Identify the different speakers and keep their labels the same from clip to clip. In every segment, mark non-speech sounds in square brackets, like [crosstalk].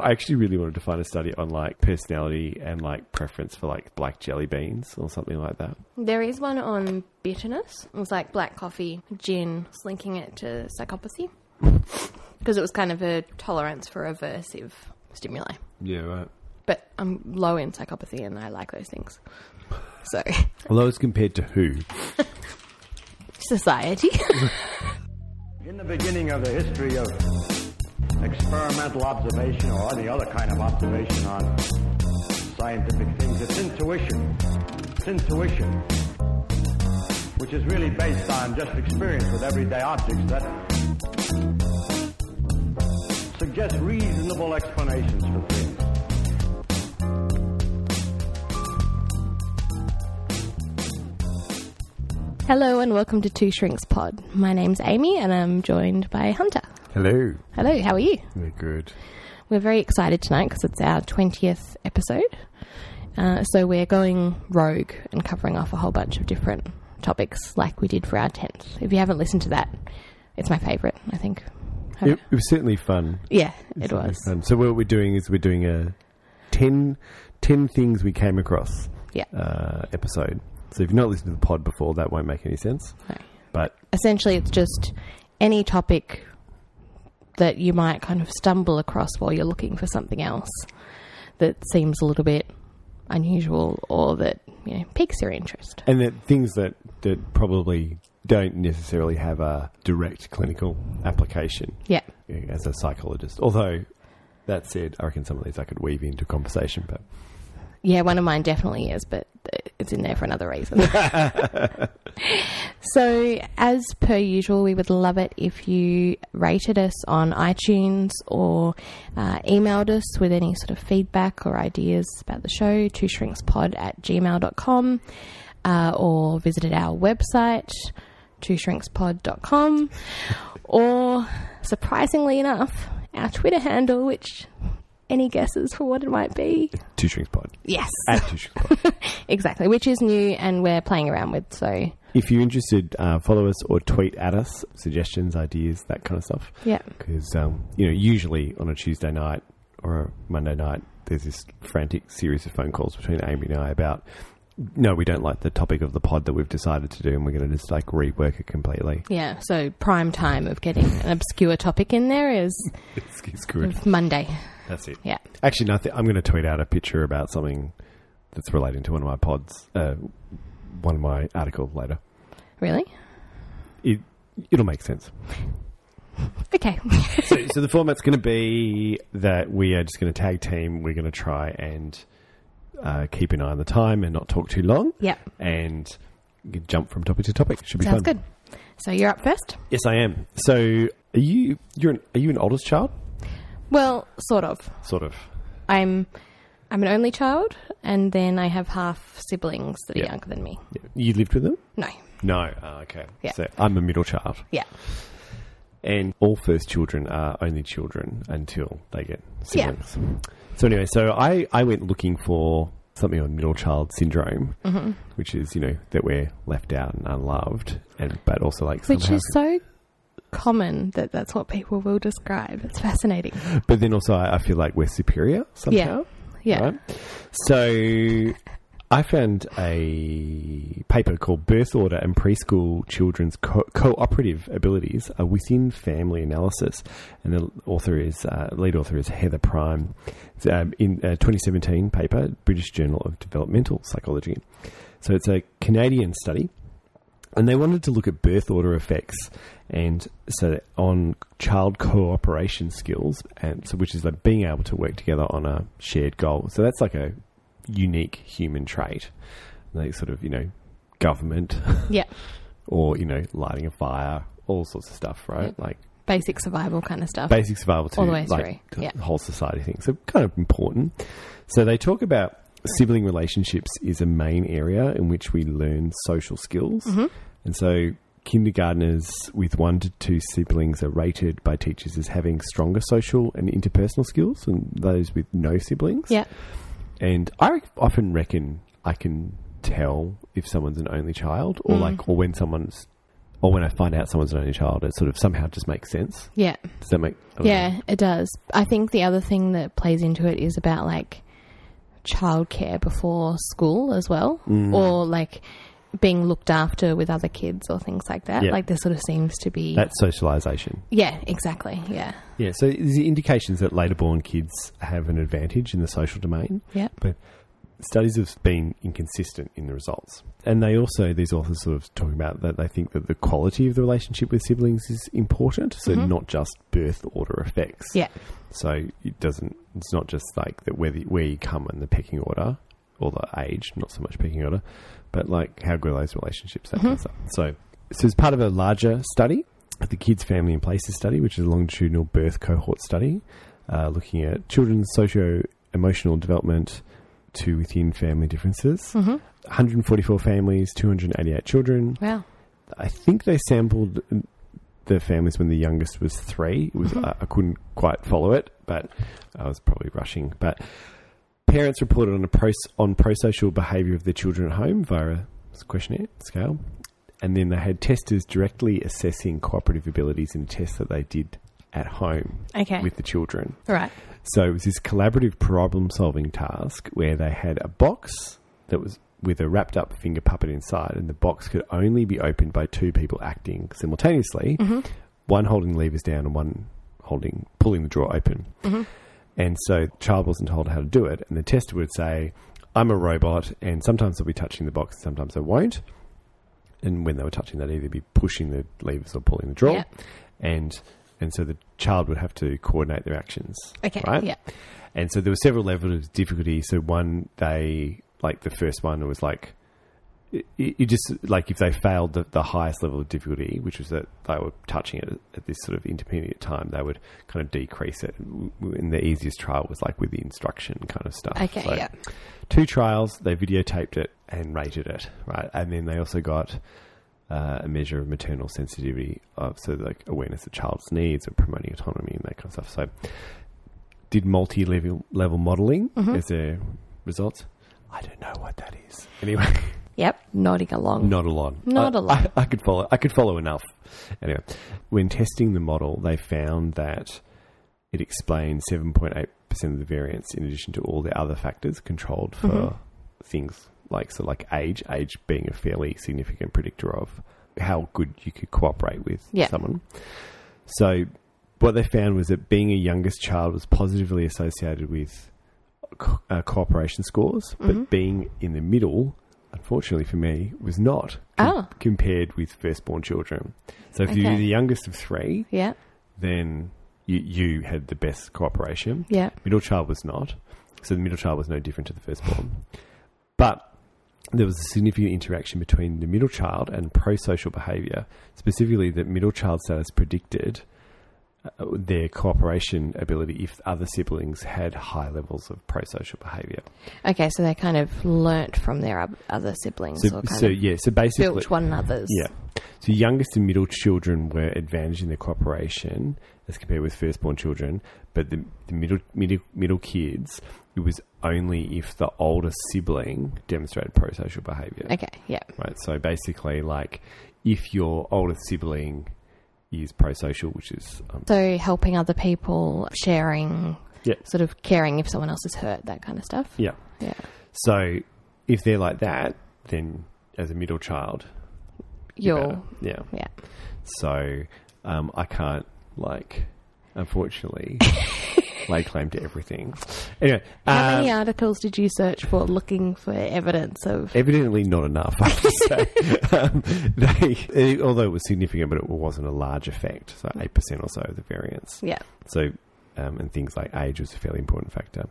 Speaker 1: I actually really wanted to find a study on like personality and like preference for like black jelly beans or something like that.
Speaker 2: There is one on bitterness. It was like black coffee, gin, linking it to psychopathy. Because it was kind of a tolerance for aversive stimuli.
Speaker 1: Yeah, right.
Speaker 2: But I'm low in psychopathy and I like those things. So, [laughs]
Speaker 1: Although it's compared to who?
Speaker 2: society.
Speaker 3: In the beginning of the history of experimental observation or any other kind of observation on scientific things, it's intuition. It's intuition, which is really based on just experience with everyday objects that suggest reasonable explanations for things.
Speaker 2: Hello and welcome to Two Shrinks Pod. My name's Amy and I'm joined by Hunter.
Speaker 1: Hello.
Speaker 2: Hello, how are you?
Speaker 1: Very good.
Speaker 2: We're very excited tonight because it's our 20th episode. Uh, so we're going rogue and covering off a whole bunch of different topics like we did for our 10th. If you haven't listened to that, it's my favourite, I think.
Speaker 1: It, it was certainly fun.
Speaker 2: Yeah, it was.
Speaker 1: Um, so what we're doing is we're doing a 10, 10 things we came across
Speaker 2: Yeah.
Speaker 1: uh, episode. So if you've not listened to the pod before, that won't make any sense.
Speaker 2: No.
Speaker 1: But
Speaker 2: Essentially, it's just any topic that you might kind of stumble across while you're looking for something else that seems a little bit unusual or that, you know, piques your interest.
Speaker 1: and that things that that probably don't necessarily have a direct clinical application
Speaker 2: Yeah.
Speaker 1: yeah, as a psychologist. Although that said, I reckon some of these I could weave into conversation. But
Speaker 2: Yeah, one of mine definitely is, but it's in there for another reason. so, as per usual, we would love it if you rated us on iTunes or uh, emailed us with any sort of feedback or ideas about the show, two shrinkspod at gmail.com, uh, or visited our website, two shrinkspod.com, or surprisingly enough, our Twitter handle, which any guesses for what it might be?
Speaker 1: two strings pod [laughs]
Speaker 2: Yes.
Speaker 1: at two strings pod.
Speaker 2: Exactly, which is new and we're playing around with. So,
Speaker 1: If you're interested, uh, follow us or tweet at us suggestions, ideas, that kind of stuff.
Speaker 2: yeah.
Speaker 1: Because um, you know, usually on a Tuesday night or a Monday night, there's this frantic series of phone calls between Amy and I about. No, we don't like the topic of the pod that we've decided to do, and we're going to just like rework it completely.
Speaker 2: Yeah, so prime time of getting an obscure topic in there is
Speaker 1: [laughs] It's, it's good.
Speaker 2: Monday.
Speaker 1: That's it.
Speaker 2: Yeah.
Speaker 1: Actually, nothing. I'm going to tweet out a picture about something that's relating to one of my pods, uh, one of my articles later.
Speaker 2: Really?
Speaker 1: It it'll make [laughs] sense. [laughs]
Speaker 2: Okay.
Speaker 1: so, so the format's going to be that we are just going to tag team. We're going to try and uh, keep an eye on the time and not talk too long.
Speaker 2: Yep.
Speaker 1: And jump from topic to topic. Should be
Speaker 2: Sounds
Speaker 1: fun.
Speaker 2: good. So, you're up first?
Speaker 1: Yes, I am. So are you? You're an, are you an oldest child?
Speaker 2: Well, sort of.
Speaker 1: Sort of.
Speaker 2: I'm I'm an only child and then I have half siblings that are
Speaker 1: Yeah.
Speaker 2: younger than me.
Speaker 1: Yeah. You lived with them?
Speaker 2: No.
Speaker 1: No. Oh, okay.
Speaker 2: Yeah.
Speaker 1: So I'm a middle child.
Speaker 2: Yeah.
Speaker 1: and all first children are only children until they get siblings. So anyway, so I, I went looking for something on middle child syndrome,
Speaker 2: Mm-hmm.
Speaker 1: which is you know that we're left out and unloved, and but also like
Speaker 2: Which
Speaker 1: somehow,
Speaker 2: is so common that that's what people will describe. It's fascinating.
Speaker 1: but then also I, I feel like we're superior somehow.
Speaker 2: Yeah.
Speaker 1: Right? So I found a paper called Birth Order and Preschool Children's Co- Cooperative Abilities, a Within Family Analysis. And the author is, uh, lead author is Heather Prime. It's, um, in a 2017 paper, British Journal of Developmental Psychology. So it's a Canadian study. And they wanted to look at birth order effects and so on child cooperation skills, and so which is like being able to work together on a shared goal. So that's like a unique human trait. Like sort of, you know, government
Speaker 2: Yeah.
Speaker 1: [laughs] or, you know, lighting a fire, all sorts of stuff, right? Like
Speaker 2: Basic survival kind of stuff.
Speaker 1: basic survival to
Speaker 2: All the way
Speaker 1: like
Speaker 2: through, yeah.
Speaker 1: the whole society thing. So kind of important. So they talk about sibling relationships is a main area in which we learn social skills,
Speaker 2: Mm-hmm.
Speaker 1: and so kindergarteners with one to two siblings are rated by teachers as having stronger social and interpersonal skills than those with no siblings.
Speaker 2: yeah.
Speaker 1: And I often
Speaker 2: Mm.
Speaker 1: reckon I can tell if someone's an only child or like or when someone's or when I find out someone's an only child, it sort of somehow just makes sense.
Speaker 2: Yeah.
Speaker 1: Does that make? I don't know.
Speaker 2: Yeah, it does. I think the other thing that plays into it is about like childcare before school as well,
Speaker 1: Mm.
Speaker 2: or like being looked after with other kids or things like that.
Speaker 1: Yeah.
Speaker 2: Like there sort of seems to be.
Speaker 1: That's socialization.
Speaker 2: yeah, exactly. Yeah,
Speaker 1: Yeah. So the indications that later born kids have an advantage in the social domain.
Speaker 2: yeah,
Speaker 1: but studies have been inconsistent in the results. And they also, these authors sort of talking about that they think that the quality of the relationship with siblings is important, so not just birth order effects.
Speaker 2: yeah,
Speaker 1: So it doesn't, it's not just like that where, the, where you come in the pecking order or the age, not so much pecking order, but like how good are those relationships, that kind of stuff. So, so it's part of a larger study, the Kids, Family and Places study, which is a longitudinal birth cohort study, uh, looking at children's socio emotional development to within family differences.
Speaker 2: Mm-hmm.
Speaker 1: 144 families, 288 children.
Speaker 2: wow,
Speaker 1: I think they sampled the families when the youngest was three. It was I, I couldn't quite follow it, but I was probably rushing. But parents reported on a pro on prosocial behaviour of their children at home via a questionnaire scale, and then they had testers directly assessing cooperative abilities in tests that they did at home
Speaker 2: okay,
Speaker 1: with the children.
Speaker 2: all right,
Speaker 1: So it was this collaborative problem solving task where they had a box that was with a wrapped up finger puppet inside, and the box could only be opened by two people acting simultaneously,
Speaker 2: Mm-hmm.
Speaker 1: one holding levers down and one holding pulling the drawer open.
Speaker 2: Mm-hmm.
Speaker 1: And so the child wasn't told how to do it, and the tester would say, "I'm a robot," and sometimes they'll be touching the box, sometimes they won't. And when they were touching, they'd either be pushing the levers or pulling the drawer,
Speaker 2: Yeah.
Speaker 1: and and so the child would have to coordinate their actions.
Speaker 2: okay,
Speaker 1: right?
Speaker 2: yeah,
Speaker 1: And so there were several levels of difficulty. So one, they like the first one was like it, it just like if they failed the, the highest level of difficulty, which was that they were touching it at this sort of intermediate time, they would kind of decrease it. And the easiest trial was like with the instruction kind of stuff.
Speaker 2: Okay,
Speaker 1: So
Speaker 2: yeah.
Speaker 1: Two trials. They videotaped it and rated it, right? And then they also got. Uh, a measure of maternal sensitivity, of, so like awareness of child's needs and promoting autonomy and that kind of stuff. So, did multi level level modeling
Speaker 2: Mm-hmm.
Speaker 1: as their results. I don't know what that is. Anyway,
Speaker 2: yep, nodding along.
Speaker 1: [laughs] not a lot.
Speaker 2: Not
Speaker 1: I-
Speaker 2: a lot.
Speaker 1: I, I could follow. I could follow enough. Anyway, when testing the model, they found that it explained seven point eight percent of the variance, in addition to all the other factors controlled for
Speaker 2: Mm-hmm.
Speaker 1: things like so, like age. Age being a fairly significant predictor of how good you could cooperate with
Speaker 2: Yeah.
Speaker 1: someone. So, what they found was that being a youngest child was positively associated with co- uh, cooperation scores,
Speaker 2: Mm-hmm.
Speaker 1: but being in the middle, unfortunately for me, was not
Speaker 2: Oh.
Speaker 1: compared with firstborn children. So, if you were
Speaker 2: Okay.
Speaker 1: the youngest of three,
Speaker 2: Yeah,
Speaker 1: then you, you had the best cooperation.
Speaker 2: yeah,
Speaker 1: Middle child was not. So the middle child was no different to the firstborn. But there was a significant interaction between the middle child and prosocial behaviour, specifically that middle child status predicted uh, their cooperation ability if other siblings had high levels of prosocial behaviour.
Speaker 2: okay. So they kind of learnt from their ob- other siblings,
Speaker 1: So,
Speaker 2: or kind
Speaker 1: so
Speaker 2: of
Speaker 1: yeah, so basically,
Speaker 2: built one another's.
Speaker 1: Yeah. So youngest and middle children were advantaged in their cooperation as compared with firstborn children, but the, the middle, middle middle kids, it was only if the older sibling demonstrated prosocial behaviour.
Speaker 2: Okay. Yeah.
Speaker 1: Right. So basically, like if your older sibling is prosocial, which is um,
Speaker 2: So helping other people, sharing,
Speaker 1: Yeah.
Speaker 2: sort of caring if someone else is hurt, that kind of stuff.
Speaker 1: yeah.
Speaker 2: Yeah.
Speaker 1: So if they're like that, then as a middle child,
Speaker 2: You're.
Speaker 1: better. yeah.
Speaker 2: Yeah.
Speaker 1: So um, I can't, like,
Speaker 2: [laughs]
Speaker 1: unfortunately, lay claim to everything. Anyway,
Speaker 2: How
Speaker 1: um,
Speaker 2: many articles did you search for looking for evidence of?
Speaker 1: evidently not enough. I have to say,
Speaker 2: [laughs]
Speaker 1: um, they, it- although it was significant, but it wasn't a large effect. So eight percent or so of the variance.
Speaker 2: Yeah.
Speaker 1: So, um, and things like age was a fairly important factor.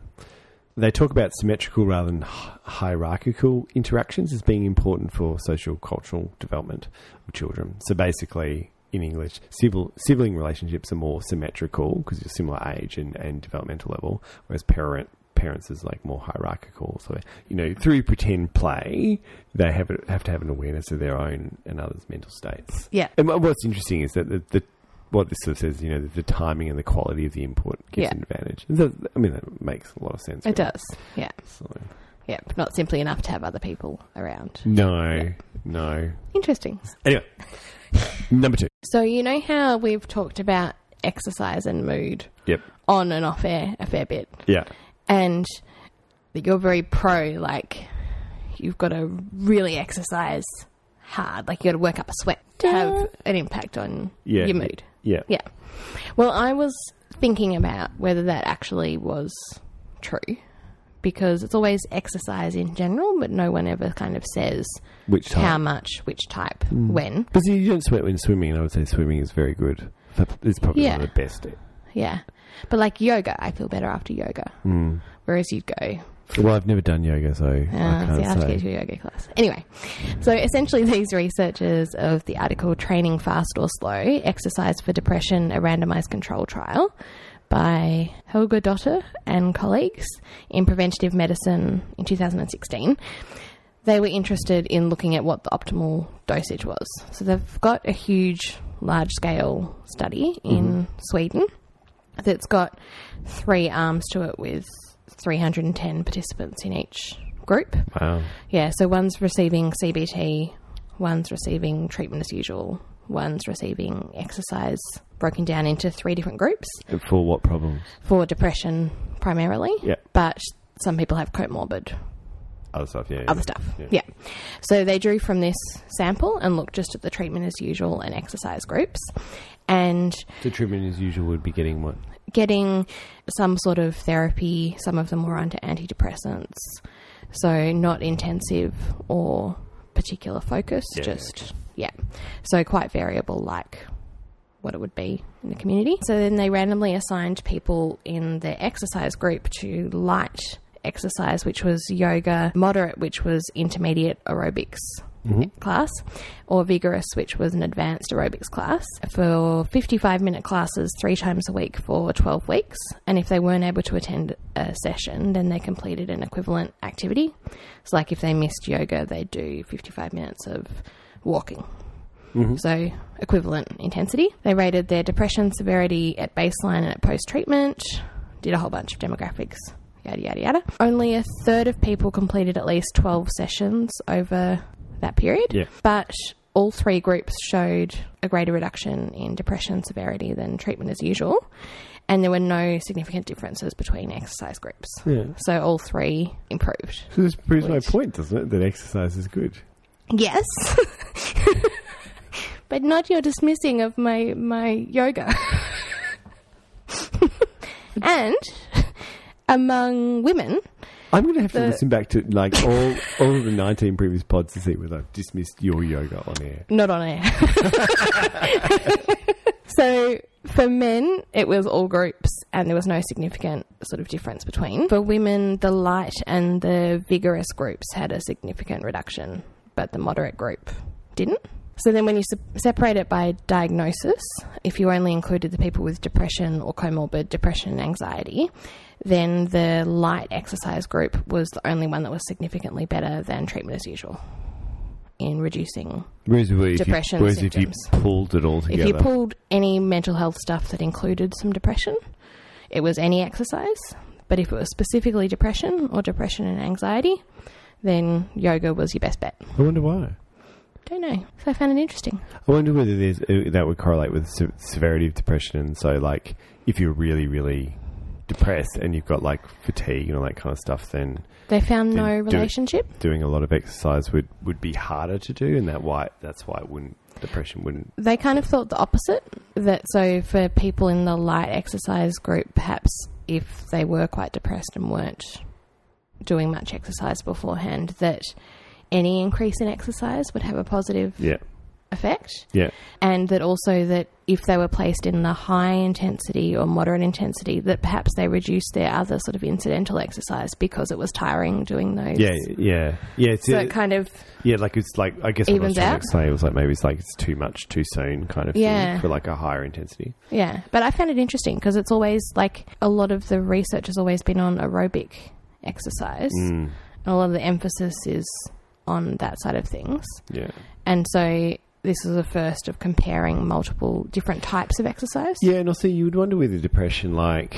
Speaker 1: They talk about symmetrical rather than hi- hierarchical interactions as being important for social cultural development of children. So basically, in English, sibling, sibling relationships are more symmetrical because you're similar age and, and developmental level, whereas parent parents is like more hierarchical. So you know, through pretend play, they have have to have an awareness of their own and others' mental states.
Speaker 2: Yeah.
Speaker 1: And what- what's interesting is that the, the what this sort of says, you know, the, the timing and the quality of the input gives
Speaker 2: Yeah.
Speaker 1: an advantage. That- I mean, that makes a lot of sense.
Speaker 2: It
Speaker 1: really.
Speaker 2: does. Yeah.
Speaker 1: So-
Speaker 2: Yeah. Not simply enough to have other people around.
Speaker 1: no, no.
Speaker 2: Interesting.
Speaker 1: Anyway, Number two.
Speaker 2: So you know how we've talked about exercise and mood
Speaker 1: Yep.
Speaker 2: on and off air a fair bit,
Speaker 1: Yeah.
Speaker 2: and that you're very pro like you've got to really exercise hard, like you got to work up a sweat to have an impact on
Speaker 1: Yeah.
Speaker 2: your mood.
Speaker 1: Yeah.
Speaker 2: Yeah. Well, I was thinking about whether that actually was true because it's always exercise in general, but no one ever kind of says
Speaker 1: Which
Speaker 2: how
Speaker 1: time?
Speaker 2: much, which type, when.
Speaker 1: Because you don't sweat when swimming, and I would say swimming is very good. That- It's probably one
Speaker 2: Yeah.
Speaker 1: of the best.
Speaker 2: Yeah. But like yoga, I feel better after yoga. Mm. Whereas you'd go,
Speaker 1: Well, I've never done yoga, so I
Speaker 2: Uh,
Speaker 1: can't
Speaker 2: see, I have to
Speaker 1: say.
Speaker 2: go to a yoga class. Anyway, so essentially, these researchers of the article "Training Fast or Slow: Exercise for Depression: A Randomized Control Trial" by Helga Dotter and colleagues in Preventative Medicine in 2016. They were interested in looking at what the optimal dosage was. So they've got a huge, large-scale study
Speaker 1: Mm-hmm.
Speaker 2: in Sweden that's got three arms to it with 310 participants in each group.
Speaker 1: Wow.
Speaker 2: Yeah, so one's receiving CBT, one's receiving treatment as usual, one's receiving exercise, broken down into three different groups
Speaker 1: For what problems?
Speaker 2: for depression primarily.
Speaker 1: Yeah.
Speaker 2: But some people have comorbid
Speaker 1: Other stuff, yeah.
Speaker 2: other stuff. Yeah. So they drew from this sample and looked just at the treatment as usual and exercise groups. And
Speaker 1: The treatment, as usual, would be getting what?
Speaker 2: getting some sort of therapy. Some of them were onto antidepressants, so not intensive or particular focus,
Speaker 1: Yeah, yeah,
Speaker 2: just yeah. So quite variable, like what it would be in the community. So then they randomly assigned people in the exercise group to light exercise, which was yoga, moderate, which was intermediate aerobics class, or vigorous, which was an advanced aerobics class, for 55 minute classes three times a week for 12 weeks. And if they weren't able to attend a session, then they completed an equivalent activity. So, like if they missed yoga, they'd do 55 minutes of walking so equivalent intensity. They rated their depression severity at baseline and at post treatment, did a whole bunch of demographics, yada, yada, yada. Only a third of people completed at least 12 sessions over that period,
Speaker 1: Yeah.
Speaker 2: but all three groups showed a greater reduction in depression severity than treatment as usual. And there were no significant differences between exercise groups.
Speaker 1: Yeah.
Speaker 2: So all three improved.
Speaker 1: So this proves my
Speaker 2: Which-
Speaker 1: point, doesn't it? That exercise is good.
Speaker 2: Yes. [laughs] but not your dismissing of my, my yoga. [laughs] and among women,
Speaker 1: I'm going to have to
Speaker 2: The-
Speaker 1: listen back to like all all of the 19 previous pods to see whether I've dismissed your yoga on air.
Speaker 2: not on air. [laughs] so for men, it was all groups and there was no significant sort of difference between. For women, the light and the vigorous groups had a significant reduction, but the moderate group didn't. So then when you se- separate it by diagnosis, if you only included the people with depression or comorbid depression and anxiety, then the light exercise group was the only one that was significantly better than treatment as usual in reducing
Speaker 1: Whereas if you-
Speaker 2: Depression
Speaker 1: whereas
Speaker 2: symptoms.
Speaker 1: if you pulled it all
Speaker 2: if
Speaker 1: together,
Speaker 2: you pulled any mental health stuff that included some depression, it was any exercise. But if it was specifically depression or depression and anxiety, then yoga was your best bet.
Speaker 1: I wonder why.
Speaker 2: Don't know. So I found it interesting.
Speaker 1: I wonder whether there's uh, that would correlate with se- severity of depression. And so, like, if you're really, really depressed and you've got like fatigue and all that kind of stuff, then
Speaker 2: They found no
Speaker 1: Then do it.
Speaker 2: relationship.
Speaker 1: doing a lot of exercise would, would be harder to do, and that why that's why it wouldn't depression wouldn't.
Speaker 2: They kind of thought the opposite. That so for people in the light exercise group, perhaps if they were quite depressed and weren't doing much exercise beforehand, that any increase in exercise would have a positive
Speaker 1: Yeah,
Speaker 2: effect.
Speaker 1: yeah,
Speaker 2: and that also that if they were placed in the high intensity or moderate intensity, that perhaps they reduced their other sort of incidental exercise because it was tiring doing those.
Speaker 1: yeah, yeah, yeah. It's,
Speaker 2: So
Speaker 1: uh,
Speaker 2: it kind of
Speaker 1: yeah, like it's like I guess what I was
Speaker 2: Evens
Speaker 1: trying to
Speaker 2: out.
Speaker 1: explain was like maybe it's like it's too much too soon kind of
Speaker 2: Yeah.
Speaker 1: thing for like a higher intensity.
Speaker 2: yeah, but I found it interesting because it's always like a lot of the research has always been on aerobic exercise,
Speaker 1: Mm.
Speaker 2: and a lot of the emphasis is on that side of things,
Speaker 1: Yeah,
Speaker 2: and so. This is the first of comparing multiple different types of exercise.
Speaker 1: yeah, and also you would wonder with the depression like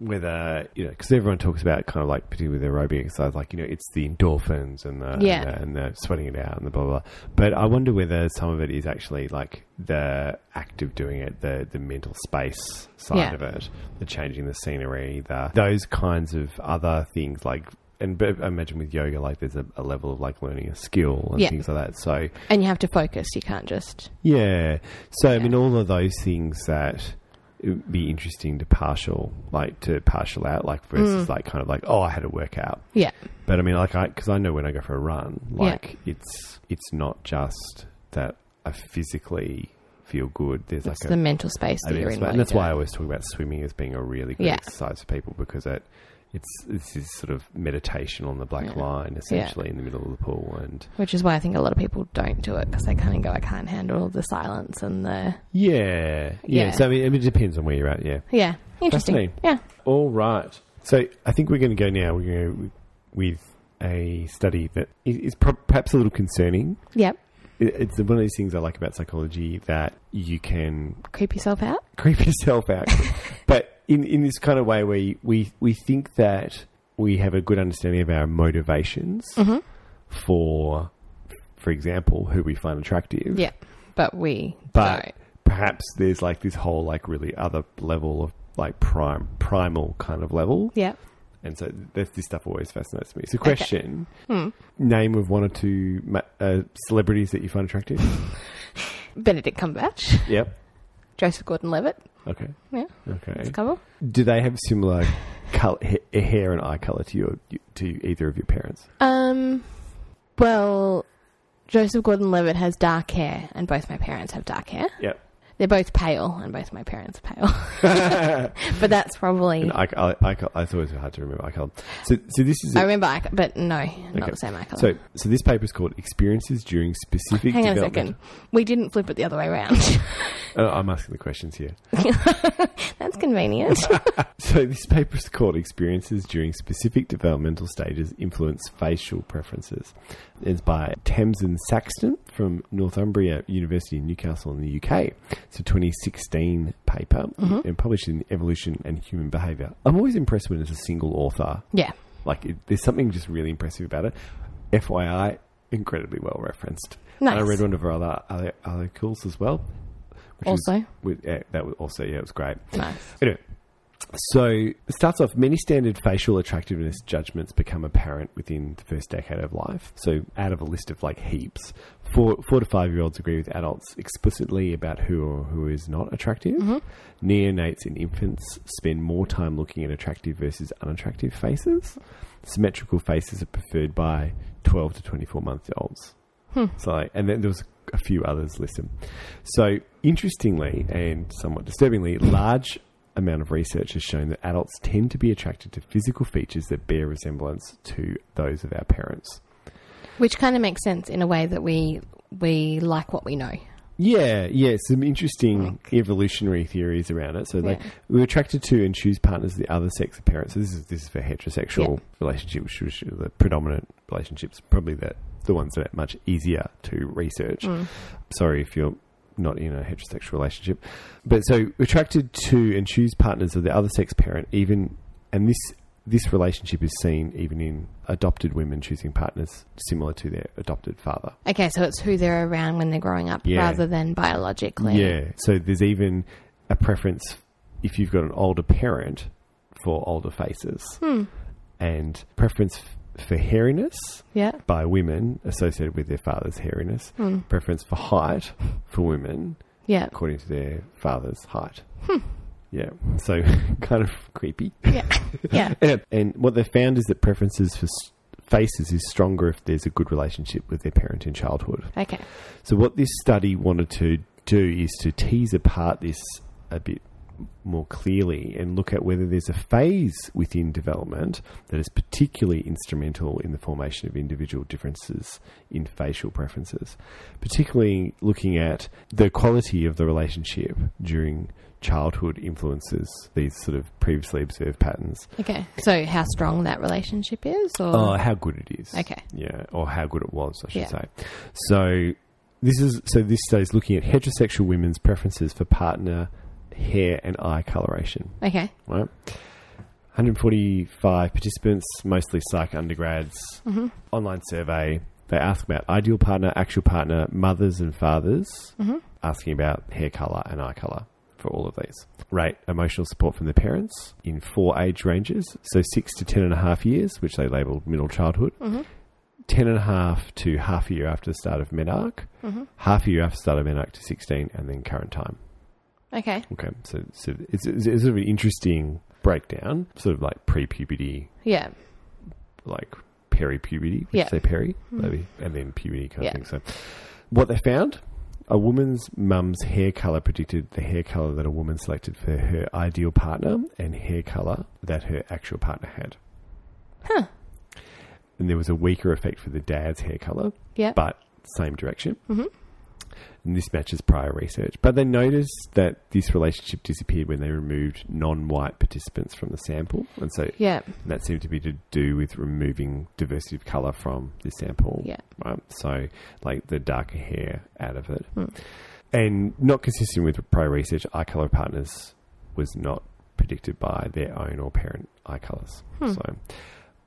Speaker 1: whether you know because everyone talks about kind of like particularly with aerobic exercise, like you know it's the endorphins and the,
Speaker 2: Yeah.
Speaker 1: and the and the sweating it out and the blah, blah blah. But I wonder whether some of it is actually like the act of doing it, the the mental space side
Speaker 2: Yeah.
Speaker 1: of it, the changing the scenery, the those kinds of other things like. And but I imagine with yoga, like there's a, a level of like learning a skill and
Speaker 2: Yeah.
Speaker 1: things like that. So
Speaker 2: And you have to focus. You can't just.
Speaker 1: yeah. So I mean, all of those things that it would be interesting to partial, like to partial out, like
Speaker 2: Mm.
Speaker 1: versus like kind of like, oh, I had a workout.
Speaker 2: Yeah.
Speaker 1: But I mean, like I because I know when I go for a run, like it's it's not just that I physically feel good. There's
Speaker 2: It's
Speaker 1: like
Speaker 2: the
Speaker 1: a
Speaker 2: mental space
Speaker 1: I
Speaker 2: that
Speaker 1: mean,
Speaker 2: you're
Speaker 1: it's
Speaker 2: in.
Speaker 1: about-
Speaker 2: while
Speaker 1: and that's
Speaker 2: you do
Speaker 1: why I
Speaker 2: it.
Speaker 1: always talk about swimming as being a really good
Speaker 2: Yeah.
Speaker 1: exercise for people because it. It's this is sort of meditation on the black
Speaker 2: Yeah.
Speaker 1: line, essentially in the middle of the pool, and
Speaker 2: Which is why I think a lot of people don't do it because they kind of go, I can't handle the silence and the.
Speaker 1: yeah, yeah.
Speaker 2: Yeah.
Speaker 1: So I mean, it depends on where you're at, yeah.
Speaker 2: Yeah. Interesting.
Speaker 1: Fascinating.
Speaker 2: Yeah.
Speaker 1: All right. So I think we're going to go now. We're going to go with a study that is is pro- perhaps a little concerning.
Speaker 2: Yep.
Speaker 1: It- It's one of these things I like about psychology that you can [laughs]
Speaker 2: Creep yourself out.
Speaker 1: creep yourself [laughs] out, but in, in this kind of way where you- we we think that we have a good understanding of our motivations for, for example, who we find attractive.
Speaker 2: Yeah. But we.
Speaker 1: But
Speaker 2: don't.
Speaker 1: perhaps there's like this whole like really other level of like prime primal kind of level.
Speaker 2: Yeah.
Speaker 1: And so this, this stuff always fascinates me. So, question:
Speaker 2: Hmm.
Speaker 1: name of one or two ma- uh, celebrities that you find attractive.
Speaker 2: [laughs] Benedict Cumberbatch. [laughs]
Speaker 1: yep.
Speaker 2: Joseph Gordon Levitt.
Speaker 1: Okay.
Speaker 2: Yeah.
Speaker 1: Okay.
Speaker 2: It's a couple.
Speaker 1: Do they have similar col ha- hair and eye color to your to either of your
Speaker 2: [laughs]
Speaker 1: parents?
Speaker 2: Um, well, Joseph Gordon Levitt has dark hair, and both my parents have dark hair.
Speaker 1: Yep.
Speaker 2: They're both pale, and both my parents are pale. [laughs] but that's probably.
Speaker 1: And eye, eye, eye color. It's always hard to remember eye color. So, so this is.
Speaker 2: I
Speaker 1: A,
Speaker 2: remember, I, but no, not
Speaker 1: Okay.
Speaker 2: the same icon.
Speaker 1: so, so this paper is called "Experiences During Specific
Speaker 2: Hang on a
Speaker 1: Development."
Speaker 2: second. We didn't flip it the other way around. [laughs]
Speaker 1: Uh, I'm asking the questions here.
Speaker 2: that's
Speaker 1: [laughs]
Speaker 2: convenient.
Speaker 1: So this paper is called "Experiences During Specific Developmental Stages Influence Facial Preferences." It's by Tamsin Saxton from Northumbria University in Newcastle in the UK. It's a 2016 paper
Speaker 2: Mm-hmm.
Speaker 1: and published in Evolution and Human Behaviour. I'm always impressed when it's a single author.
Speaker 2: yeah.
Speaker 1: Like it, there's something just really impressive about it. FYI, incredibly well referenced. And I
Speaker 2: Nice.
Speaker 1: read one of her other other articles as well. which was-
Speaker 2: Also?
Speaker 1: with, yeah, that was also yeah, it was great.
Speaker 2: Nice.
Speaker 1: Anyway, so it starts off many standard facial attractiveness judgments become apparent within the first decade of life. So out of a list of like heaps, four, four to five year olds agree with adults explicitly about who or who is not attractive. Neonates and infants spend more time looking at attractive versus unattractive faces. Symmetrical faces are preferred by 12 to 24 month olds. So, like, and then there was a few others listed. So, interestingly and somewhat disturbingly, large amount of research has shown that adults tend to be attracted to physical features that bear resemblance to those of our parents.
Speaker 2: Which kind of makes sense in a way that we we like what we know.
Speaker 1: Yeah, yeah, some interesting evolutionary theories around it. So, like,
Speaker 2: Yeah.
Speaker 1: we're attracted to and choose partners of the other sex of parents. So, this is this is for heterosexual relationships, which are the predominant relationships, probably the the ones that are much easier to research. Sorry if you're not in a heterosexual relationship, but so we're attracted to and choose partners of the other sex parent, even and this. This relationship is seen even in adopted women choosing partners similar to their adopted father.
Speaker 2: Okay, so it's who they're around when they're growing up
Speaker 1: Yeah.
Speaker 2: rather than biologically.
Speaker 1: Yeah. So there's even a preference if you've got an older parent for older faces, and preference f- for hairiness
Speaker 2: Yeah.
Speaker 1: by women associated with their father's hairiness, preference for height for women
Speaker 2: Yeah.
Speaker 1: according to their father's height. Yeah. So [laughs] kind of creepy. [coughs]
Speaker 2: Yeah. yeah.
Speaker 1: And, and what they found is that preferences for s- faces is stronger if there's a good relationship with their parent in childhood.
Speaker 2: Okay.
Speaker 1: So what this study wanted to do is to tease apart this a bit more clearly and look at whether there's a phase within development that is particularly instrumental in the formation of individual differences in facial preferences, particularly looking at the quality of the relationship during childhood influences these sort of previously observed patterns.
Speaker 2: Okay. So how strong that relationship is or
Speaker 1: Oh, how good it is.
Speaker 2: Okay.
Speaker 1: Yeah, or how good it was, I should
Speaker 2: Yeah.
Speaker 1: say. So this is so this study is looking at heterosexual women's preferences for partner hair and eye coloration,
Speaker 2: Okay.
Speaker 1: right? 145 participants, mostly psych undergrads. Online survey. They ask about ideal partner, actual partner, mothers and fathers. Asking about hair color and eye color for all of these. Rate emotional support from the parents in four age ranges, so six to ten and a half years, which they labelled middle childhood.
Speaker 2: Mm-hmm.
Speaker 1: Ten and a half to half a year after the start of menarch, half a year after the start of menarch to 16, and then current time.
Speaker 2: Okay.
Speaker 1: Okay, so, so it's, it's, it's sort of an interesting breakdown, sort of like pre-puberty,
Speaker 2: Yeah.
Speaker 1: like peri-puberty, which
Speaker 2: Yeah. Hmm.
Speaker 1: say peri, maybe, and then puberty kind
Speaker 2: Yeah.
Speaker 1: of thing. So, what they found, a woman's mum's hair color predicted the hair color that a woman selected for her ideal partner and hair color that her actual partner had.
Speaker 2: Huh.
Speaker 1: And there was a weaker effect for the dad's hair color,
Speaker 2: Yeah.
Speaker 1: but same direction. Mm-hmm. And this matches prior research. But they noticed that this relationship disappeared when they removed non white participants from the sample. And so
Speaker 2: Yeah.
Speaker 1: and that seemed to be to do with removing diversity of color from the sample.
Speaker 2: Yeah.
Speaker 1: Right. So, like the darker hair out of it. And not consistent with prior research, eye color partners was not predicted by their own or parent eye colors. So,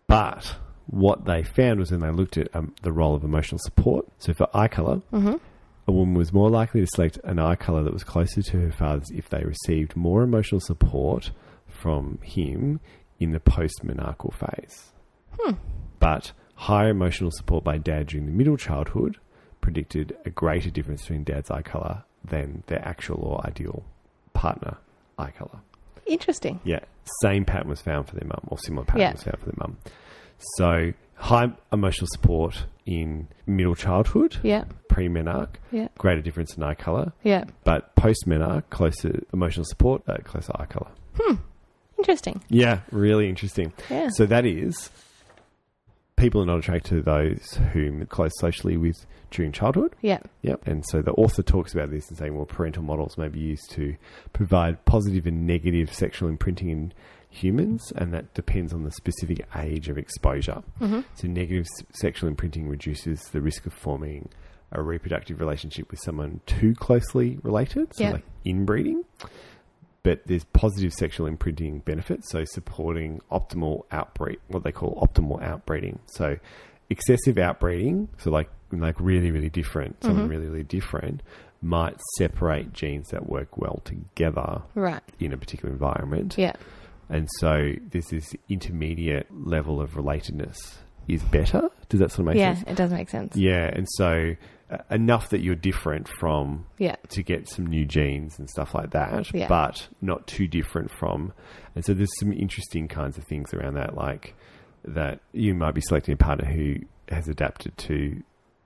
Speaker 1: but what they found was when they looked at um, the role of emotional support. So, for eye color, a woman was more likely to select an eye color that was closer to her father's if they received more emotional support from him in the post menarchal phase.
Speaker 2: Hmm.
Speaker 1: But higher emotional support by dad during the middle childhood predicted a greater difference between dad's eye color than their actual or ideal partner eye color.
Speaker 2: Interesting.
Speaker 1: Yeah, same pattern was found for their mum, or similar pattern
Speaker 2: Yeah.
Speaker 1: was found for their mum. So high emotional support in middle childhood,
Speaker 2: Yeah.
Speaker 1: pre-menarch,
Speaker 2: Yeah.
Speaker 1: greater difference in eye color,
Speaker 2: Yeah.
Speaker 1: but post-menarch, closer emotional support, uh, closer eye color.
Speaker 2: Interesting.
Speaker 1: Yeah, really interesting.
Speaker 2: Yeah.
Speaker 1: So that is people are not attracted to those whom close socially with during childhood.
Speaker 2: Yeah.
Speaker 1: Yep. And so the author talks about this and saying, well, parental models may be used to provide positive and negative sexual imprinting in humans, and that depends on the specific age of exposure. So negative s- sexual imprinting reduces the risk of forming a reproductive relationship with someone too closely related, so
Speaker 2: Yeah.
Speaker 1: like inbreeding. But there's positive sexual imprinting benefits, so supporting optimal outbreed, what they call optimal outbreeding. So excessive outbreeding, so like like really really different, someone
Speaker 2: Mm-hmm.
Speaker 1: really really different, might separate genes that work well together
Speaker 2: Right.
Speaker 1: in a particular environment.
Speaker 2: Yeah.
Speaker 1: And so there's this intermediate level of relatedness is better. Does that sort of make
Speaker 2: Yeah.
Speaker 1: sense?
Speaker 2: It does make sense.
Speaker 1: Yeah. And so uh, enough that you're different from
Speaker 2: Yeah.
Speaker 1: to get some new genes and stuff like that,
Speaker 2: Yeah.
Speaker 1: but not too different from. And so there's some interesting kinds of things around that, like that you might be selecting a partner who has adapted to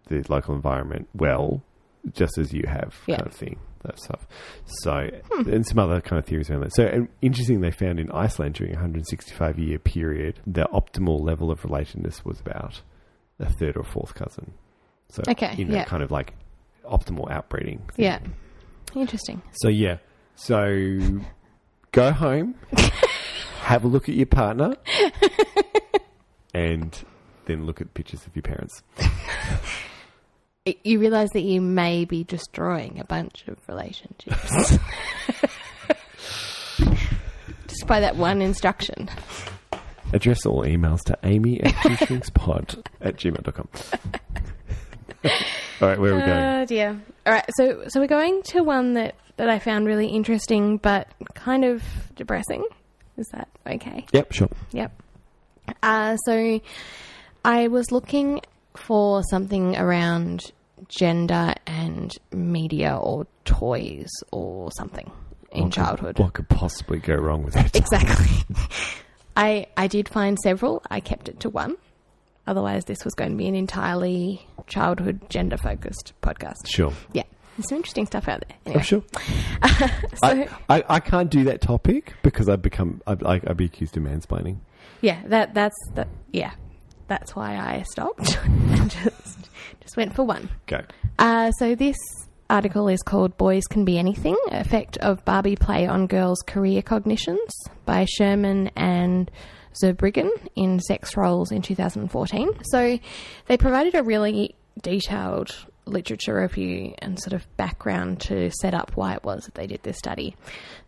Speaker 1: the local environment well, just as you have,
Speaker 2: Yeah. Hmm.
Speaker 1: kind of thing. That stuff. So, and some other kind of theories around that. So, and interesting, they found in Iceland during a 165 year period, the optimal level of relatedness was about a third or fourth cousin. So,
Speaker 2: Okay,
Speaker 1: in
Speaker 2: yeah.
Speaker 1: that kind of like optimal outbreeding. thing.
Speaker 2: Yeah. Interesting.
Speaker 1: So yeah. So go
Speaker 2: [laughs]
Speaker 1: home, have a look at your partner, and then look at pictures of your parents.
Speaker 2: It- You realize that you may be destroying a bunch of relationships. Just by that one instruction.
Speaker 1: Address all emails to amy at twoshrinkspod at [laughs] gmail.com. all right, where are we going?
Speaker 2: Oh dear. All right, so so we're going to one that that I found really interesting, but kind of depressing. Is that okay?
Speaker 1: Yep, sure.
Speaker 2: Yep. Uh, so I was looking for something around gender and media or toys or something in childhood.
Speaker 1: What could possibly go wrong with
Speaker 2: [laughs]
Speaker 1: that?
Speaker 2: Exactly. I I did find several. I kept it to one. Otherwise, this was going to be an entirely childhood gender focused podcast.
Speaker 1: Sure.
Speaker 2: Yeah, there's some interesting stuff out there.
Speaker 1: I'm
Speaker 2: Anyway, [laughs]
Speaker 1: sure. I, I, I can't do that topic because I've become, I'd, like, I'd be accused of mansplaining.
Speaker 2: yeah, that that's that. Yeah, that's why I stopped [laughs] and just just went for one.
Speaker 1: Go.
Speaker 2: Uh, so this article is called "Boys Can Be Anything: Effect of Barbie Play on Girls' Career Cognitions" by Sherman and Zurbriggen in Sex Roles in 2014. So they provided a really detailed literature review and sort of background to set up why it was that they did this study.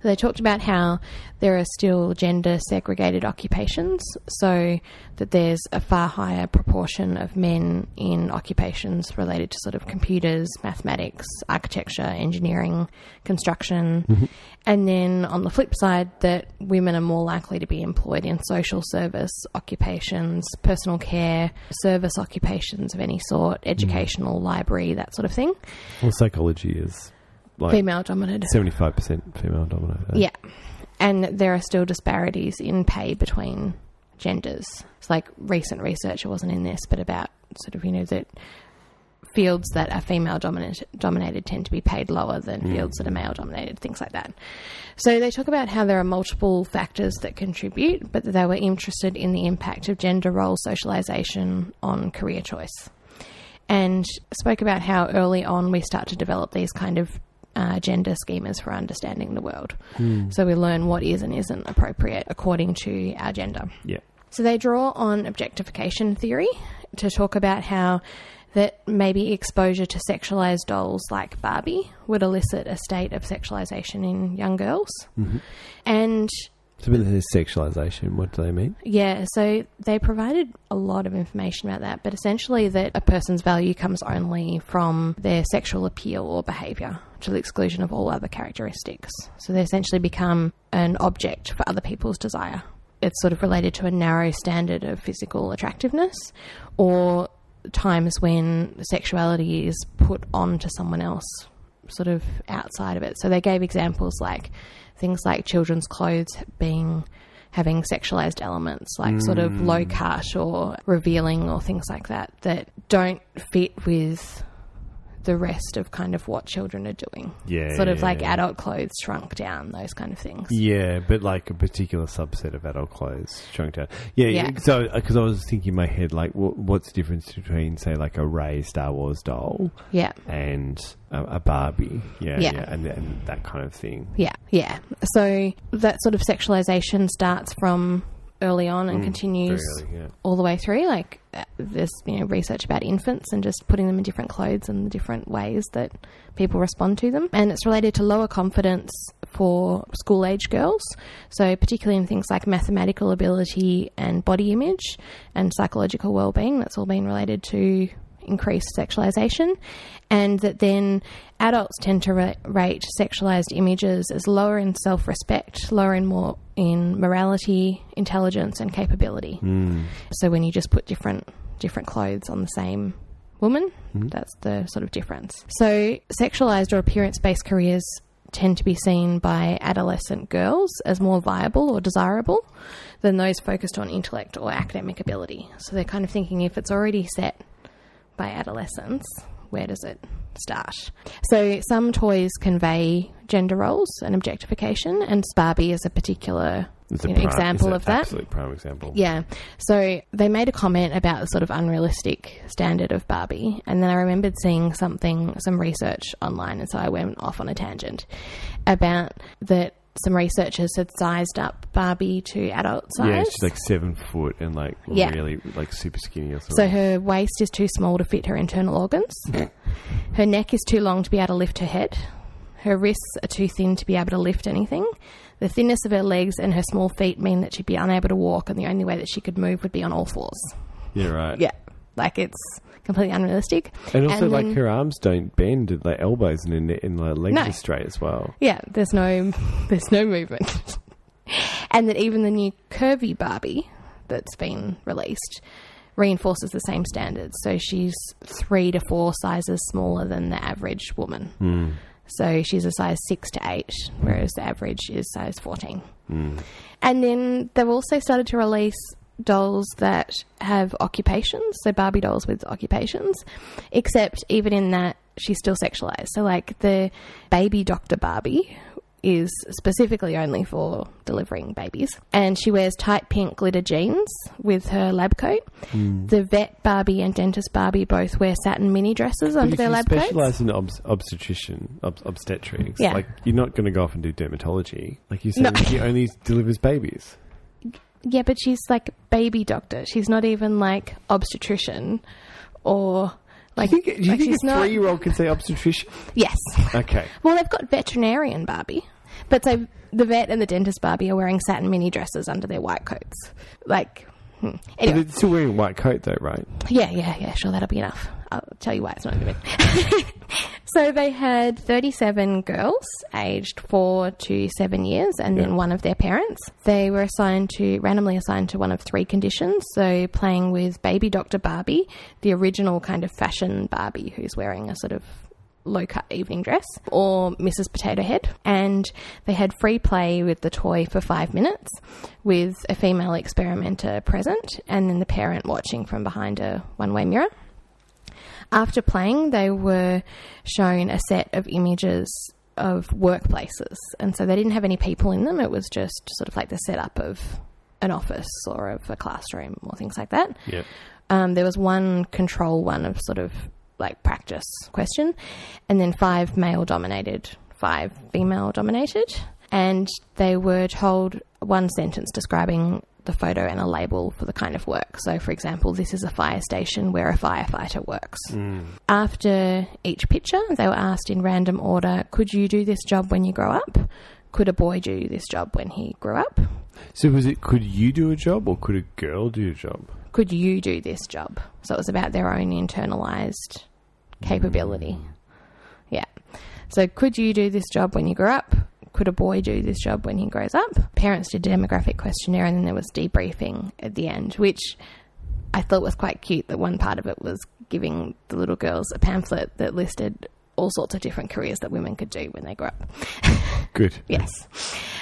Speaker 2: So they talked about how there are still gender segregated occupations, so that there's a far higher proportion of men in occupations related to sort of computers, mathematics, architecture, engineering, construction, and then on the flip side, that women are more likely to be employed in social service occupations, personal care, service occupations of any sort, educational, library, that sort of thing.
Speaker 1: Well, psychology is like
Speaker 2: Female dominated.
Speaker 1: seventy five percent female eh? dominated.
Speaker 2: Yeah. And there are still disparities in pay between genders. It's like recent research, it wasn't in this, but about sort of, you know, that fields that are female dominant, dominated tend to be paid lower than fields that are male dominated, things like that. So they talk about how there are multiple factors that contribute, but that they were interested in the impact of gender role socialization on career choice and spoke about how early on we start to develop these kind of uh, gender schemas for understanding the world. So we learn what is and isn't appropriate according to our gender.
Speaker 1: yeah.
Speaker 2: So they draw on objectification theory to talk about how that maybe exposure to sexualized dolls like Barbie would elicit a state of sexualization in young girls. And
Speaker 1: So, but there's sexualization. What do they mean?
Speaker 2: yeah, so they provided a lot of information about that, but essentially that a person's value comes only from their sexual appeal or behavior to the exclusion of all other characteristics. So they essentially become an object for other people's desire. It's sort of related to a narrow standard of physical attractiveness or times when sexuality is put onto someone else sort of outside of it. So they gave examples like things like children's clothes being having sexualized elements like sort of low
Speaker 1: Mm.
Speaker 2: cut or revealing or things like that that don't fit with the rest of kind of what children are doing.
Speaker 1: Yeah,
Speaker 2: Sort of
Speaker 1: yeah,
Speaker 2: like
Speaker 1: yeah.
Speaker 2: adult clothes shrunk down, those kind of things.
Speaker 1: Yeah, but like a particular subset of adult clothes shrunk down. Yeah,
Speaker 2: Yeah.
Speaker 1: yeah. so because I was thinking in my head, like, wh- what's the difference between, say, like a Ray Star Wars doll
Speaker 2: Yeah.
Speaker 1: and a, a Barbie? Yeah,
Speaker 2: Yeah.
Speaker 1: yeah, and, and that kind of thing.
Speaker 2: Yeah, yeah. So that sort of sexualization starts from early on and Mm. continues
Speaker 1: Mm, very early, yeah.
Speaker 2: all the way through. Like uh, there's you know research about infants and just putting them in different clothes and the different ways that people respond to them, and it's related to lower confidence for school age girls. So particularly in things like mathematical ability and body image and psychological well being, that's all been related to increased sexualization, and that then adults tend to ra- rate sexualized images as lower in self respect, lower in more in morality, intelligence, and capability. So when you just put different different clothes on the same woman,
Speaker 1: Mm-hmm.
Speaker 2: that's the sort of difference. So sexualized or appearance based careers tend to be seen by adolescent girls as more viable or desirable than those focused on intellect or academic ability. So they're kind of thinking if it's already set by adolescence, where does it start? So some toys convey gender roles and objectification, and Barbie is a particular
Speaker 1: It's a
Speaker 2: you know,
Speaker 1: prime-
Speaker 2: example
Speaker 1: it's
Speaker 2: of
Speaker 1: an
Speaker 2: that.
Speaker 1: Absolute prime example.
Speaker 2: Yeah. So they made a comment about the sort of unrealistic standard of Barbie. And then I remembered seeing something, some research online. And so I went off on a tangent about that some researchers had sized up Barbie to adult size.
Speaker 1: Yeah, she's like seven foot and like
Speaker 2: Yeah.
Speaker 1: really like super skinny or something.
Speaker 2: So her waist is too small to fit her internal organs.
Speaker 1: Mm-hmm.
Speaker 2: her neck is too long to be able to lift her head. Her wrists are too thin to be able to lift anything. The thinness of her legs and her small feet mean that she'd be unable to walk, and the only way that she could move would be on all fours.
Speaker 1: yeah, right.
Speaker 2: Yeah, like it's completely unrealistic.
Speaker 1: And also, like,
Speaker 2: then-
Speaker 1: her arms don't bend, and her elbows and her, ne- and her legs
Speaker 2: No.
Speaker 1: are straight as well.
Speaker 2: yeah, there's no [laughs] there's no movement, [laughs] and that even the new curvy Barbie that's been released reinforces the same standards. So she's three to four sizes smaller than the average woman. So she's a size six to eight, whereas the average is size 14. And then they've also started to release dolls that have occupations, so Barbie dolls with occupations, except even in that, she's still sexualized. So, like, the baby Dr. Barbie is specifically only for delivering babies. And she wears tight pink glitter jeans with her lab coat. The vet Barbie and dentist Barbie both wear satin mini dresses under
Speaker 1: But
Speaker 2: their
Speaker 1: if you
Speaker 2: lab coats.
Speaker 1: specialize in obs- obstetrician, ob- obstetrics,
Speaker 2: Yeah.
Speaker 1: like you're not going to go off and do dermatology. Like you said,
Speaker 2: No.
Speaker 1: she only delivers babies.
Speaker 2: Yeah, but she's like baby doctor. She's not even like obstetrician or
Speaker 1: [laughs]
Speaker 2: Like,
Speaker 1: Do you think, do you
Speaker 2: like
Speaker 1: think
Speaker 2: she's
Speaker 1: a
Speaker 2: not.
Speaker 1: three-year-old can say obstetrician?
Speaker 2: Yes.
Speaker 1: Okay.
Speaker 2: Well, they've got veterinarian Barbie, but so the vet and the dentist Barbie are wearing satin mini dresses under their white coats. Like, hmm.
Speaker 1: But
Speaker 2: anyway,
Speaker 1: they're still wearing a white coat, though, right?
Speaker 2: yeah, yeah, yeah. Sure, that'll be enough. I'll tell you why it's not going to be. So they had 37 girls aged 4 to 7 years and
Speaker 1: Yeah.
Speaker 2: then one of their parents. They were assigned to randomly assigned to one of three conditions, so playing with baby Dr. Barbie, the original kind of fashion Barbie who's wearing a sort of low cut evening dress or Mrs. Potato Head and they had free play with the toy for 5 minutes with a female experimenter present and then the parent watching from behind a one-way mirror. After playing, they were shown a set of images of workplaces. And so they didn't have any people in them. It was just sort of like the setup of an office or of a classroom or things like that.
Speaker 1: Yeah.
Speaker 2: Um, there was one control one of sort of like practice question, and then five male dominated, five female dominated. And they were told one sentence describing the photo and a label for the kind of work. So, for example, this is a fire station where a firefighter works. After each picture, they were asked in random order could you do this job when you grow up? Could a boy do this job when he grew up?
Speaker 1: So was it? Could you do a job, or could a girl do a job?
Speaker 2: could you do this job? So it was about their own internalized capability. Yeah. So could you do this job when you grew up? Could a boy do this job when he grows up? Parents did a demographic questionnaire and then there was debriefing at the end, which I thought was quite cute that one part of it was giving the little girls a pamphlet that listed all sorts of different careers that women could do when they grew up.
Speaker 1: Good.
Speaker 2: Yes.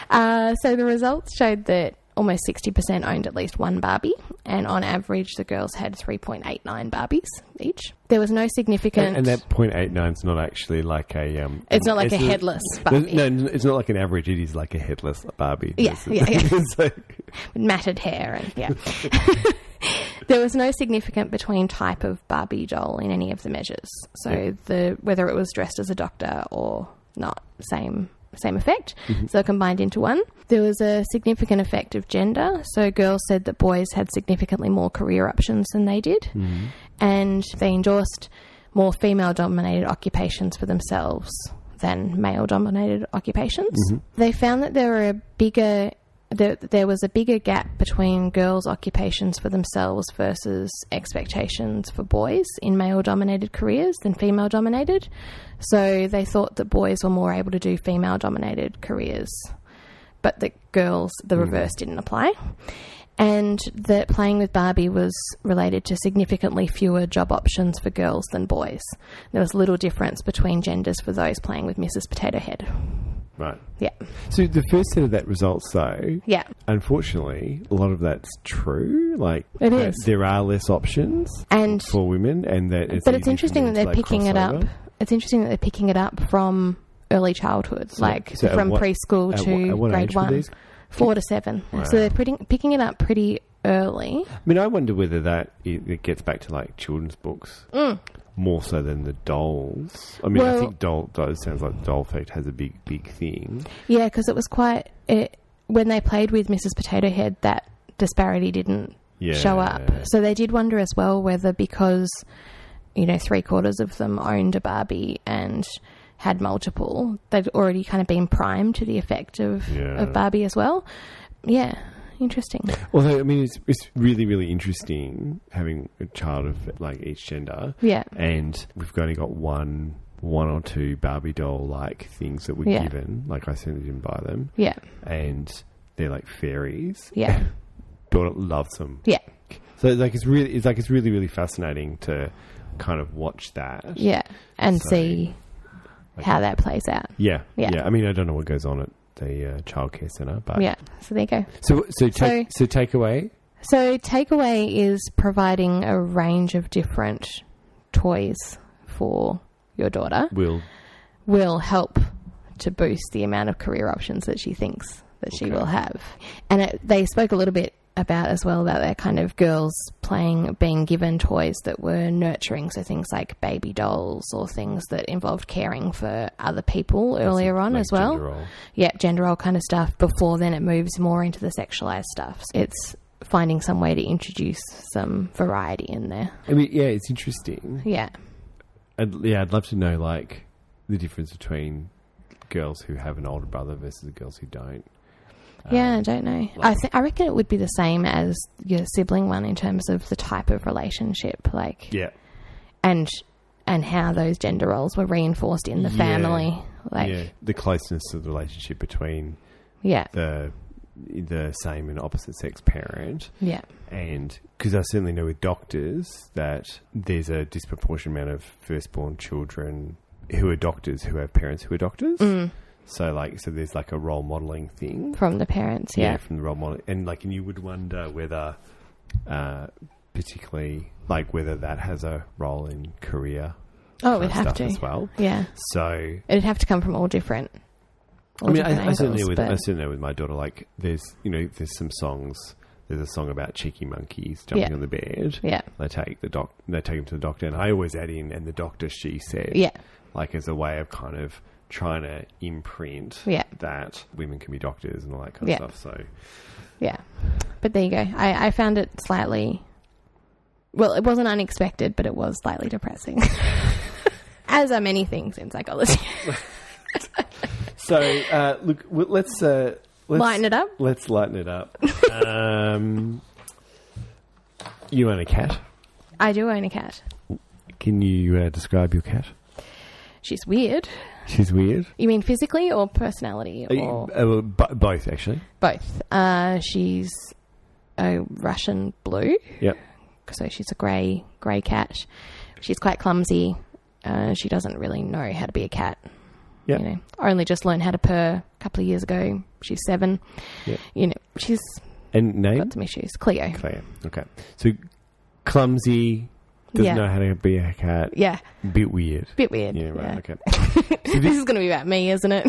Speaker 2: Uh, so the results showed that almost 60% owned at least one Barbie, and on average, the girls had 3.89 Barbies each. There was no significant.
Speaker 1: And, and that point eight nine is not actually like a. Um,
Speaker 2: it's not like a
Speaker 1: a-
Speaker 2: headless
Speaker 1: No,
Speaker 2: Barbie,
Speaker 1: no, it's not like an average. It is like a headless Barbie.
Speaker 2: Yeah,
Speaker 1: It's-
Speaker 2: yeah, yeah.
Speaker 1: [laughs] it's like-
Speaker 2: with matted hair, and yeah. [laughs] there was no significant between type of Barbie doll in any of the measures. So
Speaker 1: Yeah.
Speaker 2: the whether it was dressed as a doctor or not, same same effect. So combined into one. There was a significant effect of gender. So girls said that boys had significantly more career options than they did, and they endorsed more female dominated occupations for themselves than male dominated occupations. They found that there were a bigger there, there was a bigger gap between girls' occupations for themselves versus expectations for boys in male dominated careers than female dominated. So they thought that boys were more able to do female dominated careers, but that girls, the reverse didn't apply. And that playing with Barbie was related to significantly fewer job options for girls than boys. There was little difference between genders for those playing with Mrs. Potato Head.
Speaker 1: right.
Speaker 2: Yeah.
Speaker 1: So the first set of that results, though,
Speaker 2: Yeah.
Speaker 1: unfortunately, a lot of that's true. Like
Speaker 2: It
Speaker 1: that
Speaker 2: is.
Speaker 1: there are less options
Speaker 2: And
Speaker 1: for women, and that. It's
Speaker 2: but it's
Speaker 1: easy for
Speaker 2: interesting that
Speaker 1: them
Speaker 2: they're
Speaker 1: to, like,
Speaker 2: picking it up.
Speaker 1: crossover.
Speaker 2: It's interesting that they're picking it up from early childhood, like
Speaker 1: so at
Speaker 2: from
Speaker 1: what-
Speaker 2: preschool
Speaker 1: at
Speaker 2: to
Speaker 1: what- at what
Speaker 2: grade
Speaker 1: age were
Speaker 2: one,
Speaker 1: these?
Speaker 2: four to seven.
Speaker 1: Wow.
Speaker 2: So they're pretty, picking it up pretty early.
Speaker 1: I mean, I wonder whether that it, it gets back to like children's books more so than the dolls. I mean, I
Speaker 2: Mm. Well-
Speaker 1: think doll doll sounds like the doll effect has a big big thing.
Speaker 2: Yeah, because it was quite it, when they played with Mrs. Potato Head that disparity didn't
Speaker 1: Yeah.
Speaker 2: show up. So they did wonder as well whether because you know three quarters of them owned a Barbie and had multiple, they'd already kind of been primed to the effect of
Speaker 1: Yeah.
Speaker 2: of Barbie as well. Yeah, interesting.
Speaker 1: Although, I mean, it's it's really really interesting having a child of like each gender,
Speaker 2: Yeah.
Speaker 1: and we've only got one one or two Barbie doll like things that we're
Speaker 2: Yeah.
Speaker 1: given. Like I certainly didn't buy them,
Speaker 2: Yeah,
Speaker 1: and they're like fairies.
Speaker 2: yeah,
Speaker 1: Daughter loves them.
Speaker 2: yeah,
Speaker 1: So like it's really it's like it's really really fascinating to kind of watch that.
Speaker 2: yeah, and
Speaker 1: So,
Speaker 2: see
Speaker 1: like-
Speaker 2: how that plays out.
Speaker 1: Yeah,
Speaker 2: Yeah.
Speaker 1: I mean, I don't know what goes on at the uh, childcare centre, but
Speaker 2: Yeah, so there you go.
Speaker 1: So, so take, so, takeaway.
Speaker 2: So takeaway is providing a range of different toys for your daughter
Speaker 1: will
Speaker 2: will help to boost the amount of career options that she thinks that she
Speaker 1: Okay.
Speaker 2: will have. And it, they spoke a little bit about as well about that kind of girls playing being given toys that were nurturing so things like baby dolls or things that involved caring for other people earlier on
Speaker 1: like,
Speaker 2: as well
Speaker 1: gender role.
Speaker 2: yeah, gender role kind of stuff before then it moves more into the sexualized stuff. It's finding some way to introduce some variety in there.
Speaker 1: I mean, yeah, it's interesting.
Speaker 2: Yeah.
Speaker 1: I'd, yeah, I'd love to know like the difference between girls who have an older brother versus the girls who don't.
Speaker 2: yeah, I
Speaker 1: Um,
Speaker 2: don't know. I th- I reckon it would be the same as your sibling one in terms of the type of relationship, like
Speaker 1: Yeah,
Speaker 2: and and how those gender roles were reinforced in the
Speaker 1: Yeah.
Speaker 2: family. Like
Speaker 1: yeah, the closeness of the relationship between
Speaker 2: yeah,
Speaker 1: the the same and opposite sex parent.
Speaker 2: yeah.
Speaker 1: and because I certainly know with doctors that there's a disproportionate amount of firstborn children who are doctors who have parents who are doctors.
Speaker 2: Mm.
Speaker 1: So like, so there's like a role modeling thing,
Speaker 2: from the parents. Yeah,
Speaker 1: from the role model, and like, and you would wonder whether, uh, particularly like whether that has a role in career.
Speaker 2: oh,
Speaker 1: kind
Speaker 2: we'd
Speaker 1: of
Speaker 2: have
Speaker 1: stuff
Speaker 2: to.
Speaker 1: as well.
Speaker 2: Yeah,
Speaker 1: So
Speaker 2: it'd have to come from all different. all
Speaker 1: I mean,
Speaker 2: different
Speaker 1: I, I certainly know
Speaker 2: angles,
Speaker 1: with
Speaker 2: but-
Speaker 1: I certainly know with my daughter. Like, there's you know, there's some songs. There's a song about cheeky monkeys jumping
Speaker 2: Yeah.
Speaker 1: on the bed.
Speaker 2: Yeah.
Speaker 1: They take the doc. They take him to the doctor, and I always add in and the doctor she said.
Speaker 2: Yeah.
Speaker 1: Like as a way of kind of trying to imprint.
Speaker 2: Yeah.
Speaker 1: That women can be doctors and all that kind
Speaker 2: Yeah.
Speaker 1: of stuff. So
Speaker 2: Yeah. But there you go. I, I found it slightly. Well, it wasn't unexpected, but it was slightly depressing. As are many things in psychology.
Speaker 1: so uh, look, w- let's, uh, let's
Speaker 2: Lighten it up.
Speaker 1: Let's lighten it up. um, you own a cat.
Speaker 2: I do own a cat.
Speaker 1: Can you uh, describe your cat?
Speaker 2: She's weird.
Speaker 1: She's weird.
Speaker 2: You mean physically or personality
Speaker 1: Uh,
Speaker 2: or
Speaker 1: uh, well, bo- both actually.
Speaker 2: both? Uh, she's a Russian blue,
Speaker 1: Yep.
Speaker 2: so she's a grey grey cat. She's quite clumsy. Uh, she doesn't really know how to be a cat.
Speaker 1: Yep.
Speaker 2: you know, only just learned how to purr a couple of years ago. She's seven.
Speaker 1: Yeah.
Speaker 2: You know, she's
Speaker 1: And name?
Speaker 2: got some issues. Cleo.
Speaker 1: Claire. Okay. So clumsy, doesn't
Speaker 2: Yeah.
Speaker 1: know how to be a cat,
Speaker 2: Yeah.
Speaker 1: bit weird.
Speaker 2: Bit weird.
Speaker 1: Yeah, right.
Speaker 2: yeah.
Speaker 1: Okay.
Speaker 2: This is going to be about me, isn't it?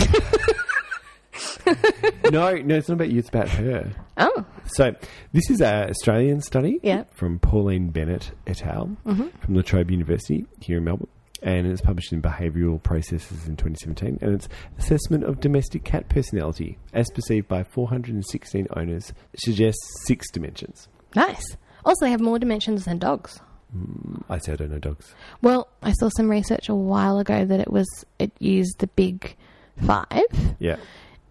Speaker 2: [laughs]
Speaker 1: no, no, it's not about you, it's about her.
Speaker 2: oh,
Speaker 1: So this is an Australian study
Speaker 2: Yeah.
Speaker 1: from Pauline Bennett et al. from La Trobe University here in Melbourne. And it's published in Behavioural Processes in 2017. And it's assessment of domestic cat personality as perceived by 416 owners suggests six dimensions.
Speaker 2: nice. Also, they have more dimensions than dogs.
Speaker 1: I said I don't know dogs.
Speaker 2: Well, I saw some research a while ago that it was it used the big five,
Speaker 1: Yeah.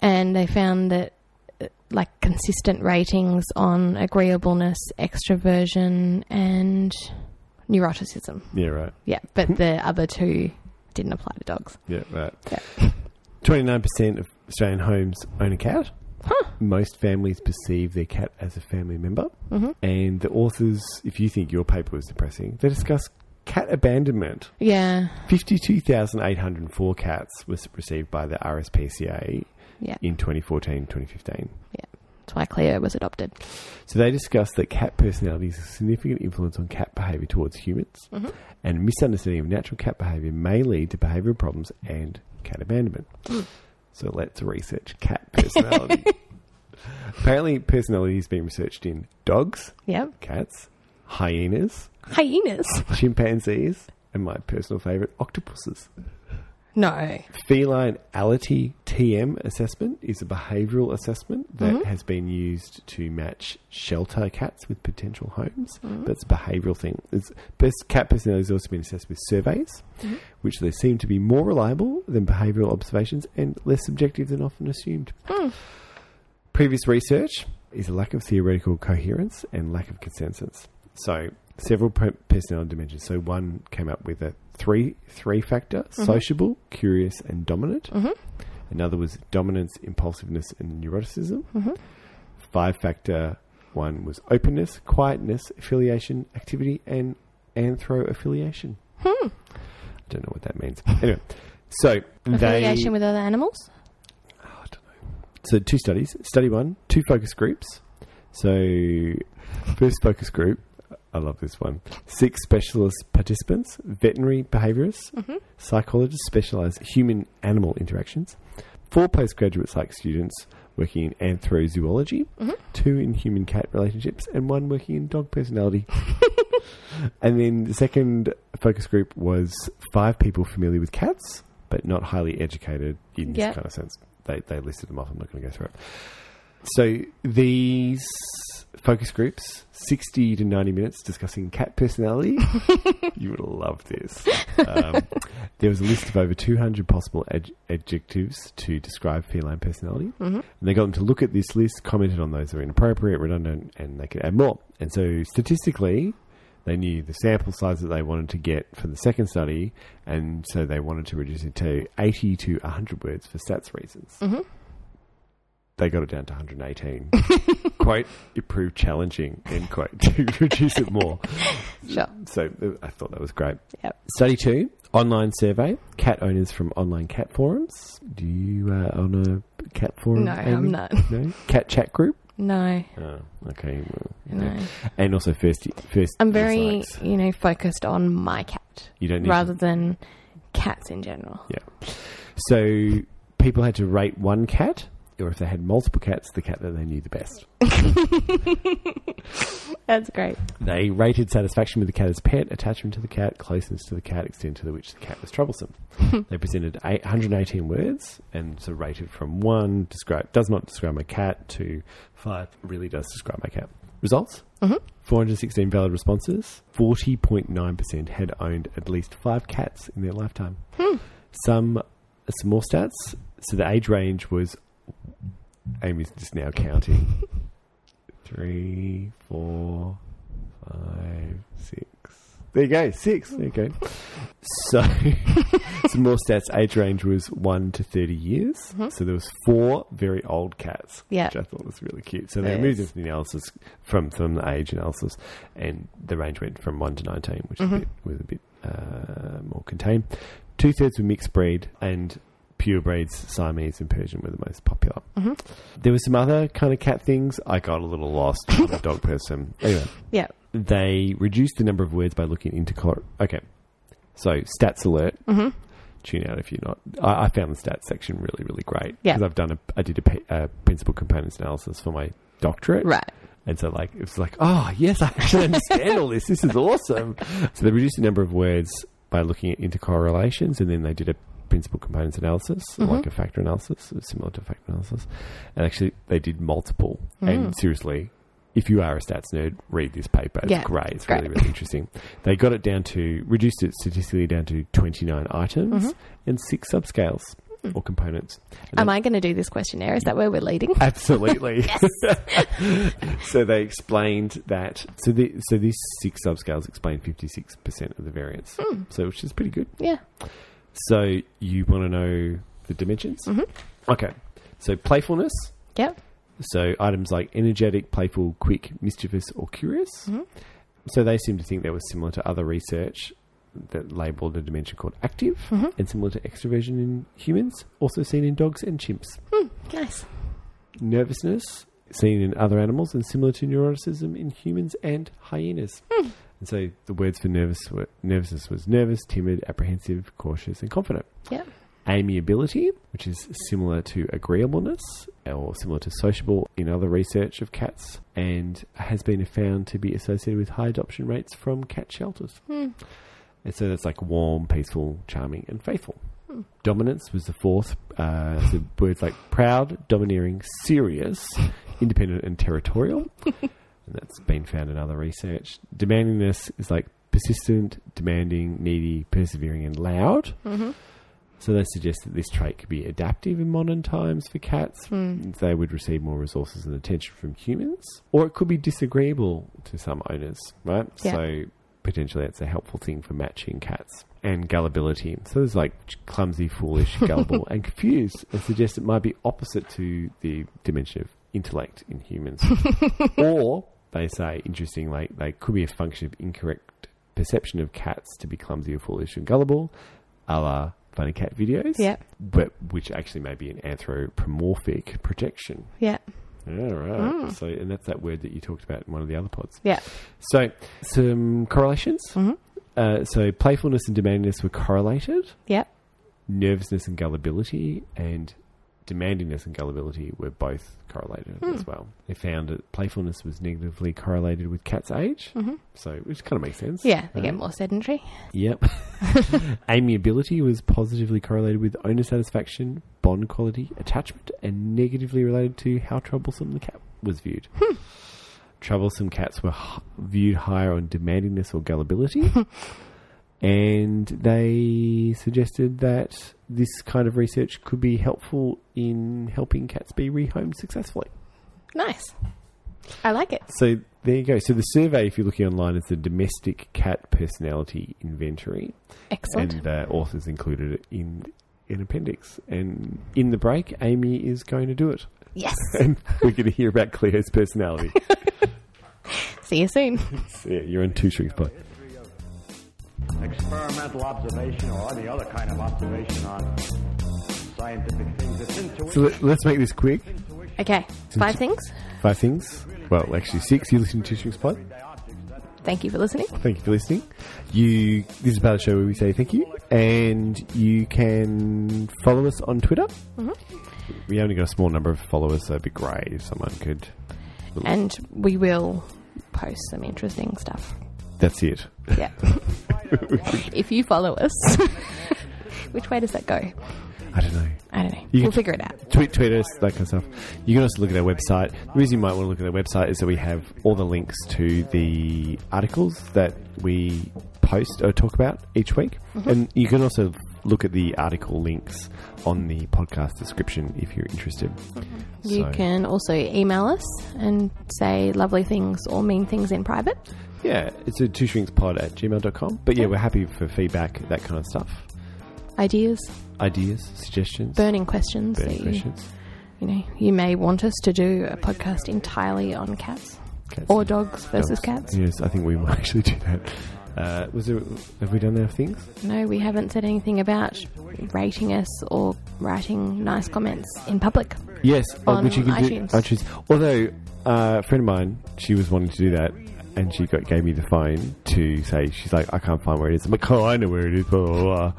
Speaker 2: and they found that uh, like consistent ratings on agreeableness, extroversion, and neuroticism.
Speaker 1: Yeah, right.
Speaker 2: Yeah,
Speaker 1: Hmm.
Speaker 2: but the other two didn't apply to dogs.
Speaker 1: Yeah, right.
Speaker 2: Yeah.
Speaker 1: Twenty-nine percent of Australian homes own a cat.
Speaker 2: Huh.
Speaker 1: Most families perceive their cat as a family member.
Speaker 2: Mm-hmm.
Speaker 1: And the authors, if you think your paper was depressing, they discuss cat abandonment.
Speaker 2: Yeah,
Speaker 1: Fifty-two thousand eight hundred four cats was received by the RSPCA
Speaker 2: yeah.
Speaker 1: in 2014-2015.
Speaker 2: That's why Cleo was adopted.
Speaker 1: So they discussed that cat personality is a significant influence on cat behavior towards humans, and misunderstanding of natural cat behavior may lead to behavioral problems and cat abandonment. so let's research cat personality. Apparently, personality has been researched in dogs,
Speaker 2: Yeah,
Speaker 1: cats, hyenas,
Speaker 2: hyenas.
Speaker 1: chimpanzees, and my personal favorite, octopuses.
Speaker 2: No.
Speaker 1: Felineality TM assessment is a behavioural assessment that has been used to match shelter cats with potential homes. That's a behavioural thing. It's, best cat personality has also been assessed with surveys, which they seem to be more reliable than behavioural observations and less subjective than often assumed. Previous research is a lack of theoretical coherence and lack of consensus. So several per- personality dimensions. So one came up with a three three factor:
Speaker 2: Mm-hmm.
Speaker 1: sociable, curious, and dominant. Another was dominance, impulsiveness, and neuroticism.
Speaker 2: Mm-hmm.
Speaker 1: Five factor one was openness, quietness, affiliation, activity, and anthro affiliation.
Speaker 2: Hmm.
Speaker 1: I don't know what that means. Anyway, so
Speaker 2: Affiliation
Speaker 1: they
Speaker 2: with other animals?
Speaker 1: so two studies. Study one, two focus groups. So first focus group, I love this one. Six specialist participants, veterinary behaviorists, psychologists specialized in human animal interactions, four postgraduate psych students working in anthrozoology, two in human cat relationships, and one working in dog personality. and then the second focus group was five people familiar with cats, but not highly educated in this
Speaker 2: Yeah.
Speaker 1: kind of sense. They, they listed them off. I'm not going to go through it. So these focus groups, 60 to 90 minutes discussing cat personality. you would love this. Um, there was a list of over 200 possible ad- adjectives to describe feline personality. Mm-hmm. And they got them to look at this list, commented on those that were inappropriate, redundant, and they could add more. And so statistically, they knew the sample size that they wanted to get for the second study, and so they wanted to reduce it to 80 to 100 words for stats reasons. They got it down to 118. [laughs] quote, it proved challenging, end quote, [laughs] to reduce it more.
Speaker 2: Sure.
Speaker 1: So uh, I thought that was great.
Speaker 2: Yep.
Speaker 1: Study two, online survey, cat owners from online cat forums. Do you uh, own a cat forum?
Speaker 2: No, I'm
Speaker 1: Amy?
Speaker 2: not.
Speaker 1: No? Cat chat group?
Speaker 2: No,
Speaker 1: [laughs] Oh, okay. Well,
Speaker 2: no.
Speaker 1: yeah. And also first, first.
Speaker 2: I'm very,
Speaker 1: dislikes.
Speaker 2: you know, focused on my cat
Speaker 1: You don't need to-
Speaker 2: rather than cats in general.
Speaker 1: Yeah. So people had to rate one cat, or if they had multiple cats, the cat that they knew the best.
Speaker 2: That's great.
Speaker 1: They rated satisfaction with the cat as pet, attachment to the cat, closeness to the cat, extent to which the cat was troublesome. they presented 818 words and so rated from one describe does not describe my cat to five really does describe my cat. Results: mm-hmm. 416 valid responses. 40.9% had owned at least five cats in their lifetime. Some some more stats. So the age range was. Amy's just now counting. Three, four, five, six. There you go, six. There you go. So, [laughs] some more stats. Age range was one to thirty years. So there was four very old cats,
Speaker 2: Yeah.
Speaker 1: which I thought was really cute. So they
Speaker 2: Yes.
Speaker 1: moved into the analysis from from the age analysis, and the range went from one to nineteen, which
Speaker 2: Mm-hmm.
Speaker 1: is a bit, was a bit uh, more contained. Two thirds were mixed breed, and purebreds, Siamese and Persian were the most popular.
Speaker 2: Mm-hmm.
Speaker 1: There were some other kind of cat things. I got a little lost. I'm a dog
Speaker 2: [laughs]
Speaker 1: person. Anyway,
Speaker 2: Yeah.
Speaker 1: they reduced the number of words by looking into color. Okay, so stats alert. Mm-hmm. Tune out if you're not. I, I found the stats section really, really great.
Speaker 2: Yeah.
Speaker 1: I've done a, I did a, pa- a principal components analysis for my doctorate.
Speaker 2: Right.
Speaker 1: And so, like, it was like, oh, yes, I actually understand all this. This is awesome. So, they reduced the number of words by looking at intercorrelations, and then they did a principal components analysis,
Speaker 2: Mm-hmm.
Speaker 1: like a factor analysis, or similar to factor analysis. And actually, they did multiple.
Speaker 2: Mm-hmm.
Speaker 1: And seriously, if you are a stats nerd, read this paper. It's
Speaker 2: Yeah,
Speaker 1: great. It's
Speaker 2: it's great.
Speaker 1: really, really interesting. They got it down to, reduced it statistically down to 29 items
Speaker 2: Mm-hmm.
Speaker 1: and six subscales
Speaker 2: Hmm.
Speaker 1: or components. And
Speaker 2: Am I going to do this questionnaire? Is that where we're leading?
Speaker 1: Absolutely. [laughs] so they explained that. So the, so these six subscales explain fifty six percent of the variance. So which is pretty good.
Speaker 2: Yeah.
Speaker 1: So you want to know the dimensions? Mm-hmm. Okay. So playfulness.
Speaker 2: Yep.
Speaker 1: So items like energetic, playful, quick, mischievous, or curious. So they seem to think that was similar to other research that labelled a dimension called active and similar to extroversion in humans, also seen in dogs and chimps
Speaker 2: Nice.
Speaker 1: nervousness seen in other animals and similar to neuroticism in humans and hyenas. And so the words for nervous were, nervousness was nervous, timid, apprehensive, cautious, and confident.
Speaker 2: Yep.
Speaker 1: Amiability, which is similar to agreeableness or similar to sociable in other research of cats, and has been found to be associated with high adoption rates from cat shelters. And so that's like warm, peaceful, charming, and faithful. Dominance was the fourth. Uh, so words like proud, domineering, serious, independent, and territorial. and that's been found in other research. Demandingness is like persistent, demanding, needy, persevering, and loud. So they suggest that this trait could be adaptive in modern times for cats. They would receive more resources and attention from humans, or it could be disagreeable to some owners, right?
Speaker 2: Yeah.
Speaker 1: So potentially that's a helpful thing for matching cats. And gullibility. So there's like clumsy, foolish, gullible, and confused, and suggests it might be opposite to the dimension of intellect in humans. or they say, interesting, like they could be a function of incorrect perception of cats to be clumsy or foolish and gullible, a la funny cat videos.
Speaker 2: Yep.
Speaker 1: But which actually may be an anthropomorphic projection.
Speaker 2: Yep.
Speaker 1: Yeah, right.
Speaker 2: Mm.
Speaker 1: So, and that's that word that you talked about in one of the other pods.
Speaker 2: Yep.
Speaker 1: So, some correlations.
Speaker 2: Mm-hmm.
Speaker 1: Uh, so, playfulness and demandingness were correlated.
Speaker 2: Yep.
Speaker 1: Nervousness and gullibility and demandingness and gullibility were both correlated
Speaker 2: Hmm.
Speaker 1: as well. They found that playfulness was negatively correlated with cat's age. So, which kind of makes sense.
Speaker 2: Mm-hmm. Yeah. They get
Speaker 1: right?
Speaker 2: more sedentary.
Speaker 1: Yep. [laughs] Amiability was positively correlated with owner satisfaction, bond quality, attachment, and negatively related to how troublesome the cat was viewed. troublesome cats were h- viewed higher on demandingness or gullibility. and they suggested that this kind of research could be helpful in helping cats be rehomed successfully.
Speaker 2: Nice. I like it.
Speaker 1: So there you go. So the survey, if you're looking online, is the Domestic Cat Personality Inventory,
Speaker 2: Excellent.
Speaker 1: and the authors included it in an appendix. And in the break, Amy is going to do it, [laughs]
Speaker 2: yes.
Speaker 1: and we're going to hear about Cleo's [laughs] personality.
Speaker 2: See you soon.
Speaker 1: So, yeah, you're on two strings pod.
Speaker 3: history of experimental observation or any other kind of observation on scientific things. It's
Speaker 1: So
Speaker 3: intuition.
Speaker 1: let, let's make this quick.
Speaker 2: Okay. Five things.
Speaker 1: Five things. Well, actually six. You listen to Two Strings Pod.
Speaker 3: Everyday objects that
Speaker 2: Thank you for listening.
Speaker 1: Thank you for listening. You this is part of the show where we say thank you, and you can follow us on Twitter. We only got a small number of followers, so it'd be great if someone could.
Speaker 2: And we will post some interesting
Speaker 1: [laughs]
Speaker 2: stuff.
Speaker 1: That's it.
Speaker 2: Yeah. [laughs] if you follow us, [laughs] which way does that go?
Speaker 1: I don't know.
Speaker 2: I don't know.
Speaker 1: You can-
Speaker 2: we'll figure it out.
Speaker 1: Tweet, tweet us, that kind of stuff. You can also look at our website. The reason you might want to look at our website is that we have all the links to the articles that we post or talk about each week,
Speaker 2: Mm-hmm.
Speaker 1: and you can also look at the article links on the podcast description if you're interested.
Speaker 2: Mm-hmm. You
Speaker 1: So-
Speaker 2: can also email us and say lovely things or mean things in private.
Speaker 1: Yeah, it's a two strings pod at gmail.com. But yeah, we're happy for feedback, that kind of stuff.
Speaker 2: Ideas,
Speaker 1: Ideas, suggestions,
Speaker 2: burning questions
Speaker 1: burning
Speaker 2: that you,
Speaker 1: questions.
Speaker 2: you know you may want us to do a podcast entirely on cats
Speaker 1: Cats.
Speaker 2: or dogs versus
Speaker 1: Dogs.
Speaker 2: cats.
Speaker 1: Yes, I think we might [laughs] actually do that. Uh, was there, have we done our things?
Speaker 2: No, we haven't said anything about rating us or writing nice comments in public.
Speaker 1: Yes, uh,
Speaker 2: On
Speaker 1: which you can
Speaker 2: iTunes.
Speaker 1: do. iTunes. Although uh, a friend of mine, she was wanting to do that, and she got gave me the phone to say she's like, I can't find where it is. I'm like, oh, I know where it is. Blah, blah, blah.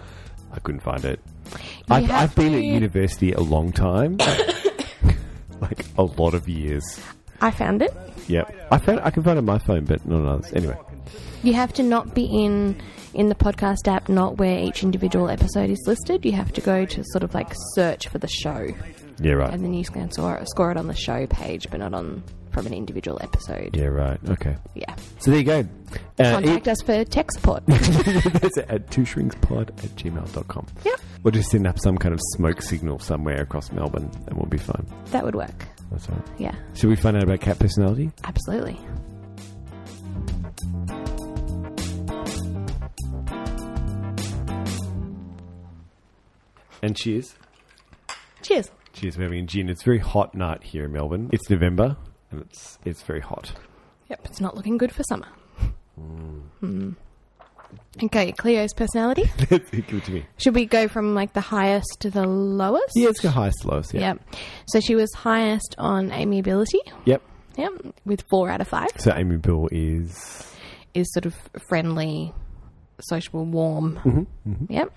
Speaker 1: I couldn't find it.
Speaker 2: You
Speaker 1: I've,
Speaker 2: have
Speaker 1: I've been
Speaker 2: to-
Speaker 1: at university a long
Speaker 2: [coughs]
Speaker 1: time, like a lot of years.
Speaker 2: I found it.
Speaker 1: Yeah, I found I can find it on my phone, but not on others. Anyway,
Speaker 2: You have to not be in in the podcast app, not where each individual episode is listed. You have to go to sort of like search for the show,
Speaker 1: yeah, right.
Speaker 2: and then you can score, score it on the show page, but not on from an individual episode.
Speaker 1: Yeah, right. Okay.
Speaker 2: Yeah.
Speaker 1: So there you go. Uh,
Speaker 2: Contact us for tech
Speaker 1: [laughs]
Speaker 2: support.
Speaker 1: that's it, at two shrinkspod at gmail.com.
Speaker 2: Yep.
Speaker 1: We'll just send up some kind of smoke signal somewhere across Melbourne and we'll be fine.
Speaker 2: that would work.
Speaker 1: That's all right.
Speaker 2: Yeah,
Speaker 1: Should we find out about cat personality?
Speaker 2: absolutely.
Speaker 1: And cheers.
Speaker 2: Cheers.
Speaker 1: Cheers, we're having a gin. It's very hot night here in Melbourne. It's November and it's it's very hot.
Speaker 2: Yep, it's not looking good for summer. Hmm. Okay,
Speaker 1: [laughs]
Speaker 2: Cleo's personality.
Speaker 1: [laughs] Give it to me.
Speaker 2: Should we go from like the highest to the lowest?
Speaker 1: Yeah, it's the highest lowest. Yeah.
Speaker 2: Yep. So she was highest on amiability.
Speaker 1: Yep.
Speaker 2: Yep, with four out of five.
Speaker 1: So Amy Bill is
Speaker 2: Is sort of friendly, sociable, warm.
Speaker 1: Mm-hmm,
Speaker 2: Yep.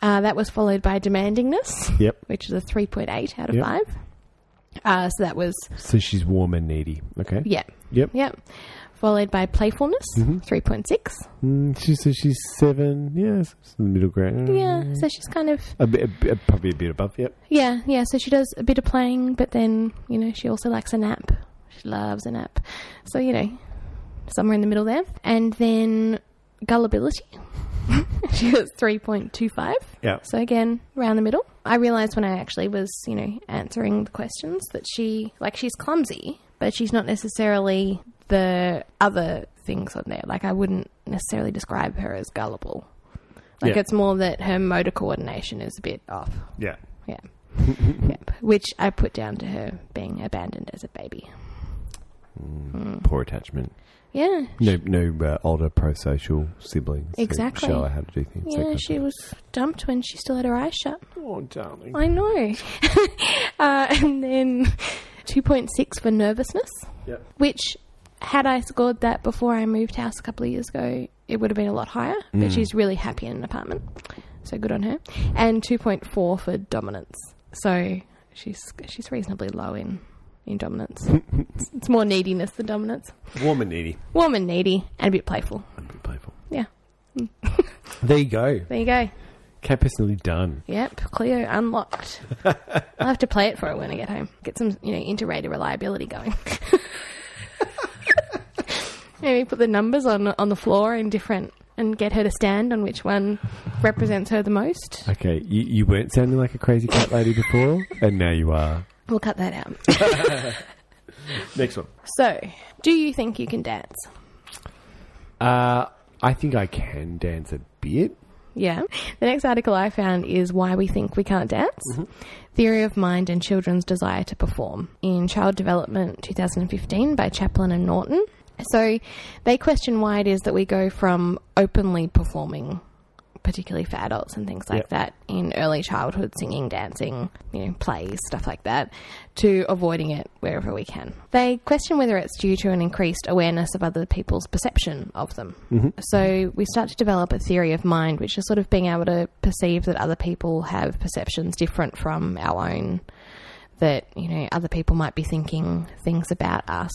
Speaker 2: Uh, that was followed by demandingness,
Speaker 1: Yep.
Speaker 2: which is a 3.8 out of
Speaker 1: Yep.
Speaker 2: 5. Uh, so that was,
Speaker 1: So she's warm and needy. Okay.
Speaker 2: yeah.
Speaker 1: Yep.
Speaker 2: Yep. Followed by playfulness,
Speaker 1: Mm-hmm.
Speaker 2: 3.6.
Speaker 1: Mm, she says she's seven. Yes, it's in the middle ground.
Speaker 2: Yeah, so she's kind of
Speaker 1: A bit, a bit- probably a bit above. Yep.
Speaker 2: yeah, yeah. So she does a bit of playing, but then you know she also likes a nap. She loves a nap. So you know, somewhere in the middle there. And then gullibility. [laughs] she was three point two five.
Speaker 1: Yeah.
Speaker 2: So again, round the middle. I realized when I actually was you know answering the questions that she like she's clumsy, but she's not necessarily the other things on there. Like I wouldn't necessarily describe her as gullible. Like
Speaker 1: Yeah.
Speaker 2: it's more that her motor coordination is a bit off.
Speaker 1: Yeah.
Speaker 2: Yeah. yep. Which I put down to her being abandoned as a baby.
Speaker 1: Poor attachment.
Speaker 2: Yeah.
Speaker 1: No, no uh, older pro-social siblings. who
Speaker 2: Exactly.
Speaker 1: Show her how to do things. that kind
Speaker 2: Yeah,
Speaker 1: of
Speaker 2: she
Speaker 1: stuff.
Speaker 2: was dumped when she still had her eyes shut.
Speaker 1: Oh, darling.
Speaker 2: I know. [laughs] uh, and then 2.6 for nervousness,
Speaker 1: Yep.
Speaker 2: which, had I scored that before I moved house a couple of years ago, it would have been a lot higher. But she's really happy in an apartment. So good on her. And 2.4 for dominance. So she's she's reasonably low in, in dominance. it's, it's more neediness than dominance.
Speaker 1: Warm and needy.
Speaker 2: warm and needy and a bit playful.
Speaker 1: I'm a bit playful.
Speaker 2: Yeah.
Speaker 1: [laughs] There you go.
Speaker 2: There you go.
Speaker 1: Cat personally done.
Speaker 2: Yep, Clio unlocked. I'll have to play it for her when I get home. Get some, you know, inter-rater reliability going. Maybe put the numbers on on the floor in different and get her to stand on which one represents her the most.
Speaker 1: Okay, you, you weren't sounding like a crazy cat lady
Speaker 2: [laughs]
Speaker 1: before, and now you are.
Speaker 2: We'll cut that out.
Speaker 1: Next one.
Speaker 2: so, do you think you can dance?
Speaker 1: Uh, I think I can dance a bit.
Speaker 2: Yeah. The next article I found is Why We Think We Can't Dance Theory of Mind and Children's Desire to Perform in Child Development 2015 by Chaplin and Norton. So they question why it is that we go from openly performing, particularly for adults and things like
Speaker 1: Yep.
Speaker 2: that, in early childhood, singing, dancing, you know, plays, stuff like that, to avoiding it wherever we can. They question whether it's due to an increased awareness of other people's perception of them.
Speaker 1: Mm-hmm.
Speaker 2: So we start to develop a theory of mind, which is sort of being able to perceive that other people have perceptions different from our own, that, you know, other people might be thinking things about us.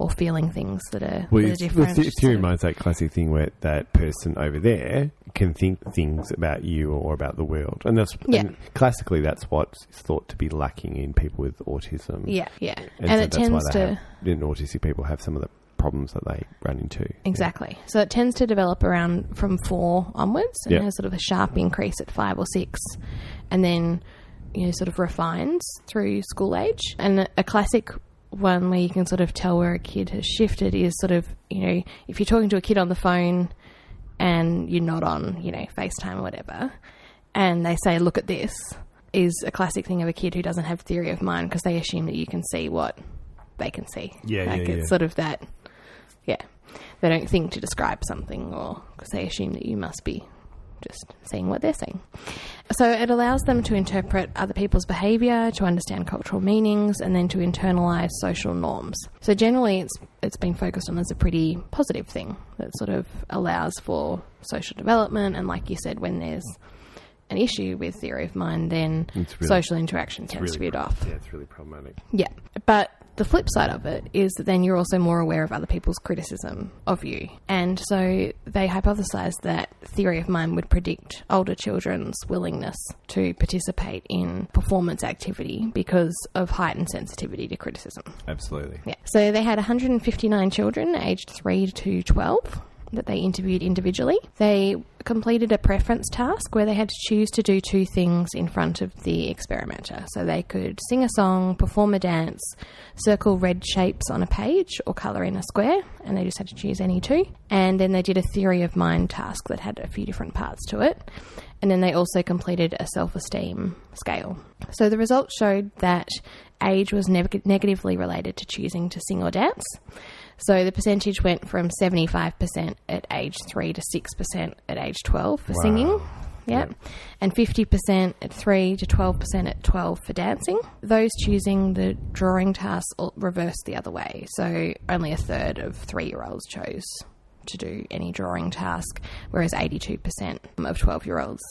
Speaker 2: Or feeling things that are,
Speaker 1: Well,
Speaker 2: that are
Speaker 1: it's, the
Speaker 2: different.
Speaker 1: the- theory
Speaker 2: So-
Speaker 1: of mind's that classic thing where that person over there can think things about you or about the world, and that's
Speaker 2: Yeah.
Speaker 1: and classically that's what's thought to be lacking in people with autism.
Speaker 2: Yeah, yeah.
Speaker 1: and,
Speaker 2: And,
Speaker 1: so
Speaker 2: it
Speaker 1: that's why
Speaker 2: tends
Speaker 1: they
Speaker 2: to.
Speaker 1: have, and autistic people have some of the problems that they run into.
Speaker 2: Exactly. So it tends to develop around from four onwards and
Speaker 1: Yeah.
Speaker 2: has sort of a sharp increase at five or six and then, you know, sort of refines through school age. And a- a classic one where you can sort of tell where a kid has shifted is sort of, you know, if you're talking to a kid on the phone and you're not on, you know, FaceTime or whatever, and they say, look at this, is a classic thing of a kid who doesn't have theory of mind because they assume that you can see what they can see.
Speaker 1: Yeah,
Speaker 2: like
Speaker 1: yeah,
Speaker 2: it's
Speaker 1: yeah.
Speaker 2: sort of that. Yeah, they don't think to describe something, or because they assume that you must be just seeing what they're seeing. So it allows them to interpret other people's behaviour, to understand cultural meanings, and then to internalise social norms. So generally, it's it's been focused on as a pretty positive thing that sort of allows for social development, and like you said, when there's an issue with theory of mind, then
Speaker 1: It's really-
Speaker 2: social interaction tends to be it off.
Speaker 1: Yeah, it's really
Speaker 2: [laughs]
Speaker 1: problematic.
Speaker 2: Yeah. But the flip side of it is that then you're also more aware of other people's criticism of you. And so they hypothesized that theory of mind would predict older children's willingness to participate in performance activity because of heightened sensitivity to criticism.
Speaker 1: Absolutely.
Speaker 2: Yeah. So they had 159 children aged 3 to 12 that they interviewed individually. They completed a preference task where they had to choose to do two things in front of the experimenter. So they could sing a song, perform a dance, circle red shapes on a page, or colour in a square, and they just had to choose any two. And then they did a theory of mind task that had a few different parts to it. And then they also completed a self esteem scale. So the results showed that age was neg- negatively related to choosing to sing or dance. So the percentage went from 75% at age 3 to 6% at age 12 for
Speaker 1: Wow.
Speaker 2: singing. Yep. And 50% at 3 to 12% at 12 for dancing. Those choosing the drawing task all- reversed the other way. So only a third of 3-year-olds chose to do any drawing task whereas 82% of 12-year-olds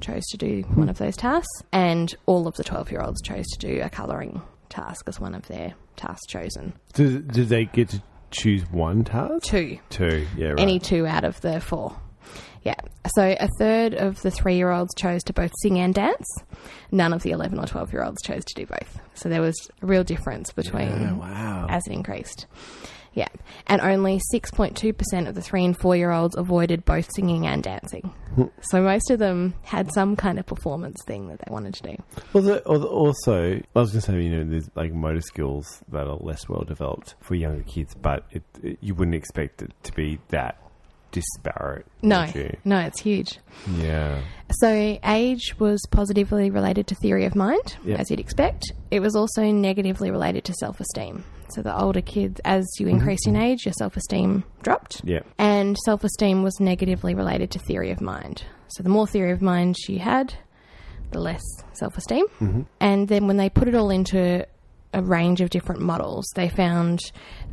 Speaker 2: chose to do one of those tasks and all of the 12-year-olds chose to do a coloring task as one of their tasks chosen.
Speaker 1: Do, do they get to choose one task?
Speaker 2: Two
Speaker 1: Two. Yeah. Right.
Speaker 2: any two out of the four. Yeah. So a third of the three year olds chose to both sing and dance. None of the 11 or 12 year olds chose to do both. So there was a real difference between
Speaker 1: wow.
Speaker 2: as it increased. Yeah. And only 6.2% of the three and four year olds avoided both singing and dancing.
Speaker 1: Hmm.
Speaker 2: so most of them had some kind of performance thing that they wanted to do.
Speaker 1: Well, the, al- also, I was going to say, you know, there's like motor skills that are less well developed for younger kids, but it, it, you wouldn't expect it to be that disparate.
Speaker 2: No,
Speaker 1: would you?
Speaker 2: no, it's huge.
Speaker 1: Yeah.
Speaker 2: So, age was positively related to theory of mind,
Speaker 1: Yep.
Speaker 2: as you'd expect. It was also negatively related to self esteem. So, the older kids, as you increased in age, your self esteem dropped.
Speaker 1: Yeah.
Speaker 2: And self esteem was negatively related to theory of mind. So, the more theory of mind she had, the less self esteem. And then, when they put it all into a range of different models, they found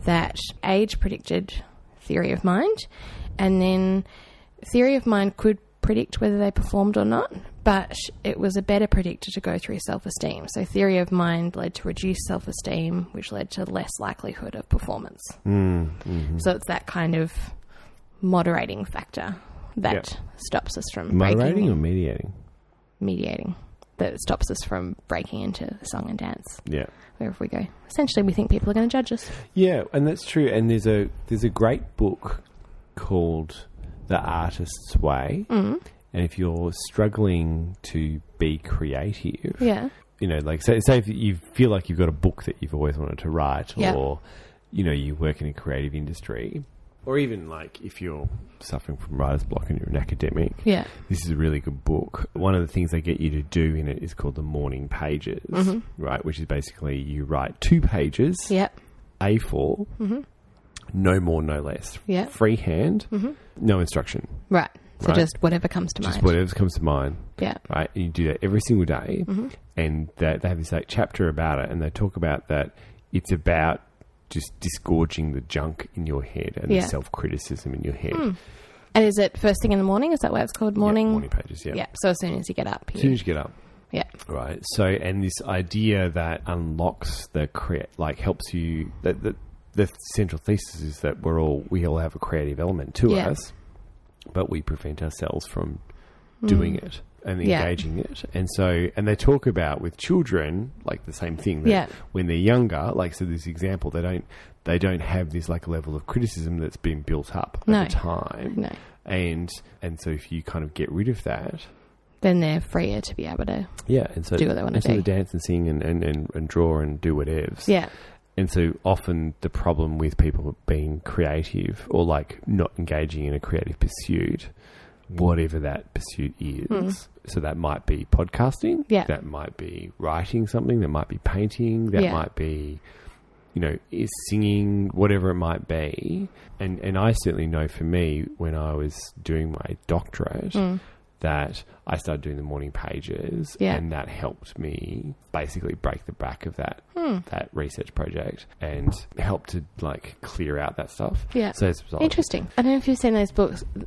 Speaker 2: that age predicted theory of mind, and then theory of mind could predict whether they performed or not, but it was a better predictor to go through self esteem. So, theory of mind led to reduced self esteem, which led to less likelihood of performance. So, it's that kind of moderating factor that
Speaker 1: Yeah.
Speaker 2: stops us from breaking
Speaker 1: Moderating
Speaker 2: in-
Speaker 1: or mediating?
Speaker 2: mediating. that stops us from breaking into song and dance
Speaker 1: Yeah.
Speaker 2: wherever we go. Essentially, we think people are going to judge us.
Speaker 1: Yeah, and that's true. And there's a there's a great book called The Artist's Way. Mm. And if you're struggling to be creative,
Speaker 2: Yeah.
Speaker 1: you know, like say, say if you feel like you've got a book that you've always wanted to write,
Speaker 2: Yeah.
Speaker 1: or you know, you work in a creative industry, or even like if you're suffering from writer's block and you're an academic,
Speaker 2: Yeah.
Speaker 1: this is a really good book. One of the things they get you to do in it is called the morning pages, right? Which is basically you write two pages,
Speaker 2: Yep.
Speaker 1: A4, no more, no less,
Speaker 2: Mm-hmm. Yeah. Mm-hmm.
Speaker 1: freehand, no instruction,
Speaker 2: Right. So
Speaker 1: Right.
Speaker 2: just whatever comes to
Speaker 1: just
Speaker 2: mind.
Speaker 1: whatever comes to mind.
Speaker 2: Yeah.
Speaker 1: right? And you do that every single day,
Speaker 2: Mm-hmm.
Speaker 1: and they, they have this like chapter about it, and they talk about that it's about just disgorging the junk in your head and
Speaker 2: Yeah.
Speaker 1: the self criticism in your head.
Speaker 2: And is it first thing in the morning? Is that why it's called
Speaker 1: Yeah,
Speaker 2: morning?
Speaker 1: morning pages, yeah.
Speaker 2: Yeah. So as soon as you get up.
Speaker 1: As soon
Speaker 2: You,
Speaker 1: as you get up,
Speaker 2: yeah.
Speaker 1: right? So, and this idea that unlocks the create, like helps you that the, the central thesis is that we're all we all have a creative element to
Speaker 2: Yeah.
Speaker 1: us, but we prevent ourselves from doing it and
Speaker 2: Mm. Yeah.
Speaker 1: engaging it. And so, and they talk about with children like the same thing. That
Speaker 2: Yeah.
Speaker 1: When they're younger, like so, this example, they don't they don't have this like level of criticism that's been built up
Speaker 2: No.
Speaker 1: over time.
Speaker 2: No.
Speaker 1: And and so, if you kind of get rid of that,
Speaker 2: Then they're freer to be able to.
Speaker 1: yeah, and so
Speaker 2: Do what they wanna
Speaker 1: and so
Speaker 2: do.
Speaker 1: dance and sing and, and, and, and draw and do whatevs.
Speaker 2: Yeah.
Speaker 1: And so often the problem with people being creative or like not engaging in a creative pursuit, whatever that pursuit is. So that might be podcasting.
Speaker 2: Hmm. Yeah.
Speaker 1: That might be writing something. That might be painting. That
Speaker 2: Yeah.
Speaker 1: might be you know, is singing, whatever it might be. And and I certainly know for me when I was doing my doctorate
Speaker 2: Hmm.
Speaker 1: that I started doing the morning pages
Speaker 2: Yeah.
Speaker 1: and that helped me basically break the back of that
Speaker 2: Hmm.
Speaker 1: that research project and helped to like clear out that stuff.
Speaker 2: Yeah.
Speaker 1: So it's like-
Speaker 2: Interesting. I don't know if you've seen those books. Uh,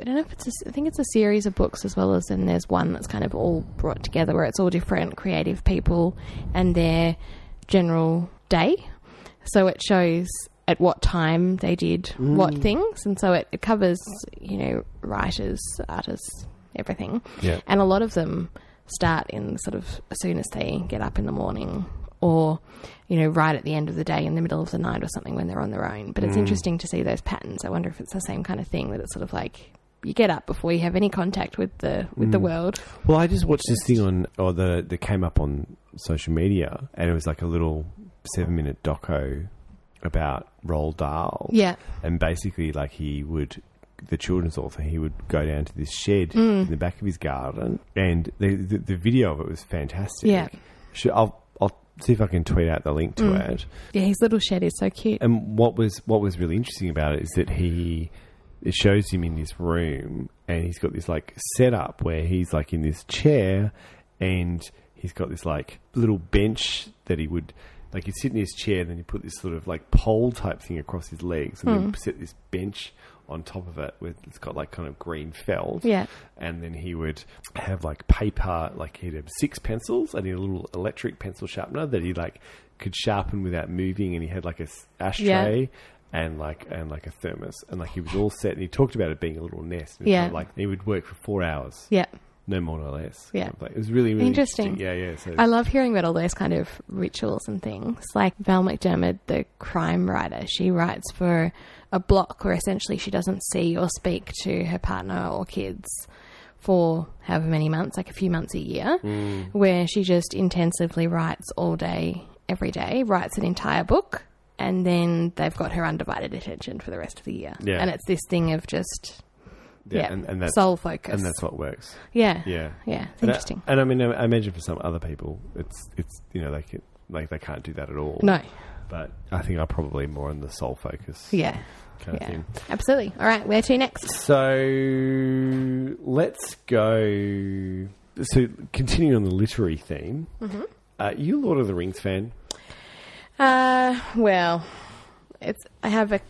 Speaker 2: I don't know if it's. A, I think it's a series of books as well as, and there's one that's kind of all brought together where it's all different creative people and their general day. So it shows at what time they did what things, and so it, it covers you know writers, artists, everything.
Speaker 1: Yeah.
Speaker 2: And a lot of them start in sort of as soon as they get up in the morning or, you know, right at the end of the day, in the middle of the night or something when they're on their own. But it's interesting to see those patterns. I wonder if it's the same kind of thing that it's sort of like you get up before you have any contact with the with the world.
Speaker 1: Well, I just watched this thing on, or the that came up on social media, and it was like a little seven minute doco about Roald Dahl.
Speaker 2: Yeah.
Speaker 1: and basically, like he would, the children's author, he would go down to this shed
Speaker 2: Hmm.
Speaker 1: in the back of his garden, and the the, the video of it was fantastic.
Speaker 2: Yeah. Hmm.
Speaker 1: Should- I'll I'll see if I can tweet out the link to it.
Speaker 2: Yeah, his little shed is so cute.
Speaker 1: And what was what was really interesting about it is that he it shows him in this room and he's got this like setup where he's like in this chair and he's got this like little bench that he would like he'd sit in his chair and then he put this sort of like pole type thing across his legs and then set this bench on top of it with it's got like kind of green felt
Speaker 2: Yeah.
Speaker 1: and then he would have like paper, like he'd have six pencils and he had a little electric pencil sharpener that he like could sharpen without moving, and he had like a s- ashtray. And like and like a thermos, and like he was all set, and he talked about it being a little nest. And it's
Speaker 2: Yeah.
Speaker 1: kind of Like he would work for four hours,
Speaker 2: Yeah.
Speaker 1: no more, no less.
Speaker 2: Yeah.
Speaker 1: Kind of like- it was really, really
Speaker 2: Interesting.
Speaker 1: interesting. Yeah, yeah. So
Speaker 2: I love hearing about all those kind of rituals and things. Like Val McDermid, the crime writer, she writes for a block where essentially she doesn't see or speak to her partner or kids for however many months, like a few months a year,
Speaker 1: Mm.
Speaker 2: where she just intensively writes all day, every day, writes an entire book, and then they've got her undivided attention for the rest of the year.
Speaker 1: Yeah.
Speaker 2: And it's this thing of just
Speaker 1: yeah,
Speaker 2: yeah,
Speaker 1: and, and that's
Speaker 2: soul focus.
Speaker 1: and that's what works.
Speaker 2: yeah.
Speaker 1: Yeah, uh,
Speaker 2: Yeah. It's
Speaker 1: And I-
Speaker 2: interesting.
Speaker 1: And I, mean, I I imagine for some other people, it's it's you know they can like they can't do that at all.
Speaker 2: no.
Speaker 1: but I think I'm probably more on the soul focus.
Speaker 2: Yeah.
Speaker 1: kind of
Speaker 2: Yeah.
Speaker 1: thing.
Speaker 2: Absolutely. All right. Where to next?
Speaker 1: So let's go. So continuing on the literary theme,
Speaker 2: Mm-hmm.
Speaker 1: uh, you Lord of the Rings fan?
Speaker 2: Uh, well, it's I have a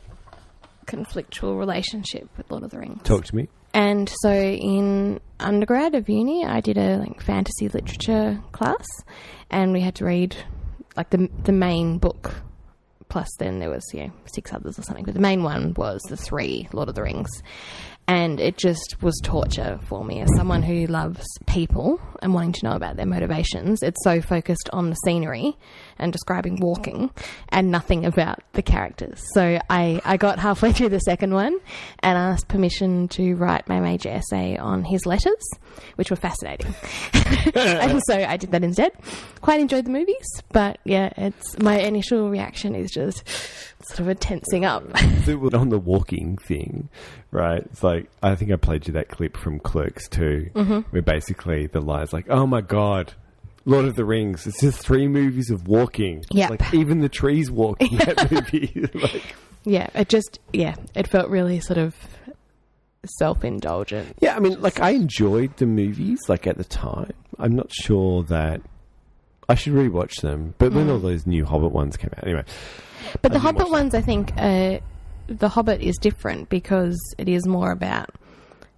Speaker 2: conflictual relationship with Lord of the Rings.
Speaker 1: Talk [laughs] to me.
Speaker 2: And so in undergrad of uni, I did a like fantasy literature class, and we had to read like the the main book. Plus, then there was you know six others or something, but the main one was the three Lord of the Rings, And it just was torture for me as someone who loves people and wanting to know about their motivations. It's so focused on the scenery and describing walking and nothing about the characters. So I, I got halfway through the second one and asked permission to write my major essay on his letters, which were fascinating. [laughs] and so I did that instead. Quite enjoyed the movies, but yeah, it's my initial reaction is just sort of a tensing up. [laughs]
Speaker 1: So we're on the walking thing, right? It's like I think I played you that clip from Clerks too, where basically the line's like, "Oh my god." Lord of the Rings. It's just three movies of walking.
Speaker 2: Yep.
Speaker 1: Like even the trees walk in [laughs] that movie. like,
Speaker 2: yeah, it just yeah, it felt really sort of self indulgent.
Speaker 1: yeah, I mean, like I enjoyed the movies like at the time. I'm not sure that I should rewatch them, but when all those new Hobbit ones came out, anyway,
Speaker 2: But the
Speaker 1: didn't watch
Speaker 2: Hobbit
Speaker 1: that.
Speaker 2: ones, I think, uh, the Hobbit is different because it is more about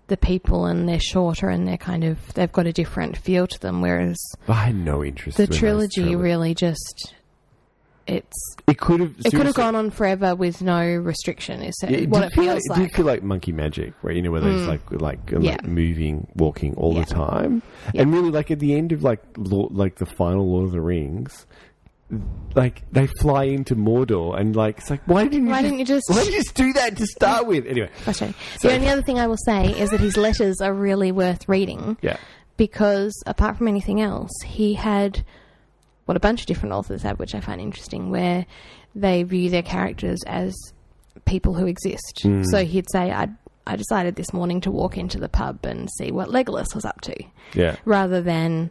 Speaker 2: the people and they're shorter and they're kind of they've got a different feel to them. Whereas
Speaker 1: I had no interest.
Speaker 2: the
Speaker 1: in those
Speaker 2: trilogy
Speaker 1: trilogies.
Speaker 2: really just it's
Speaker 1: it could have
Speaker 2: it could have gone on forever with no restriction. Is
Speaker 1: Yeah,
Speaker 2: what
Speaker 1: did
Speaker 2: it
Speaker 1: feel
Speaker 2: feels
Speaker 1: like, It
Speaker 2: like. Mm.
Speaker 1: did feel like monkey magic, where you know where there's like like, like
Speaker 2: Yeah.
Speaker 1: moving, walking all
Speaker 2: Yeah.
Speaker 1: the time, and really like at the end of like Lord, like the final Lord of the Rings, like they fly into Mordor, and like it's like why didn't you
Speaker 2: Why
Speaker 1: just,
Speaker 2: didn't you just-
Speaker 1: why did you just do that to start with? Anyway,
Speaker 2: Frustrating.
Speaker 1: So-
Speaker 2: the only other thing I will say is that his letters are really worth reading.
Speaker 1: yeah,
Speaker 2: because apart from anything else, he had what a bunch of different authors have, which I find interesting, where they view their characters as people who exist.
Speaker 1: Hmm.
Speaker 2: So he'd say, I, I decided this morning to walk into the pub and see what Legolas was up to,
Speaker 1: yeah,
Speaker 2: rather than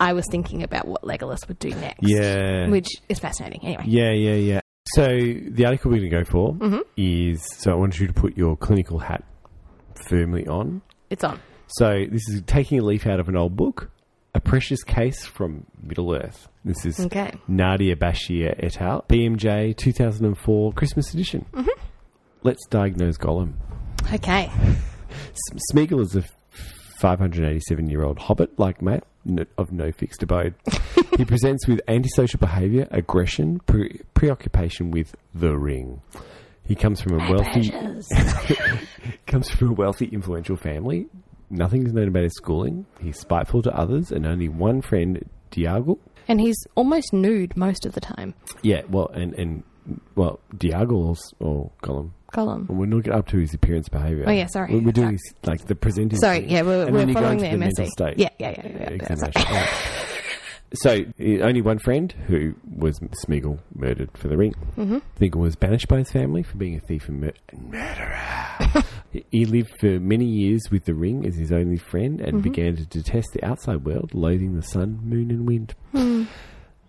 Speaker 2: I was thinking about what Legolas would do next.
Speaker 1: yeah,
Speaker 2: Which is fascinating. Anyway.
Speaker 1: yeah, yeah, yeah. So the article we're going to go for
Speaker 2: Mm-hmm.
Speaker 1: is so I want you to put your clinical hat firmly on.
Speaker 2: It's on.
Speaker 1: So this is taking a leaf out of an old book, a precious case from Middle Earth. This is
Speaker 2: Okay.
Speaker 1: Nadia Bashir et al. BMJ 2004 Christmas edition. Mm-hmm. Let's diagnose Gollum.
Speaker 2: Okay.
Speaker 1: S- Smeagol is a 587 year old hobbit like mate n- of no fixed abode. he presents with antisocial behaviour, aggression, pre- preoccupation with the ring. He comes from a wealthy
Speaker 2: Precious.
Speaker 1: comes from a wealthy, influential family. Nothing is known about his schooling. He's spiteful to others, and only one friend, Diago.
Speaker 2: and he's almost nude most of the time.
Speaker 1: Yeah, well, and and well, Diago's or Gollum.
Speaker 2: Gollum.
Speaker 1: We're not getting up to his appearance behaviour.
Speaker 2: Oh, yeah, sorry.
Speaker 1: We're, we're doing his, like the presenting.
Speaker 2: Sorry,
Speaker 1: thing,
Speaker 2: yeah, we're,
Speaker 1: and
Speaker 2: we're
Speaker 1: then you go
Speaker 2: following the
Speaker 1: into
Speaker 2: MSC.
Speaker 1: mental state.
Speaker 2: Yeah, yeah, yeah. yeah, yeah, sorry.
Speaker 1: examination. All right. So, i- only one friend who was Smeagol murdered for the ring. Mm-hmm. Smeagol was banished by his family for being a thief and, mur- and murderer. [laughs] he lived for many years with the ring as his only friend
Speaker 2: Mm-hmm.
Speaker 1: and began to detest the outside world, loathing the sun, moon, and wind.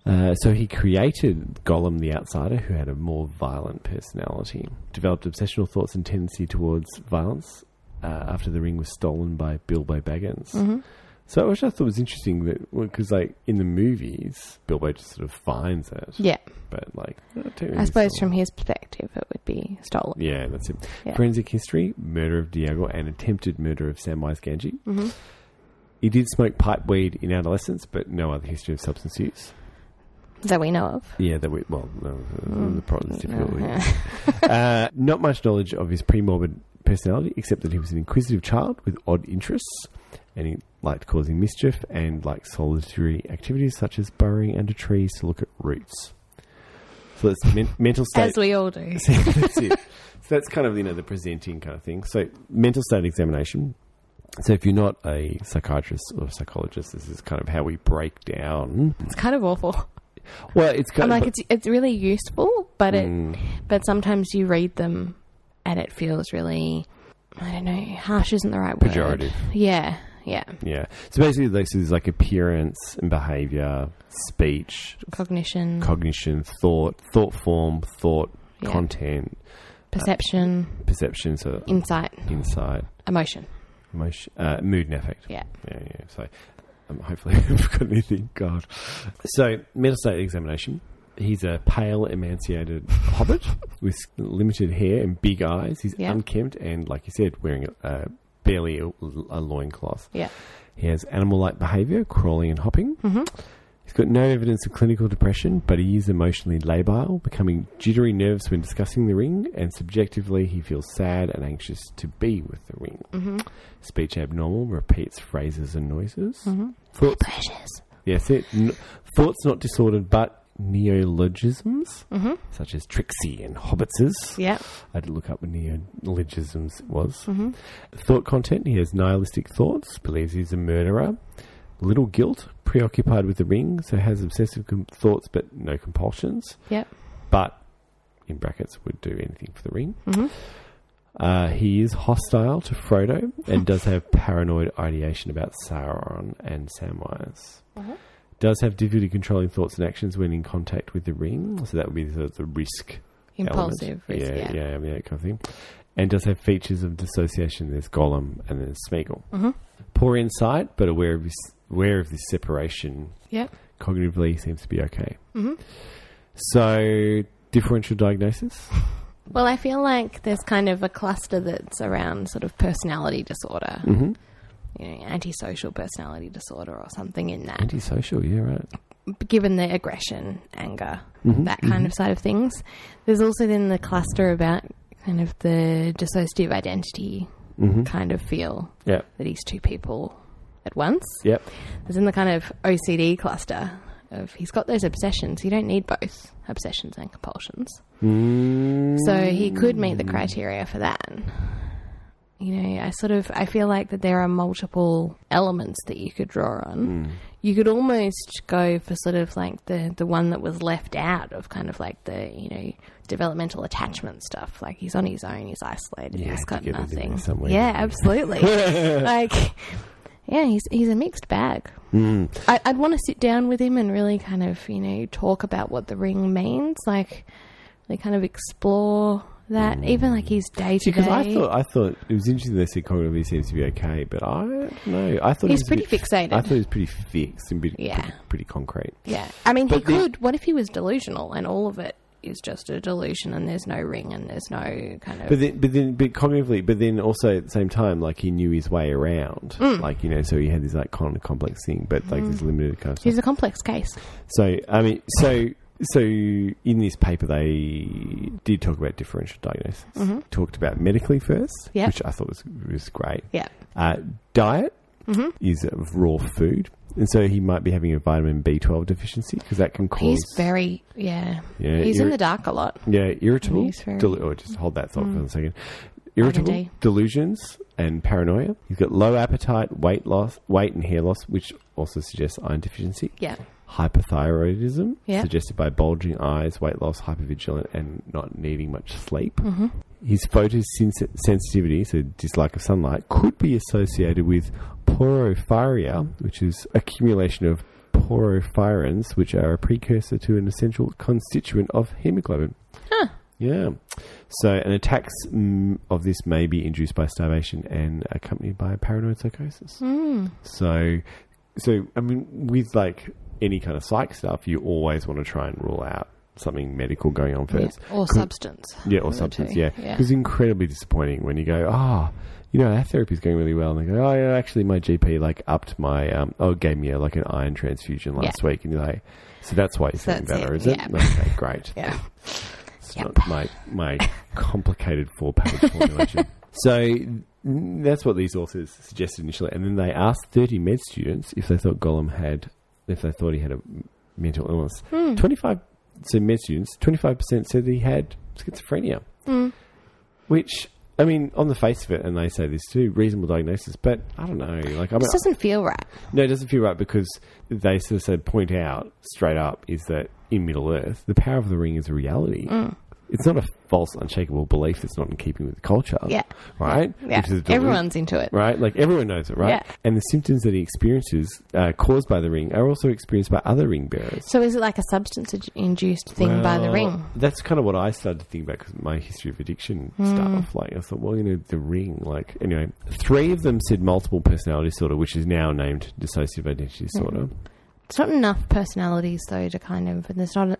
Speaker 1: Uh, so he created Gollum the Outsider, who had a more violent personality, developed obsessional thoughts and tendency towards violence uh, after the ring was stolen by Bilbo Baggins.
Speaker 2: Mm-hmm.
Speaker 1: So, which I thought was interesting that because, like, in the movies, Bilbo just sort of finds it,
Speaker 2: Yeah,
Speaker 1: but like, I don't really
Speaker 2: I suppose
Speaker 1: saw-
Speaker 2: from his perspective, it would be stolen.
Speaker 1: yeah, that's it.
Speaker 2: Yeah.
Speaker 1: Forensic history: murder of Diago and attempted murder of Samwise Gamgee.
Speaker 2: Mm-hmm.
Speaker 1: He did smoke pipe weed in adolescence, but no other history of substance use.
Speaker 2: That we know of. Mm.
Speaker 1: Yeah, that we well, no, Mm, the problem's difficult.
Speaker 2: Hmm. Yeah.
Speaker 1: uh, not much knowledge of his pre-morbid personality, except that he was an inquisitive child with odd interests, and he liked causing mischief and liked solitary activities such as burrowing under trees to look at roots. So that's the men- mental state.
Speaker 2: [laughs] As we all do.
Speaker 1: So that's it. So that's kind of you know the presenting kind of thing. So mental state examination. So if you're not a psychiatrist or psychologist, this is kind of how we break down.
Speaker 2: It's kind of awful.
Speaker 1: Well, it's kind
Speaker 2: I'm
Speaker 1: of
Speaker 2: like, it's, it's really useful, but
Speaker 1: Mm.
Speaker 2: it, but sometimes you read them and it feels really, I don't know, harsh isn't the right word.
Speaker 1: Pejorative.
Speaker 2: Yeah, yeah.
Speaker 1: Yeah. So basically, this is like appearance and behavior, speech,
Speaker 2: Cognition,
Speaker 1: cognition, thought, thought form, thought
Speaker 2: Mm. Yeah.
Speaker 1: content,
Speaker 2: perception,
Speaker 1: perception, so
Speaker 2: insight,
Speaker 1: insight,
Speaker 2: emotion.
Speaker 1: emotion, uh, mood, and affect.
Speaker 2: Yeah.
Speaker 1: Yeah, yeah. So um, hopefully, [laughs] we've got anything. God. So mental state examination. He's a pale, emaciated hobbit [laughs] with limited hair and big eyes. He's
Speaker 2: Yeah.
Speaker 1: unkempt and, like you said, wearing a, uh, barely a, a loincloth.
Speaker 2: Yeah.
Speaker 1: He has animal like behavior, crawling and hopping. He's got no evidence of clinical depression, but he is emotionally labile, becoming jittery nerves when discussing the ring, and subjectively he feels sad and anxious to be with the ring. Mm-hmm. Speech abnormal, repeats phrases and noises. Thoughts,
Speaker 2: Precious.
Speaker 1: yes, it. N- thoughts not disordered, but neologisms, such as tricksy and hobbitses.
Speaker 2: Yeah.
Speaker 1: I had to look up what neologisms was. Thought content. He has nihilistic thoughts, believes he's a murderer, little guilt, preoccupied with the ring, so has obsessive com- thoughts but no compulsions,
Speaker 2: Yep.
Speaker 1: but in brackets would do anything for the ring. Uh, he is hostile to Frodo and does have paranoid ideation about Sauron and Samwise. Does have difficulty controlling thoughts and actions when in contact with the ring, so that would be the, the risk
Speaker 2: Impulsive.
Speaker 1: element.
Speaker 2: is-
Speaker 1: yeah, yeah, yeah, kind of thing. And does have features of dissociation. There's Gollum and there's Smeagol.
Speaker 2: Mm-hmm.
Speaker 1: Poor insight, but aware of his, aware of this separation.
Speaker 2: Yep.
Speaker 1: Cognitively, he seems to be okay.
Speaker 2: Mm-hmm.
Speaker 1: So differential diagnosis.
Speaker 2: Well, I feel like there's kind of a cluster that's around sort of personality disorder,
Speaker 1: Mm-hmm.
Speaker 2: you know, antisocial personality disorder or something in that,
Speaker 1: Antisocial. Yeah, right.
Speaker 2: given the aggression, anger, that kind of side of things. There's also then the cluster about kind of the dissociative identity kind of feel
Speaker 1: Yep.
Speaker 2: that these two people at once.
Speaker 1: Yep.
Speaker 2: There's in the kind of OCD cluster of he's got those obsessions. You don't need both obsessions and compulsions.
Speaker 1: Mm.
Speaker 2: So he could meet the criteria for that. You know, I sort of I feel like that there are multiple elements that you could draw
Speaker 1: Hmm.
Speaker 2: on. You could almost go for sort of like the the one that was left out of kind of like the you know developmental attachment stuff. Like he's on his own, he's isolated,
Speaker 1: Yeah,
Speaker 2: he's got
Speaker 1: to get him in
Speaker 2: nothing.
Speaker 1: somewhere,
Speaker 2: Yeah,
Speaker 1: don't you? [laughs]
Speaker 2: absolutely. like, yeah, he's he's a mixed bag.
Speaker 1: Mm.
Speaker 2: I, I'd want to sit down with him and really kind of, you know, talk about what the ring means, like really kind of explore
Speaker 1: Hmm.
Speaker 2: that, even like his day to
Speaker 1: Because I
Speaker 2: day.
Speaker 1: thought I thought it was interesting they said cognitively seems to be okay, but I don't know. I thought
Speaker 2: He's
Speaker 1: it was a
Speaker 2: pretty
Speaker 1: bit-
Speaker 2: fixated.
Speaker 1: I thought it was pretty fixed and pretty,
Speaker 2: Yeah.
Speaker 1: pretty, pretty concrete.
Speaker 2: Yeah, I mean, he
Speaker 1: But the-
Speaker 2: could. What if he was delusional and all of it is just a delusion and there's no ring and there's no kind of
Speaker 1: But then, but then, but cognitively, but then also at the same time, like he knew his way around,
Speaker 2: Mm.
Speaker 1: like you know, so he had this like kind of complex thing, but like this limited kind of stuff.
Speaker 2: He's a complex case.
Speaker 1: So I mean, so so in this paper they did talk about differential diagnosis. Talked about medically first,
Speaker 2: Mm-hmm. Yeah.
Speaker 1: which I thought was was great.
Speaker 2: Yeah.
Speaker 1: Uh, diet
Speaker 2: Mm-hmm.
Speaker 1: is of raw food, and so he might be having a vitamin B twelve deficiency because that can cause
Speaker 2: He's very, yeah.
Speaker 1: Yeah,
Speaker 2: he's
Speaker 1: you're-
Speaker 2: in the dark a lot.
Speaker 1: yeah, irritable.
Speaker 2: He's very-
Speaker 1: Delu- or just hold that thought
Speaker 2: Mm.
Speaker 1: for a second. Irritable
Speaker 2: D.
Speaker 1: delusions and paranoia. He's got low appetite, weight loss, weight and hair loss, which also suggests iron deficiency.
Speaker 2: Yeah.
Speaker 1: Hyperthyroidism,
Speaker 2: Yeah.
Speaker 1: suggested by bulging eyes, weight loss, hypervigilant, and not needing much sleep.
Speaker 2: Mm-hmm.
Speaker 1: His photosensitivity, so dislike of sunlight, could be associated with porophyria, which is accumulation of porphyrins, which are a precursor to an essential constituent of hemoglobin. Yeah. So, and attacks mm, of this may be induced by starvation and accompanied by paranoid psychosis. So, so I mean, with like any kind of psych stuff, you always want to try and rule out something medical going on
Speaker 2: Yeah.
Speaker 1: first.
Speaker 2: Or substance.
Speaker 1: Yeah,
Speaker 2: One
Speaker 1: or
Speaker 2: the
Speaker 1: substance.
Speaker 2: two.
Speaker 1: Yeah,
Speaker 2: Yeah.
Speaker 1: because it's incredibly disappointing when you go, ah, you know, our therapy's going really well, and they go, oh, yeah, actually, my GP like upped my, um, oh, gave me a, like an iron transfusion last week, and you're like, so that's why you're feeling
Speaker 2: that's
Speaker 1: better,
Speaker 2: it,
Speaker 1: is it?
Speaker 2: yeah.
Speaker 1: Okay, great.
Speaker 2: [laughs] Yeah.
Speaker 1: It's
Speaker 2: Yep.
Speaker 1: not my my complicated four page formulation. so n- that's what these authors suggested initially, and then they asked thirty med students if they thought Gollum had, if they thought he had a m- mental illness. Twenty five, so med students, twenty five percent said that he had schizophrenia, which. I mean, on the face of it, and they say this too, reasonable diagnosis, but I don't know. Like, I'm
Speaker 2: This doesn't feel right.
Speaker 1: no, it doesn't feel right because they sort of said, point out straight up is that in Middle Earth, the power of the ring is a reality.
Speaker 2: Mm.
Speaker 1: It's not a false, unshakable belief that's not in keeping with the culture.
Speaker 2: Yeah.
Speaker 1: Right?
Speaker 2: Yeah.
Speaker 1: Which is delu-
Speaker 2: Everyone's into it.
Speaker 1: Right? Like everyone knows it, right?
Speaker 2: Yeah.
Speaker 1: And the symptoms that he experiences uh, caused by the ring are also experienced by other ring bearers.
Speaker 2: So is it like a substance induced thing by the
Speaker 1: Well,
Speaker 2: ring?
Speaker 1: That's kind of what I started to think about because my history of addiction
Speaker 2: Mm.
Speaker 1: stuff. Like, I thought, well, you know, the ring. Like, anyway, three of them said multiple personality disorder, which is now named dissociative identity disorder.
Speaker 2: It's not enough personalities though to kind of, and there's not. A,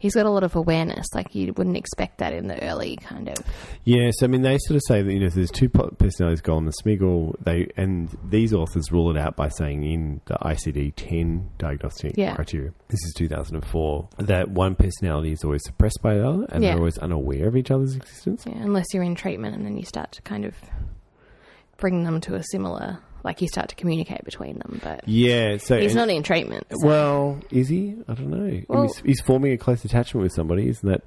Speaker 2: he's got a lot of awareness. Like you wouldn't expect that in the early kind of.
Speaker 1: Yes, I mean they sort of say that you know there's two po- personalities go on the Smiggle. They and these authors rule it out by saying in the ICD ten diagnostic
Speaker 2: Yeah.
Speaker 1: criteria, this is 2004, that one personality is always suppressed by the other, and
Speaker 2: Yeah.
Speaker 1: they're always unaware of each other's existence.
Speaker 2: Yeah, unless you're in treatment and then you start to kind of bring them to a similar, like you start to communicate between them. But
Speaker 1: Yeah, so
Speaker 2: he's
Speaker 1: and-
Speaker 2: not in treatment. so-
Speaker 1: Well, is he? I don't know.
Speaker 2: Well-
Speaker 1: he's, he's forming a close attachment with somebody. Isn't that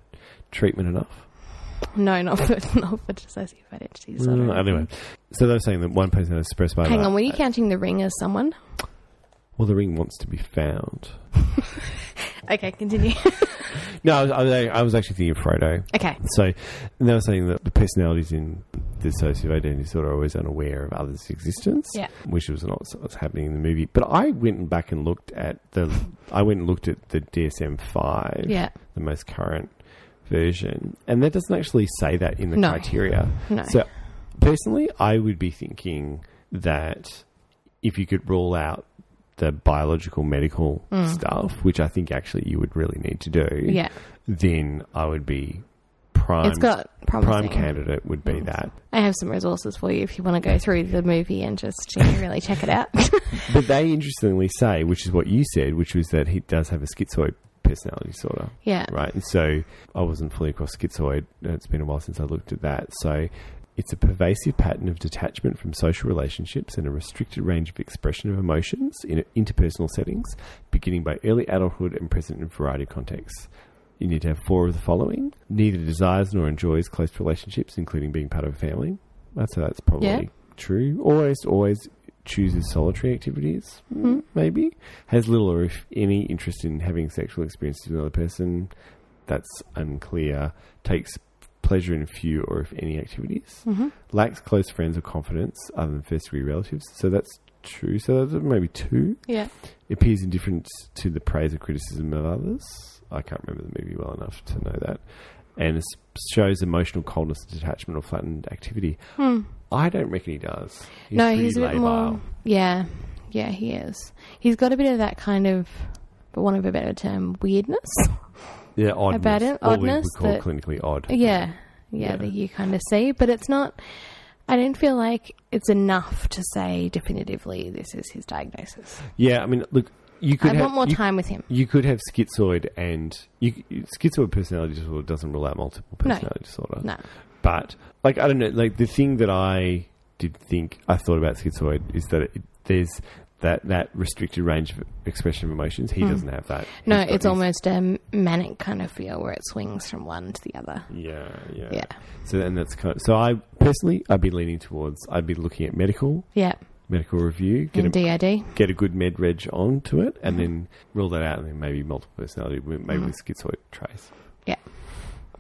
Speaker 1: treatment enough?
Speaker 2: no, not for [laughs] not for dissociative identity disorder.
Speaker 1: Mm, anyway, so they're saying that one person is suppressed by.
Speaker 2: Hang
Speaker 1: that.
Speaker 2: on, were you counting the ring as someone?
Speaker 1: Well, the ring wants to be found.
Speaker 2: Okay, continue. [laughs]
Speaker 1: No, I was, I was, I was actually thinking of Frodo.
Speaker 2: okay.
Speaker 1: So and they were saying that the personalities in dissociative identity disorder are always unaware of others' existence,
Speaker 2: Yeah.
Speaker 1: which was not what's happening in the movie. But I went back and looked at the. I went and looked at the DSM five.
Speaker 2: Yeah.
Speaker 1: the most current version. And that doesn't actually say that in the
Speaker 2: No.
Speaker 1: criteria.
Speaker 2: No.
Speaker 1: So personally, I would be thinking that if you could rule out the biological medical
Speaker 2: Mm.
Speaker 1: stuff, which I think actually you would really need to do,
Speaker 2: Yeah.
Speaker 1: then I would be prime.
Speaker 2: It's got Mm.
Speaker 1: prime
Speaker 2: promising.
Speaker 1: candidate would be that.
Speaker 2: I have some resources for you if you want to go through the movie and just you know, really check it out. [laughs]
Speaker 1: But they interestingly say, which is what you said, which was that he does have a schizoid personality disorder.
Speaker 2: yeah.
Speaker 1: right? And so I wasn't fully across schizoid. It's been a while since I looked at that. So it's a pervasive pattern of detachment from social relationships and a restricted range of expression of emotions in interpersonal settings, beginning by early adulthood and present in a variety of contexts. You need to have four of the following. Neither desires nor enjoys close relationships, including being part of a family. That's so that's probably
Speaker 2: Yeah.
Speaker 1: true. Always, always chooses solitary activities, mm, maybe. Has little or if any interest in having sexual experiences with another person. That's unclear. Takes pleasure in few or if any activities. Lacks close friends or confidence other than first degree relatives. So that's true. So that's maybe two
Speaker 2: Yeah.
Speaker 1: appears indifferent to the praise or criticism of others. I can't remember the movie well enough to know that. And it shows emotional coldness, detachment, or flattened activity. I don't reckon he does. He's
Speaker 2: Hmm. no,
Speaker 1: pretty
Speaker 2: he's a bit
Speaker 1: labile.
Speaker 2: more. Yeah. Yeah, he is. He's got a bit of that kind of, for want of a better term,
Speaker 1: [laughs]
Speaker 2: weirdness.
Speaker 1: yeah, oddness,
Speaker 2: about it,
Speaker 1: Or we
Speaker 2: oddness
Speaker 1: would call
Speaker 2: that-
Speaker 1: clinically odd.
Speaker 2: Yeah. Yeah,
Speaker 1: Yeah.
Speaker 2: that you kind of see. But it's not. I don't feel like it's enough to say definitively this is his diagnosis.
Speaker 1: Yeah, I mean, look, you could
Speaker 2: I
Speaker 1: have
Speaker 2: want more
Speaker 1: you-
Speaker 2: time with him.
Speaker 1: You could have schizoid and you, schizoid personality disorder doesn't rule out multiple
Speaker 2: No.
Speaker 1: personality disorder.
Speaker 2: No.
Speaker 1: But like I don't know, like the thing that I did think I thought about schizoid is that it, there's that that restricted range of expression of emotions. He doesn't have that.
Speaker 2: Hmm. No,
Speaker 1: He's got
Speaker 2: it's
Speaker 1: these-
Speaker 2: almost a manic kind of feel where it swings from one to the other.
Speaker 1: yeah, yeah,
Speaker 2: Yeah.
Speaker 1: So then that's kind of, so I personally I'd be leaning towards I'd be looking at medical
Speaker 2: Yeah.
Speaker 1: medical review get
Speaker 2: And Mm-hmm.
Speaker 1: a,
Speaker 2: DID.
Speaker 1: get a good med reg onto it and then rule that out and then maybe multiple personality maybe
Speaker 2: Mm-hmm.
Speaker 1: with schizoid trace
Speaker 2: Yeah.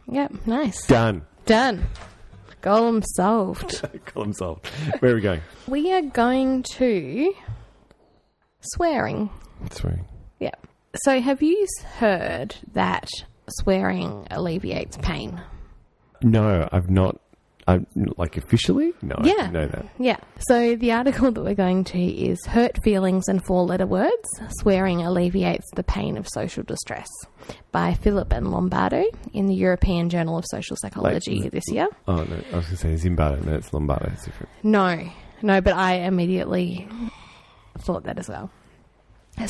Speaker 2: Yep. Nice.
Speaker 1: done [laughs]
Speaker 2: Done. Golem solved.
Speaker 1: column solved where are we going
Speaker 2: we are going to swearing.
Speaker 1: sorry
Speaker 2: Yeah. So, have you s- heard that swearing alleviates pain?
Speaker 1: No, I've not. I like officially. No, I
Speaker 2: Yeah.
Speaker 1: didn't know that.
Speaker 2: Yeah. So, the article that we're going to is Hurt Feelings in Four Letter Words Swearing Alleviates the Pain of Social Distress by Philip and Lombardo in the European Journal of Social Psychology this year.
Speaker 1: Oh no, I was going to say Zimbardo. No, it's Lombardo. It's different.
Speaker 2: No, no, but I immediately thought that as well.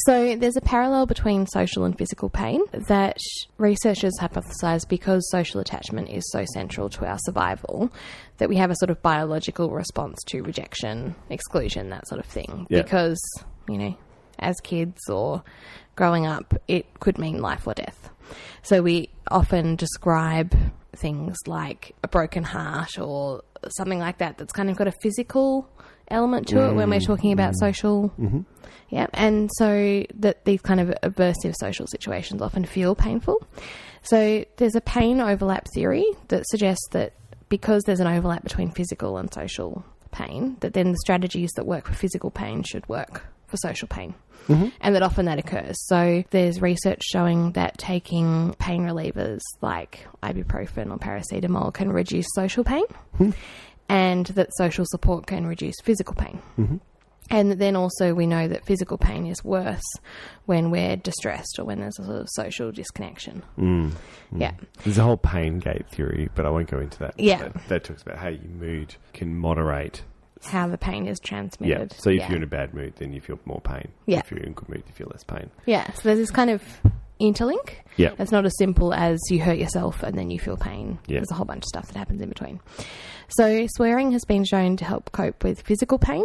Speaker 2: So there's a parallel between social and physical pain that researchers hypothesize because social attachment is so central to our survival that we have a sort of biological response to rejection, exclusion, that sort of thing.
Speaker 1: Yeah.
Speaker 2: Because, you know, as kids or growing up, it could mean life or death. So we often describe things like a broken heart or something like that that's kind of got a physical element to it when we're talking about social yeah, and so that these kind of aversive social situations often feel painful. So there's a pain overlap theory that suggests that because there's an overlap between physical and social pain, that then the strategies that work for physical pain should work for social pain. And that often that occurs. So there's research showing that taking pain relievers like ibuprofen or paracetamol can reduce social pain and that social support can reduce physical pain. And then also, we know that physical pain is worse when we're distressed or when there's a sort of social disconnection.
Speaker 1: Mm,
Speaker 2: Yeah.
Speaker 1: There's a whole pain gate theory, but I won't go into that.
Speaker 2: Yeah.
Speaker 1: That, that talks about how your mood can moderate.
Speaker 2: How the pain is
Speaker 1: Yeah.
Speaker 2: transmitted.
Speaker 1: So if
Speaker 2: yeah.
Speaker 1: you're in a bad mood, then you feel more pain.
Speaker 2: Yeah.
Speaker 1: If you're in good mood, you feel less pain.
Speaker 2: Yeah, so there's this kind of interlink.
Speaker 1: Yeah.
Speaker 2: It's not as simple as you hurt yourself and then you feel pain.
Speaker 1: Yeah.
Speaker 2: There's a whole bunch of stuff that happens in between. So swearing has been shown to help cope with physical pain.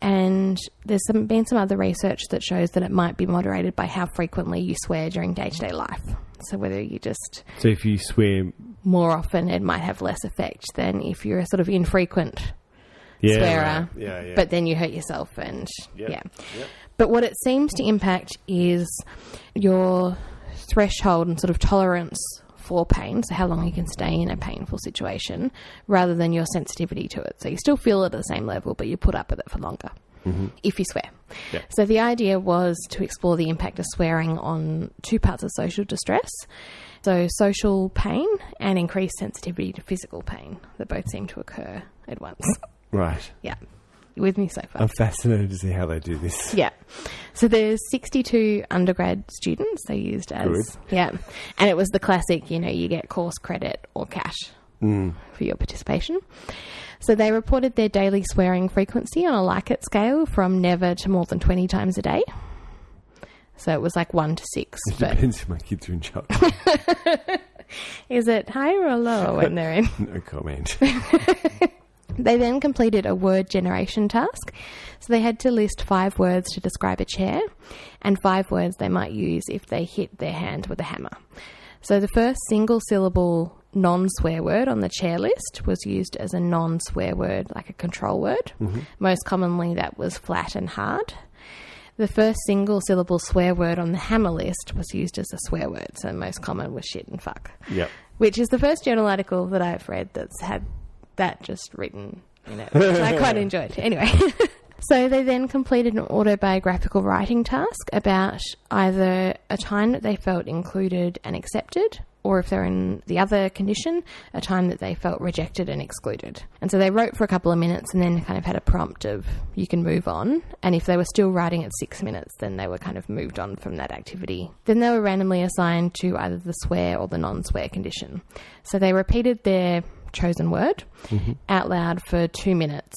Speaker 2: And there's some, been some other research that shows that it might be moderated by how frequently you swear during day to day life. So whether you just
Speaker 1: So if you swear,
Speaker 2: more often, it might have less effect than if you're a sort of infrequent
Speaker 1: yeah,
Speaker 2: swearer.
Speaker 1: right. yeah, yeah.
Speaker 2: But then you hurt yourself, and
Speaker 1: Yep.
Speaker 2: yeah. But what it seems to impact is your threshold and sort of tolerance for pain, so how long you can stay in a painful situation, rather than your sensitivity to it. So you still feel it at the same level, but you put up with it for longer. If you swear.
Speaker 1: Yeah.
Speaker 2: So, the idea was to explore the impact of swearing on two parts of social distress. So, social pain and increased sensitivity to physical pain that both seem to occur at once. [laughs]
Speaker 1: right.
Speaker 2: Yeah. You with me so far?
Speaker 1: I'm fascinated to see how they do this.
Speaker 2: Yeah. So there's 62 undergrad students they used as.
Speaker 1: Good.
Speaker 2: Yeah. And it was the classic, you know, you get course credit or cash for your participation. So they reported their daily swearing frequency on a Likert scale from never to more than 20 times a day. So it was like one to six.
Speaker 1: It
Speaker 2: But
Speaker 1: [laughs] depends if my kids are in
Speaker 2: [laughs]
Speaker 1: childcare.
Speaker 2: is it higher or lower when they're in?
Speaker 1: no
Speaker 2: [laughs]
Speaker 1: comment.
Speaker 2: They then completed a word generation task. So they had to list five words to describe a chair and five words they might use if they hit their hand with a hammer. So the first single syllable non swear word on the chair list was used as a non swear word, like a control word. Most commonly, that was flat and hard. The first single syllable swear word on the hammer list was used as a swear word, so the most common was shit and fuck
Speaker 1: Yep.
Speaker 2: which is the first journal article that I've read that's had that just written in it, which I quite enjoyed. Anyway, [laughs] so they then completed an autobiographical writing task about either a time that they felt included and accepted. Or if they're in the other condition, a time that they felt rejected and excluded. And so they wrote for a couple of minutes and then kind of had a prompt of, you can move on. And if they were still writing at six minutes, then they were kind of moved on from that activity. Then they were randomly assigned to either the swear or the non swear condition. So they repeated their chosen word out loud for two minutes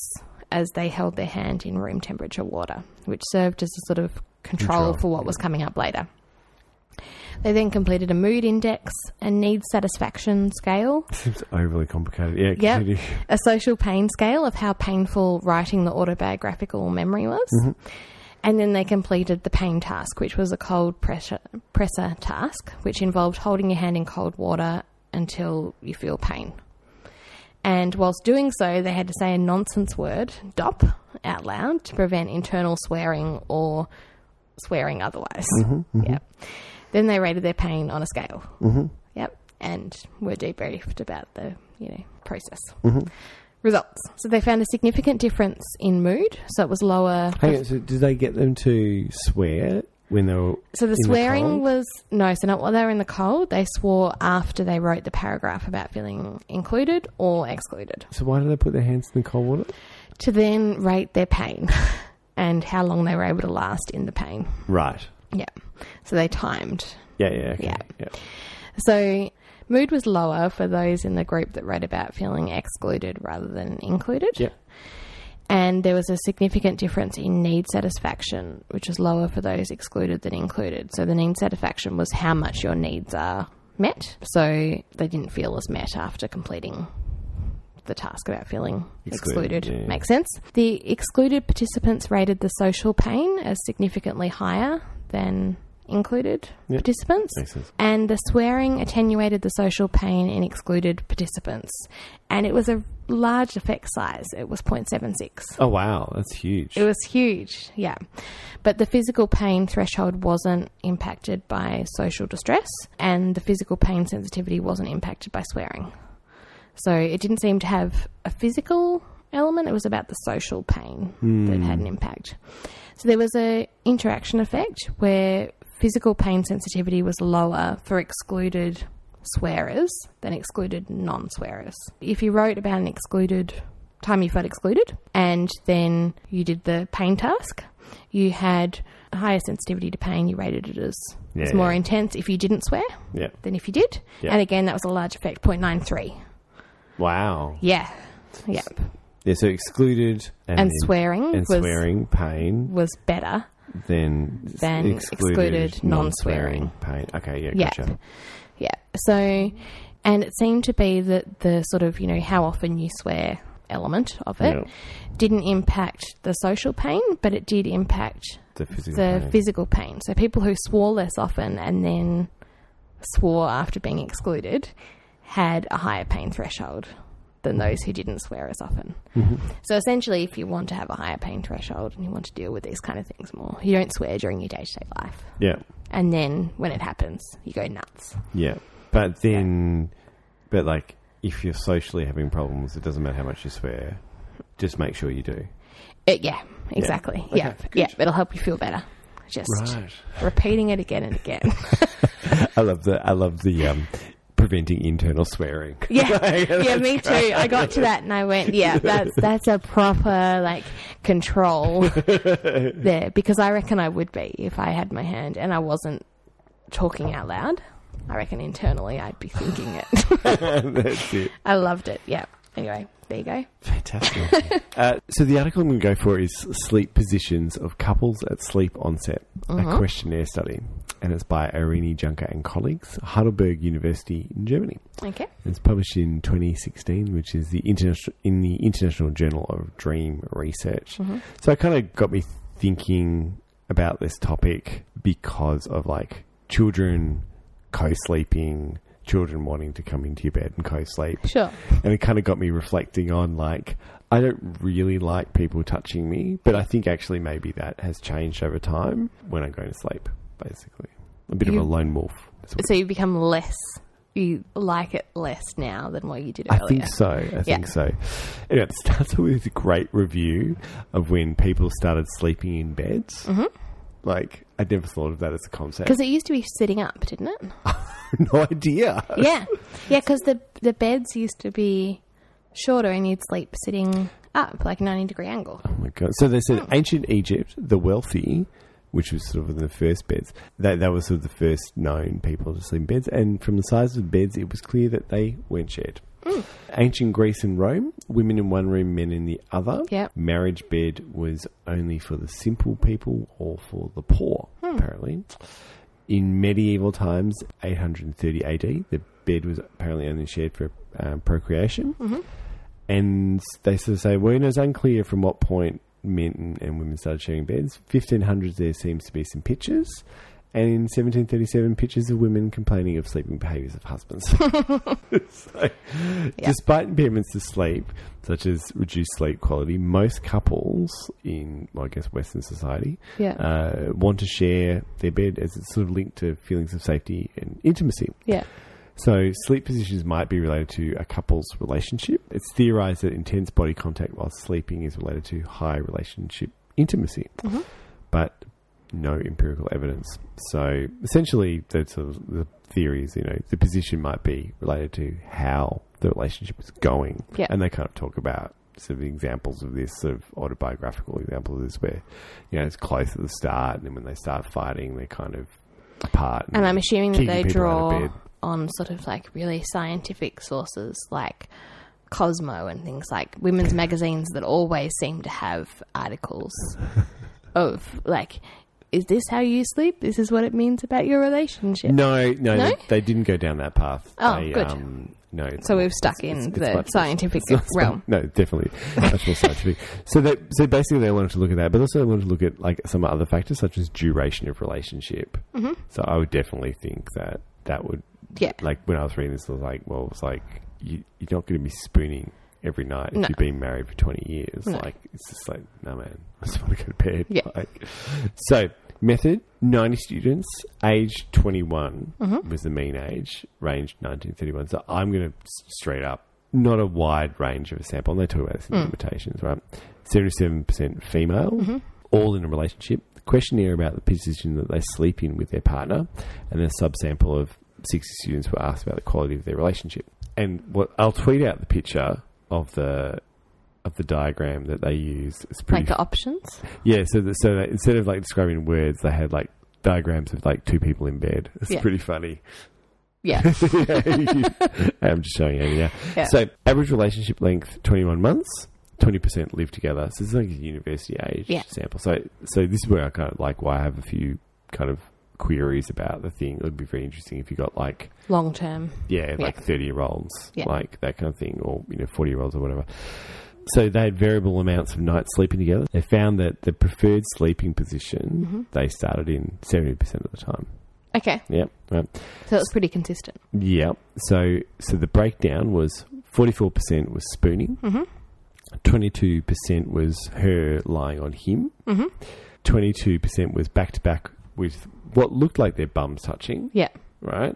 Speaker 2: as they held their hand in room temperature water, which served as a sort of
Speaker 1: Control,
Speaker 2: control, for what was coming up later. They then completed a mood index, a need satisfaction scale,
Speaker 1: Seems overly complicated. Yeah.
Speaker 2: Yep.
Speaker 1: continue.
Speaker 2: A social pain scale of how painful writing the autobiographical memory was. And then they completed the pain task, which was a cold pressure, presser task, which involved holding your hand in cold water until you feel pain. And whilst doing so, they had to say a nonsense word, DOP, out loud to prevent internal swearing or swearing otherwise.
Speaker 1: Mm-hmm,
Speaker 2: Yep. Then they rated their pain on a scale.
Speaker 1: Mm-hmm.
Speaker 2: Yep. And were debriefed about the, you know, process.
Speaker 1: Mm-hmm.
Speaker 2: Results. So they found a significant difference in mood. So it was lower.
Speaker 1: Hang on. So did they get them to swear when they were?
Speaker 2: So the
Speaker 1: in
Speaker 2: swearing
Speaker 1: cold?
Speaker 2: was no. So not while they were in the cold, they swore after they wrote the paragraph about feeling included or excluded.
Speaker 1: So why did they put their hands in the cold water?
Speaker 2: To then rate their pain [laughs] and how long they were able to last in the pain.
Speaker 1: Right.
Speaker 2: Yeah. So they timed.
Speaker 1: Yeah. Yeah. Okay.
Speaker 2: Yeah.
Speaker 1: yeah.
Speaker 2: So mood was lower for those in the group that read about feeling excluded rather than included.
Speaker 1: Yeah.
Speaker 2: And there was a significant difference in need satisfaction, which was lower for those excluded than included. So the need satisfaction was how much your needs are met. So they didn't feel as met after completing the task about feeling
Speaker 1: Excluded,
Speaker 2: excluded.
Speaker 1: yeah.
Speaker 2: Makes sense. The excluded participants rated the social pain as significantly higher than included
Speaker 1: Yeah.
Speaker 2: participants.
Speaker 1: Makes sense.
Speaker 2: And the swearing attenuated the social pain in excluded participants. And it was a large effect size. It was 0.76.
Speaker 1: Oh wow, that's huge.
Speaker 2: It was huge, yeah. But the physical pain threshold wasn't impacted by social distress, and the physical pain sensitivity wasn't impacted by swearing. So it didn't seem to have a physical element. It was about the social pain that had
Speaker 1: Hmm.
Speaker 2: an impact. So there was a interaction effect where physical pain sensitivity was lower for excluded swearers than excluded non-swearers. If you wrote about an excluded time you felt excluded, and then you did the pain task. You had a higher sensitivity to pain. You rated it as
Speaker 1: Yeah,
Speaker 2: it's more
Speaker 1: yeah.
Speaker 2: intense if you didn't swear
Speaker 1: Yeah.
Speaker 2: than if you did.
Speaker 1: Yeah.
Speaker 2: And again, that was a large effect, 0.93.
Speaker 1: Wow.
Speaker 2: Yeah. Yep.
Speaker 1: Yeah, so excluded and,
Speaker 2: And
Speaker 1: then-
Speaker 2: swearing
Speaker 1: and
Speaker 2: was-
Speaker 1: swearing pain,
Speaker 2: Was better.
Speaker 1: then
Speaker 2: Then excluded non-swearing.
Speaker 1: pain. Okay, yeah,
Speaker 2: Yeah.
Speaker 1: gotcha.
Speaker 2: Yeah. So, and it seemed to be that the sort of, you know, how often you swear element of it
Speaker 1: Yeah.
Speaker 2: didn't impact the social pain, but it did impact
Speaker 1: The physical
Speaker 2: the
Speaker 1: pain.
Speaker 2: physical pain. So people who swore less often and then swore after being excluded had a higher pain threshold than those who didn't swear as often.
Speaker 1: Mm-hmm.
Speaker 2: So essentially, if you want to have a higher pain threshold and you want to deal with these kind of things more, you don't swear during your day to day life.
Speaker 1: yeah.
Speaker 2: And then when it happens, you go nuts.
Speaker 1: Yeah. But then, but like, if you're socially having problems, it doesn't matter how much you swear. Just make sure you do.
Speaker 2: It, yeah, exactly.
Speaker 1: Okay,
Speaker 2: Yeah,
Speaker 1: good.
Speaker 2: yeah, it'll help you feel better. Just repeating it again and again. [laughs]
Speaker 1: I love the, I love the, um, preventing internal swearing. [laughs]
Speaker 2: Yeah,
Speaker 1: Like,
Speaker 2: yeah, me too. I got to that and I
Speaker 1: [laughs]
Speaker 2: went, yeah, that's that's a proper like
Speaker 1: [laughs]
Speaker 2: control there because I reckon I would be if I had my hand and I wasn't talking out loud. I reckon internally I'd be thinking it. [laughs]
Speaker 1: That's it.
Speaker 2: I loved it. Yeah. Anyway, there you go.
Speaker 1: Fantastic. uh, so the article I'm going to go for is sleep positions of couples at sleep onset, a questionnaire study, and it's by Irini Junker and colleagues, Heidelberg University in Germany.
Speaker 2: Okay.
Speaker 1: It's published in 2016, which is the international in the International Journal of Dream Research. So it kind of got me thinking about this topic because of like children co-sleeping, children wanting to come into your bed and co-sleep
Speaker 2: Sure.
Speaker 1: and it kind of got me reflecting on like I don't really like people touching me, but I think actually maybe that has changed over time when I go to sleep. Basically, a bit
Speaker 2: You-
Speaker 1: of a lone wolf. That's what-
Speaker 2: So you become less you like it less now than what you did
Speaker 1: I
Speaker 2: earlier.
Speaker 1: think so. I think so. Anyway, it starts with a great review of when people started sleeping in beds. Like I never thought of that as a
Speaker 2: [laughs]
Speaker 1: concept.
Speaker 2: Because it used to be sitting up, didn't it?
Speaker 1: [laughs] no idea.
Speaker 2: yeah, yeah. Because the the beds used to be shorter, and you'd sleep sitting up, like ninety degree angle.
Speaker 1: Oh my god! So they said ancient Egypt, the wealthy, which was sort of in the first beds, that that was sort of the first known people to sleep in beds, and from the size of the beds, it was clear that they weren't shared. Ancient Greece and Rome, women in one room, men in the other.
Speaker 2: Yep.
Speaker 1: Marriage bed was only for the simple people or for the poor, apparently. In medieval times, 830 AD, the bed was apparently only shared for um, procreation and they sort of say, well, you know, it's unclear from what point men and- and women started sharing beds. 1500s, there seems to be some pictures. And in 1737, pictures of women complaining of sleeping behaviours of husbands. [laughs] so, Despite impairments to sleep, such as reduced sleep quality, most couples in, well, I guess, Western society
Speaker 2: Yeah.
Speaker 1: uh, want to share their bed as it's sort of linked to feelings of safety and intimacy.
Speaker 2: Yeah,
Speaker 1: So, sleep positions might be related to a couple's relationship. It's theorized that intense body contact while sleeping is related to high relationship intimacy,
Speaker 2: Mm-hmm.
Speaker 1: but no empirical evidence. So, essentially, the, sort of, the theory is you know, the position might be related to how the relationship is going.
Speaker 2: Yeah.
Speaker 1: And they kind of talk about sort of examples of this, sort of autobiographical examples of this, where, you know, it's close at the start, and then when they start fighting, they're kind of apart.
Speaker 2: and I'm assuming that
Speaker 1: kicking
Speaker 2: they
Speaker 1: people out of
Speaker 2: draw
Speaker 1: bed.
Speaker 2: on sort of like really scientific sources, like Cosmo and things like women's magazines that always seem to have
Speaker 1: [laughs]
Speaker 2: articles of like. Is this how you sleep? This is what it means about your relationship.
Speaker 1: No, no,
Speaker 2: No?
Speaker 1: They, they didn't go down that path.
Speaker 2: Oh,
Speaker 1: They,
Speaker 2: good.
Speaker 1: Um, no, it's
Speaker 2: So
Speaker 1: not-
Speaker 2: we've stuck
Speaker 1: it's-
Speaker 2: in
Speaker 1: it's-
Speaker 2: the
Speaker 1: it's much more-
Speaker 2: scientific
Speaker 1: [laughs] it's not-
Speaker 2: realm.
Speaker 1: No, definitely much more
Speaker 2: [laughs]
Speaker 1: scientific. So, they, so basically, they wanted to look at that, but also they wanted to look at like some other factors such as duration of relationship. Mm-hmm. So I would definitely think that that would
Speaker 2: Yeah.
Speaker 1: like when I was reading this, I was like, well, it's like you, you're not going to be spooning every night if
Speaker 2: No.
Speaker 1: you've been married for 20 years.
Speaker 2: No.
Speaker 1: Like, it's just like, no, man, I just want to go to bed.
Speaker 2: Yeah.
Speaker 1: Like, so, method 90 students, age 21
Speaker 2: Mm-hmm.
Speaker 1: was the mean age, range 1931. So, I'm going to straight up, not a wide range of a sample, and they talk about this in
Speaker 2: Mm.
Speaker 1: the limitations, right? 77% female,
Speaker 2: Mm-hmm.
Speaker 1: all in a relationship. Questionnaire about the position that they sleep in with their partner, and then a subsample of 60 students were asked about the quality of their relationship. And what I'll tweet out the picture of the of the diagram that they use is pretty.
Speaker 2: Like
Speaker 1: [laughs]
Speaker 2: the options.
Speaker 1: yeah, so that, so that instead of like describing words, they had like diagrams of like two people in bed. It's
Speaker 2: Yeah.
Speaker 1: pretty funny.
Speaker 2: Yeah.
Speaker 1: [laughs] I'm just showing you. Yeah.
Speaker 2: Yeah.
Speaker 1: So average relationship length 21 months. 20% live together. So this is like a university age
Speaker 2: Yeah.
Speaker 1: sample. So so this is where I kind of like why I have a few kind of queries about the thing. It would be very interesting if you got like
Speaker 2: Long term.
Speaker 1: yeah,
Speaker 2: Yeah.
Speaker 1: like 30 year olds,
Speaker 2: Yeah.
Speaker 1: like that kind of thing, or, you know, 40 year olds or whatever. So they had variable amounts of nights sleeping together. They found that the preferred sleeping position they started in 70% of the time.
Speaker 2: Okay.
Speaker 1: Yep. Right.
Speaker 2: So it's pretty consistent.
Speaker 1: Yep. So, so the breakdown was 44% was spooning,
Speaker 2: Mm-hmm.
Speaker 1: 22% was her lying on him,
Speaker 2: Mhm.
Speaker 1: 22% was back to back with what looked like their bums touching,
Speaker 2: Yeah.
Speaker 1: right?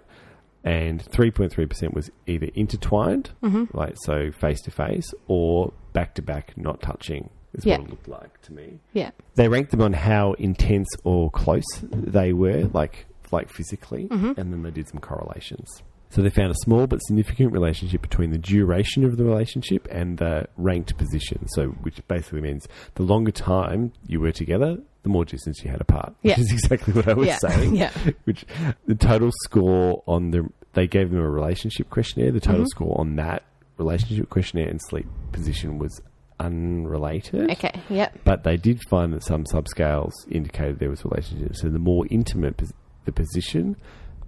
Speaker 1: And 3.3% was either intertwined,
Speaker 2: Mm-hmm.
Speaker 1: like so face to face, or back to back, not touching, is
Speaker 2: Yeah.
Speaker 1: what it looked like to me.
Speaker 2: Yeah.
Speaker 1: They ranked them on how intense or close they were, like like physically,
Speaker 2: Mm-hmm.
Speaker 1: and then they did some correlations. So they found a small but significant relationship between the duration of the relationship and the ranked position. So, which basically means the longer time you were together, the more distance you had apart.
Speaker 2: Yeah.
Speaker 1: Which is [laughs] exactly what I was
Speaker 2: Yeah.
Speaker 1: saying
Speaker 2: [laughs] Yeah.
Speaker 1: [laughs] which the total score on the they gave them a relationship questionnaire. The
Speaker 2: Mm-hmm.
Speaker 1: total score on that relationship questionnaire and sleep position was unrelated.
Speaker 2: Okay. Yep.
Speaker 1: But they did find that some subscales indicated there was relationship. So the more intimate pos- the position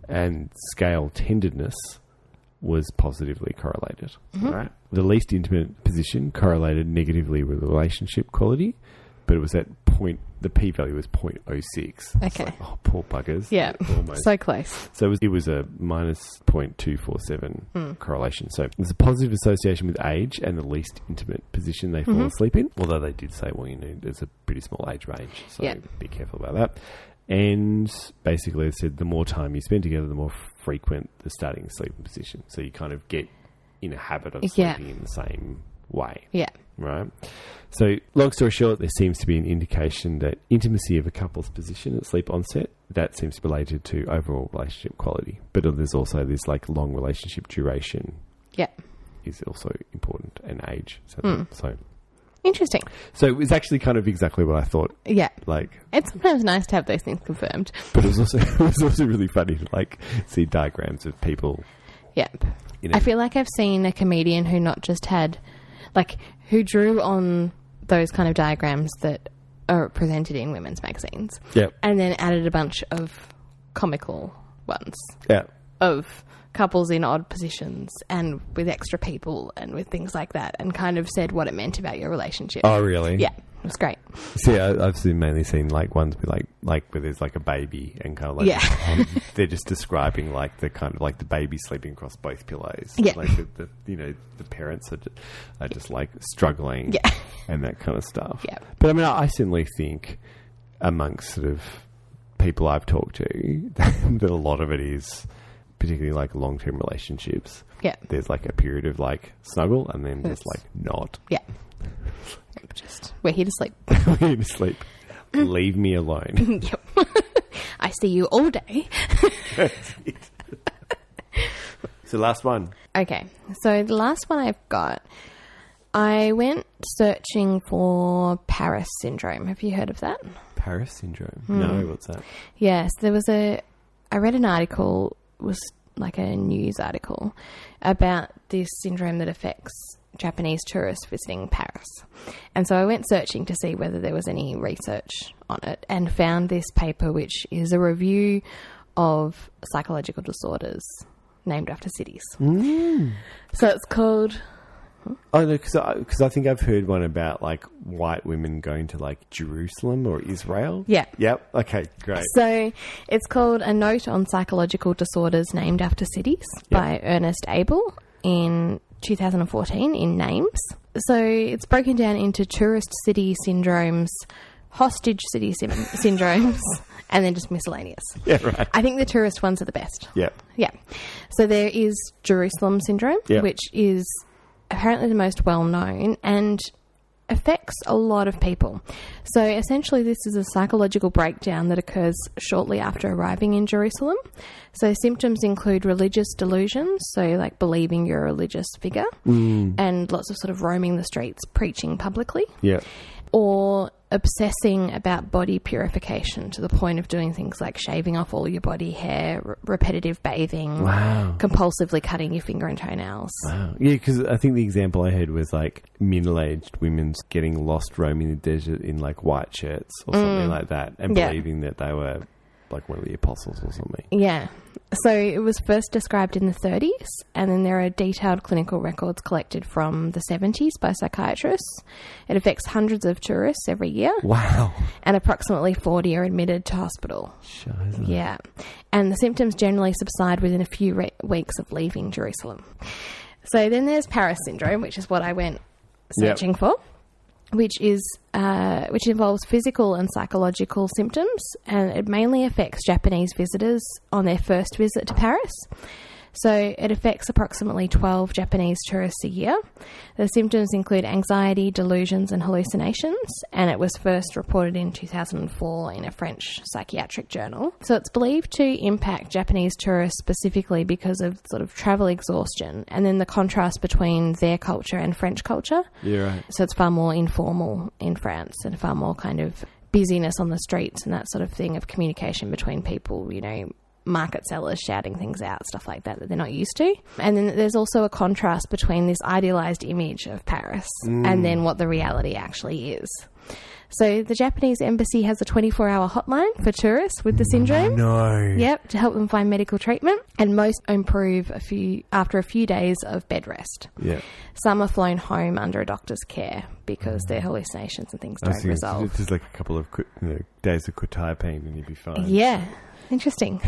Speaker 1: and scale tenderness was positively correlated.
Speaker 2: Mm-hmm.
Speaker 1: Right? The least intimate position correlated negatively with relationship quality, but it was at point the p value was 0.06. It's
Speaker 2: Okay.
Speaker 1: like, oh, poor buggers.
Speaker 2: Yeah.
Speaker 1: Almost.
Speaker 2: So close.
Speaker 1: So it was, it was a minus 0.247 correlation. So there's a positive association with age and the least intimate position they fall asleep in. Although they did say, well, you know, there's a pretty small age range. So
Speaker 2: Yeah.
Speaker 1: be careful about that. And basically, they said the more time you spend together, the more frequent the starting sleeping position. So you kind of get in a habit of
Speaker 2: Yeah.
Speaker 1: sleeping in the same way
Speaker 2: Yeah.
Speaker 1: right? So, long story short, there seems to be an indication that intimacy of a couple's position at sleep onset that seems related to overall relationship quality. But there's also this like long relationship duration
Speaker 2: Yeah.
Speaker 1: is also important and age. So,
Speaker 2: Hmm.
Speaker 1: so,
Speaker 2: Interesting.
Speaker 1: so it's actually kind of exactly what I thought.
Speaker 2: Yeah.
Speaker 1: Like,
Speaker 2: It's sometimes nice to have those things confirmed.
Speaker 1: but it was also [laughs] it was also really funny to like see diagrams of people.
Speaker 2: Yep.
Speaker 1: You know,
Speaker 2: I feel like I've seen a comedian who not just had, like, who drew on those kind of diagrams that are presented in women's magazines
Speaker 1: yeah,
Speaker 2: and then added a bunch of comical ones
Speaker 1: yeah,
Speaker 2: of couples in odd positions and with extra people and with things like that and kind of said what it meant about your relationship.
Speaker 1: Oh, really?
Speaker 2: Yeah, it was great.
Speaker 1: See, I, I've seen mainly seen like ones with like like where there's like a baby and kind of like
Speaker 2: Yeah.
Speaker 1: [laughs] they're just describing like the kind of like the baby sleeping across both pillows.
Speaker 2: Yeah.
Speaker 1: like the, the you know the parents are just, are just like struggling.
Speaker 2: Yeah. [laughs]
Speaker 1: and that kind of stuff.
Speaker 2: Yeah.
Speaker 1: but I mean, I, I certainly think amongst sort of people I've talked to [laughs] that a lot of it is particularly like long term relationships.
Speaker 2: Yeah,
Speaker 1: There's like a period of like snuggle and then just
Speaker 2: Yes.
Speaker 1: like not [laughs]
Speaker 2: yeah. Just we're here to sleep. [laughs]
Speaker 1: going to sleep. Leave me alone.
Speaker 2: Yep. I see you all day.
Speaker 1: So last one.
Speaker 2: Okay, so the last one I've got, I went searching for Paris syndrome. Have you heard of that?
Speaker 1: Paris syndrome.
Speaker 2: Hmm.
Speaker 1: No, what's that?
Speaker 2: Yes, there was a. I read an article, it was like a news article, about this syndrome that affects Japanese tourists visiting Paris. And so I went searching to see whether there was any research on it and found this paper, which is a review of psychological disorders named after cities. So it's called.
Speaker 1: Oh, no, because I, 'cause I think I've heard one about like white women going to like Jerusalem or Israel.
Speaker 2: Yeah.
Speaker 1: Yep. Okay.
Speaker 2: [laughs]
Speaker 1: Great.
Speaker 2: So it's called A Note on Psychological Disorders Named After Cities by Ernest Abel in 2014 in Names. So it's broken down into tourist city syndromes, hostage city sim- [laughs] syndromes, and then just miscellaneous.
Speaker 1: Yeah. Right.
Speaker 2: I think the tourist ones are the best.
Speaker 1: Yep.
Speaker 2: Yeah. So there is Jerusalem syndrome,
Speaker 1: Yeah.
Speaker 2: which is apparently the most well known and affects a lot of people. So essentially, this is a psychological breakdown that occurs shortly after arriving in Jerusalem. So symptoms include religious delusions, so like believing you're a religious figure,
Speaker 1: Mm.
Speaker 2: and lots of sort of roaming the streets preaching publicly
Speaker 1: Yeah.
Speaker 2: or obsessing about body purification to the point of doing things like shaving off all your body hair, r- repetitive bathing,
Speaker 1: Wow.
Speaker 2: compulsively cutting your finger and toenails.
Speaker 1: Wow. Yeah, because I think the example I heard was like middle-aged women's getting lost roaming the desert in like white shirts or something like that, and
Speaker 2: Mm. Yeah.
Speaker 1: believing that they were like one of the apostles or something.
Speaker 2: Yeah. So it was first described in the 30s, and then there are detailed clinical records collected from the 70s by psychiatrists. It affects hundreds of tourists every year,
Speaker 1: Wow.
Speaker 2: and approximately 40 are admitted to hospital.
Speaker 1: Shiza.
Speaker 2: Yeah. And the symptoms generally subside within a few re- weeks of leaving Jerusalem. So then there's Paris syndrome, which is what I went
Speaker 1: Yep.
Speaker 2: searching for, which is uh, which involves physical and psychological symptoms, and it mainly affects Japanese visitors on their first visit to Paris. So it affects approximately 12 Japanese tourists a year. The symptoms include anxiety, delusions, and hallucinations, and it was first reported in 2004 in a French psychiatric journal. So it's believed to impact Japanese tourists specifically because of sort of travel exhaustion and then the contrast between their culture and French culture.
Speaker 1: Yeah. Right.
Speaker 2: So it's far more informal in France and far more kind of busyness on the streets and that sort of thing of communication between people, you know, market sellers shouting things out, stuff like that that they're not used to. And then there's also a contrast between this idealized image of Paris and then what the reality actually is. So the Japanese embassy has a 24-hour hotline for tourists with the syndrome.
Speaker 1: No.
Speaker 2: Yep, to help them find medical treatment, and most improve a few after a few days of bed rest.
Speaker 1: Yeah.
Speaker 2: Some are flown home under a doctor's care because their hallucinations and things don't resolve.
Speaker 1: Just like a couple of qu- you know, days of quetiapine and you'd be fine.
Speaker 2: Yeah, interesting.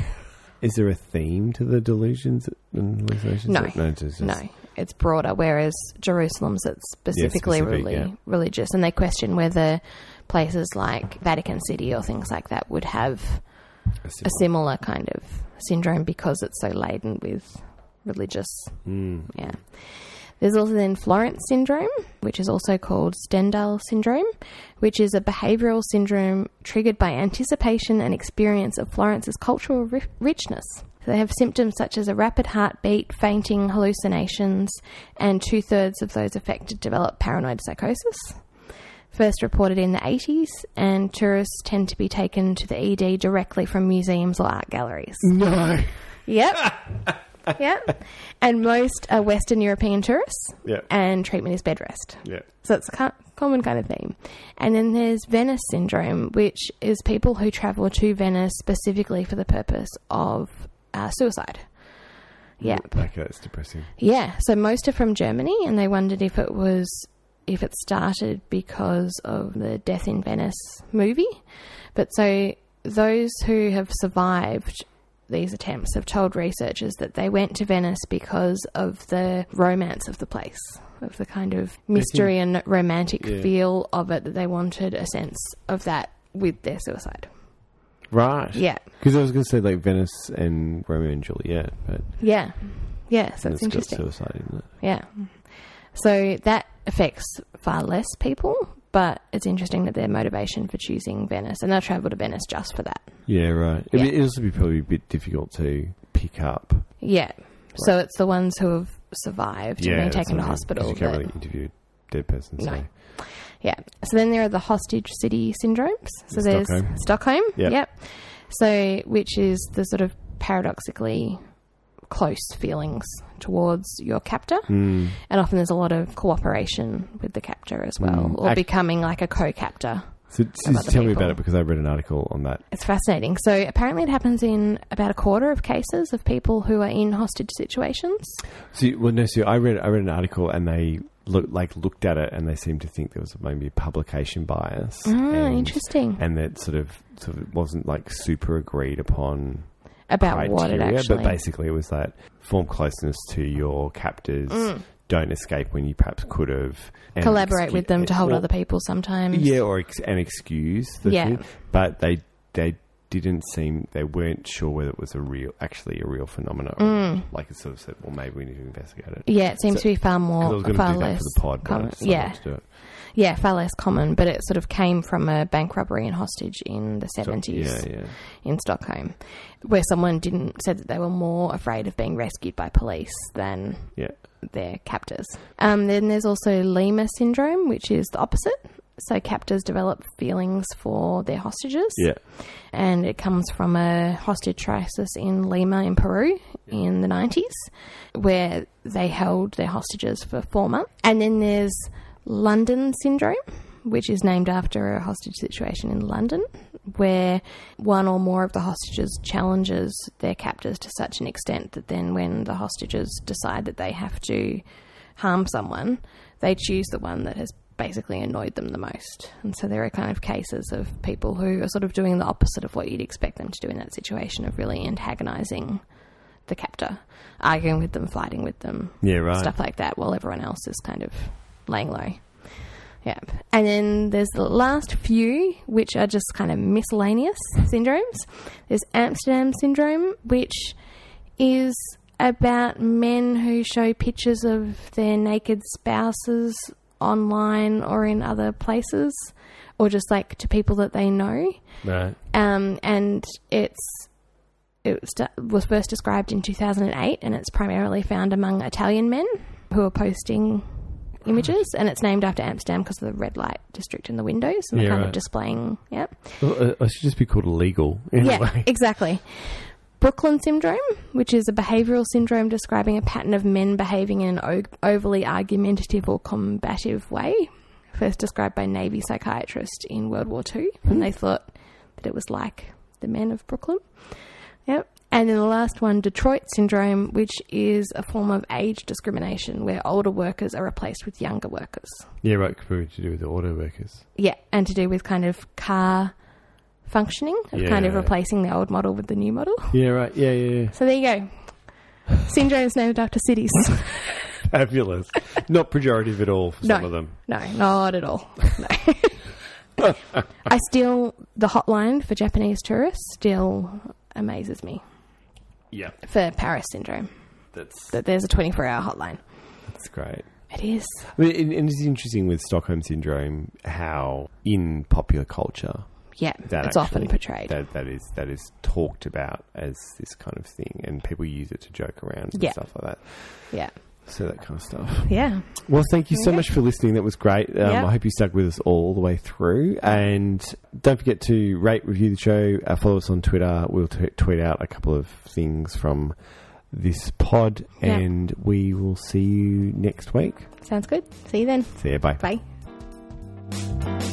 Speaker 1: Is there a theme to the delusions and hallucinations?
Speaker 2: No,
Speaker 1: no, it's just-
Speaker 2: no, it's broader. Whereas Jerusalem's it's specifically
Speaker 1: specific,
Speaker 2: reli-
Speaker 1: yeah.
Speaker 2: religious, and they question whether places like Vatican City or things like that would have
Speaker 1: a
Speaker 2: a
Speaker 1: similar-
Speaker 2: similar kind of syndrome because it's so laden with religious. Yeah. There's also then Florence syndrome, which is also called Stendhal syndrome, which is a behavioral syndrome triggered by anticipation and experience of Florence's cultural ri- richness. So they have symptoms such as a rapid heartbeat, fainting, hallucinations, and two thirds of those affected develop paranoid psychosis first reported in the 80s, and tourists tend to be taken to the ED directly from museums or art galleries.
Speaker 1: No.
Speaker 2: Yep. yep. And most are Western European tourists,
Speaker 1: Yeah.
Speaker 2: and treatment is bed rest.
Speaker 1: Yeah.
Speaker 2: So it's a co- common kind of theme. And then there's Venice syndrome, which is people who travel to Venice specifically for the purpose of uh, suicide. Yeah.
Speaker 1: Okay, that's depressing.
Speaker 2: Yeah, so most are from Germany, and they wondered if it was if it started because of the Death in Venice movie. But so those who have survived these attempts have told researchers that they went to Venice because of the romance of the place, of the kind of mystery and romantic
Speaker 1: Yeah.
Speaker 2: feel of it that they wanted a sense of that with their suicide.
Speaker 1: Right.
Speaker 2: Yeah.
Speaker 1: Because I was going to say like Venice and Romeo and Juliet, but
Speaker 2: Yeah. Yeah, so
Speaker 1: it's
Speaker 2: it's
Speaker 1: got
Speaker 2: interesting.
Speaker 1: suicide in it.
Speaker 2: Yeah. So that affects far less people, but it's interesting that their motivation for choosing Venice, and they'll travel to Venice just for that.
Speaker 1: Yeah, right.
Speaker 2: Yeah.
Speaker 1: It'd, be, it'd also be probably a bit difficult to pick up.
Speaker 2: Yeah. So it's the ones who have survived and been
Speaker 1: that's
Speaker 2: taken
Speaker 1: what I
Speaker 2: to
Speaker 1: mean, 'cause
Speaker 2: hospital.
Speaker 1: You can't
Speaker 2: that-
Speaker 1: really interview a dead person. So.
Speaker 2: No. Yeah. So then there are the hostage city syndromes. So there's
Speaker 1: Stockholm.
Speaker 2: Stockholm.
Speaker 1: Yeah.
Speaker 2: Yep. So which is the sort of paradoxically close feelings towards your captor.
Speaker 1: Mm.
Speaker 2: And often there's a lot of cooperation with the captor as well,
Speaker 1: Mm.
Speaker 2: or
Speaker 1: Ac-
Speaker 2: becoming like a co captor.
Speaker 1: So
Speaker 2: about
Speaker 1: just
Speaker 2: the
Speaker 1: tell me
Speaker 2: people.
Speaker 1: about it because I read an article on that.
Speaker 2: It's fascinating. So apparently, it happens in about a quarter of cases of people who are in hostage situations.
Speaker 1: So you- well, no, so I read I read an article and they look like looked at it and they seemed to think there was maybe a publication bias.
Speaker 2: Ah,
Speaker 1: and,
Speaker 2: interesting.
Speaker 1: And that sort of sort of wasn't like super agreed upon
Speaker 2: About
Speaker 1: criteria,
Speaker 2: what it actually.
Speaker 1: but basically it was that form closeness to your captors. Don't escape when you perhaps could have. and
Speaker 2: Mm. collaborate
Speaker 1: excu-
Speaker 2: with them to hold
Speaker 1: or-
Speaker 2: other people sometimes.
Speaker 1: Yeah, or ex- and excuse the
Speaker 2: Yeah.
Speaker 1: thing, but they they didn't seem they weren't sure whether it was a real actually a real phenomenon.
Speaker 2: Mm.
Speaker 1: Like it sort of said, well, maybe we need to investigate it.
Speaker 2: Yeah, it seems
Speaker 1: So-
Speaker 2: to be far
Speaker 1: 'Cause I
Speaker 2: more,
Speaker 1: was going to
Speaker 2: far
Speaker 1: do that
Speaker 2: less
Speaker 1: for the pod, but I
Speaker 2: common.
Speaker 1: decided
Speaker 2: Yeah,
Speaker 1: to do it.
Speaker 2: yeah, far less common, but it sort of came from a bank robbery and hostage in the
Speaker 1: So-
Speaker 2: 70s
Speaker 1: yeah, yeah.
Speaker 2: in Stockholm, where someone didn't said that they were more afraid of being rescued by police than
Speaker 1: Yeah.
Speaker 2: their captors. Um, then there's also Lima syndrome, which is the opposite. So captors develop feelings for their hostages,
Speaker 1: Yeah.
Speaker 2: and it comes from a hostage crisis in Lima in Peru in the 90s, where they held their hostages for four months. And then there's London syndrome, which is named after a hostage situation in London, where one or more of the hostages challenges their captors to such an extent that then when the hostages decide that they have to harm someone, they choose the one that has basically annoyed them the most. And so there are kind of cases of people who are sort of doing the opposite of what you'd expect them to do in that situation of really antagonizing the captor, arguing with them, fighting with them,
Speaker 1: Yeah, right.
Speaker 2: stuff like that, while everyone else is kind of laying low. Yep. And then there's the last few, which are just kind of miscellaneous syndromes. There's Amsterdam syndrome, which is about men who show pictures of their naked spouses online or in other places, or just like to people that they know.
Speaker 1: Right.
Speaker 2: Um, and it's it was, was first described in 2008, and it's primarily found among Italian men who are posting images, and it's named after Amsterdam because of the red light district in the windows and the
Speaker 1: Yeah,
Speaker 2: kind
Speaker 1: right.
Speaker 2: of displaying. Yeah,
Speaker 1: Well, uh, I should just be called illegal [laughs] in a
Speaker 2: yeah,
Speaker 1: way.
Speaker 2: exactly. Brooklyn syndrome, which is a behavioral syndrome describing a pattern of men behaving in an o- overly argumentative or combative way, first described by Navy psychiatrists in World War II, and they thought that it was like the men of Brooklyn. Yep. And then the last one, Detroit syndrome, which is a form of age discrimination where older workers are replaced with younger workers.
Speaker 1: Yeah, right. Probably to do with the auto workers.
Speaker 2: Yeah, and to do with kind of car functioning, of kind of
Speaker 1: Yeah.
Speaker 2: replacing the old model with the new model.
Speaker 1: Yeah, right. Yeah, yeah, [laughs] yeah.
Speaker 2: So there you go. Syndromes named after
Speaker 1: [laughs]
Speaker 2: cities.
Speaker 1: Fabulous. Not pejorative at all for
Speaker 2: No.
Speaker 1: some of them.
Speaker 2: No, not at all. No. [laughs] I still, the hotline for Japanese tourists still amazes me
Speaker 1: Yeah,
Speaker 2: for Paris syndrome
Speaker 1: that's
Speaker 2: that there's a 24 hour hotline.
Speaker 1: that's great.
Speaker 2: It is.
Speaker 1: I mean, and, and it's interesting with Stockholm syndrome how in popular culture
Speaker 2: Yeah,
Speaker 1: that
Speaker 2: it's
Speaker 1: actually-
Speaker 2: often portrayed.
Speaker 1: That that is that is talked about as this kind of thing, and people use it to joke around and
Speaker 2: Yeah.
Speaker 1: stuff like that.
Speaker 2: yeah.
Speaker 1: So that kind of stuff.
Speaker 2: Yeah.
Speaker 1: Well, thank you so
Speaker 2: Yeah.
Speaker 1: much for listening. That was great. Um,
Speaker 2: Mm-hmm. Yeah.
Speaker 1: I hope you stuck with us all the way through. And don't forget to rate, review the show, uh, follow us on Twitter. We'll t- tweet out a couple of things from this pod,
Speaker 2: Yeah.
Speaker 1: and we will see you next week.
Speaker 2: Sounds good. See you then.
Speaker 1: See you. Bye.
Speaker 2: Bye.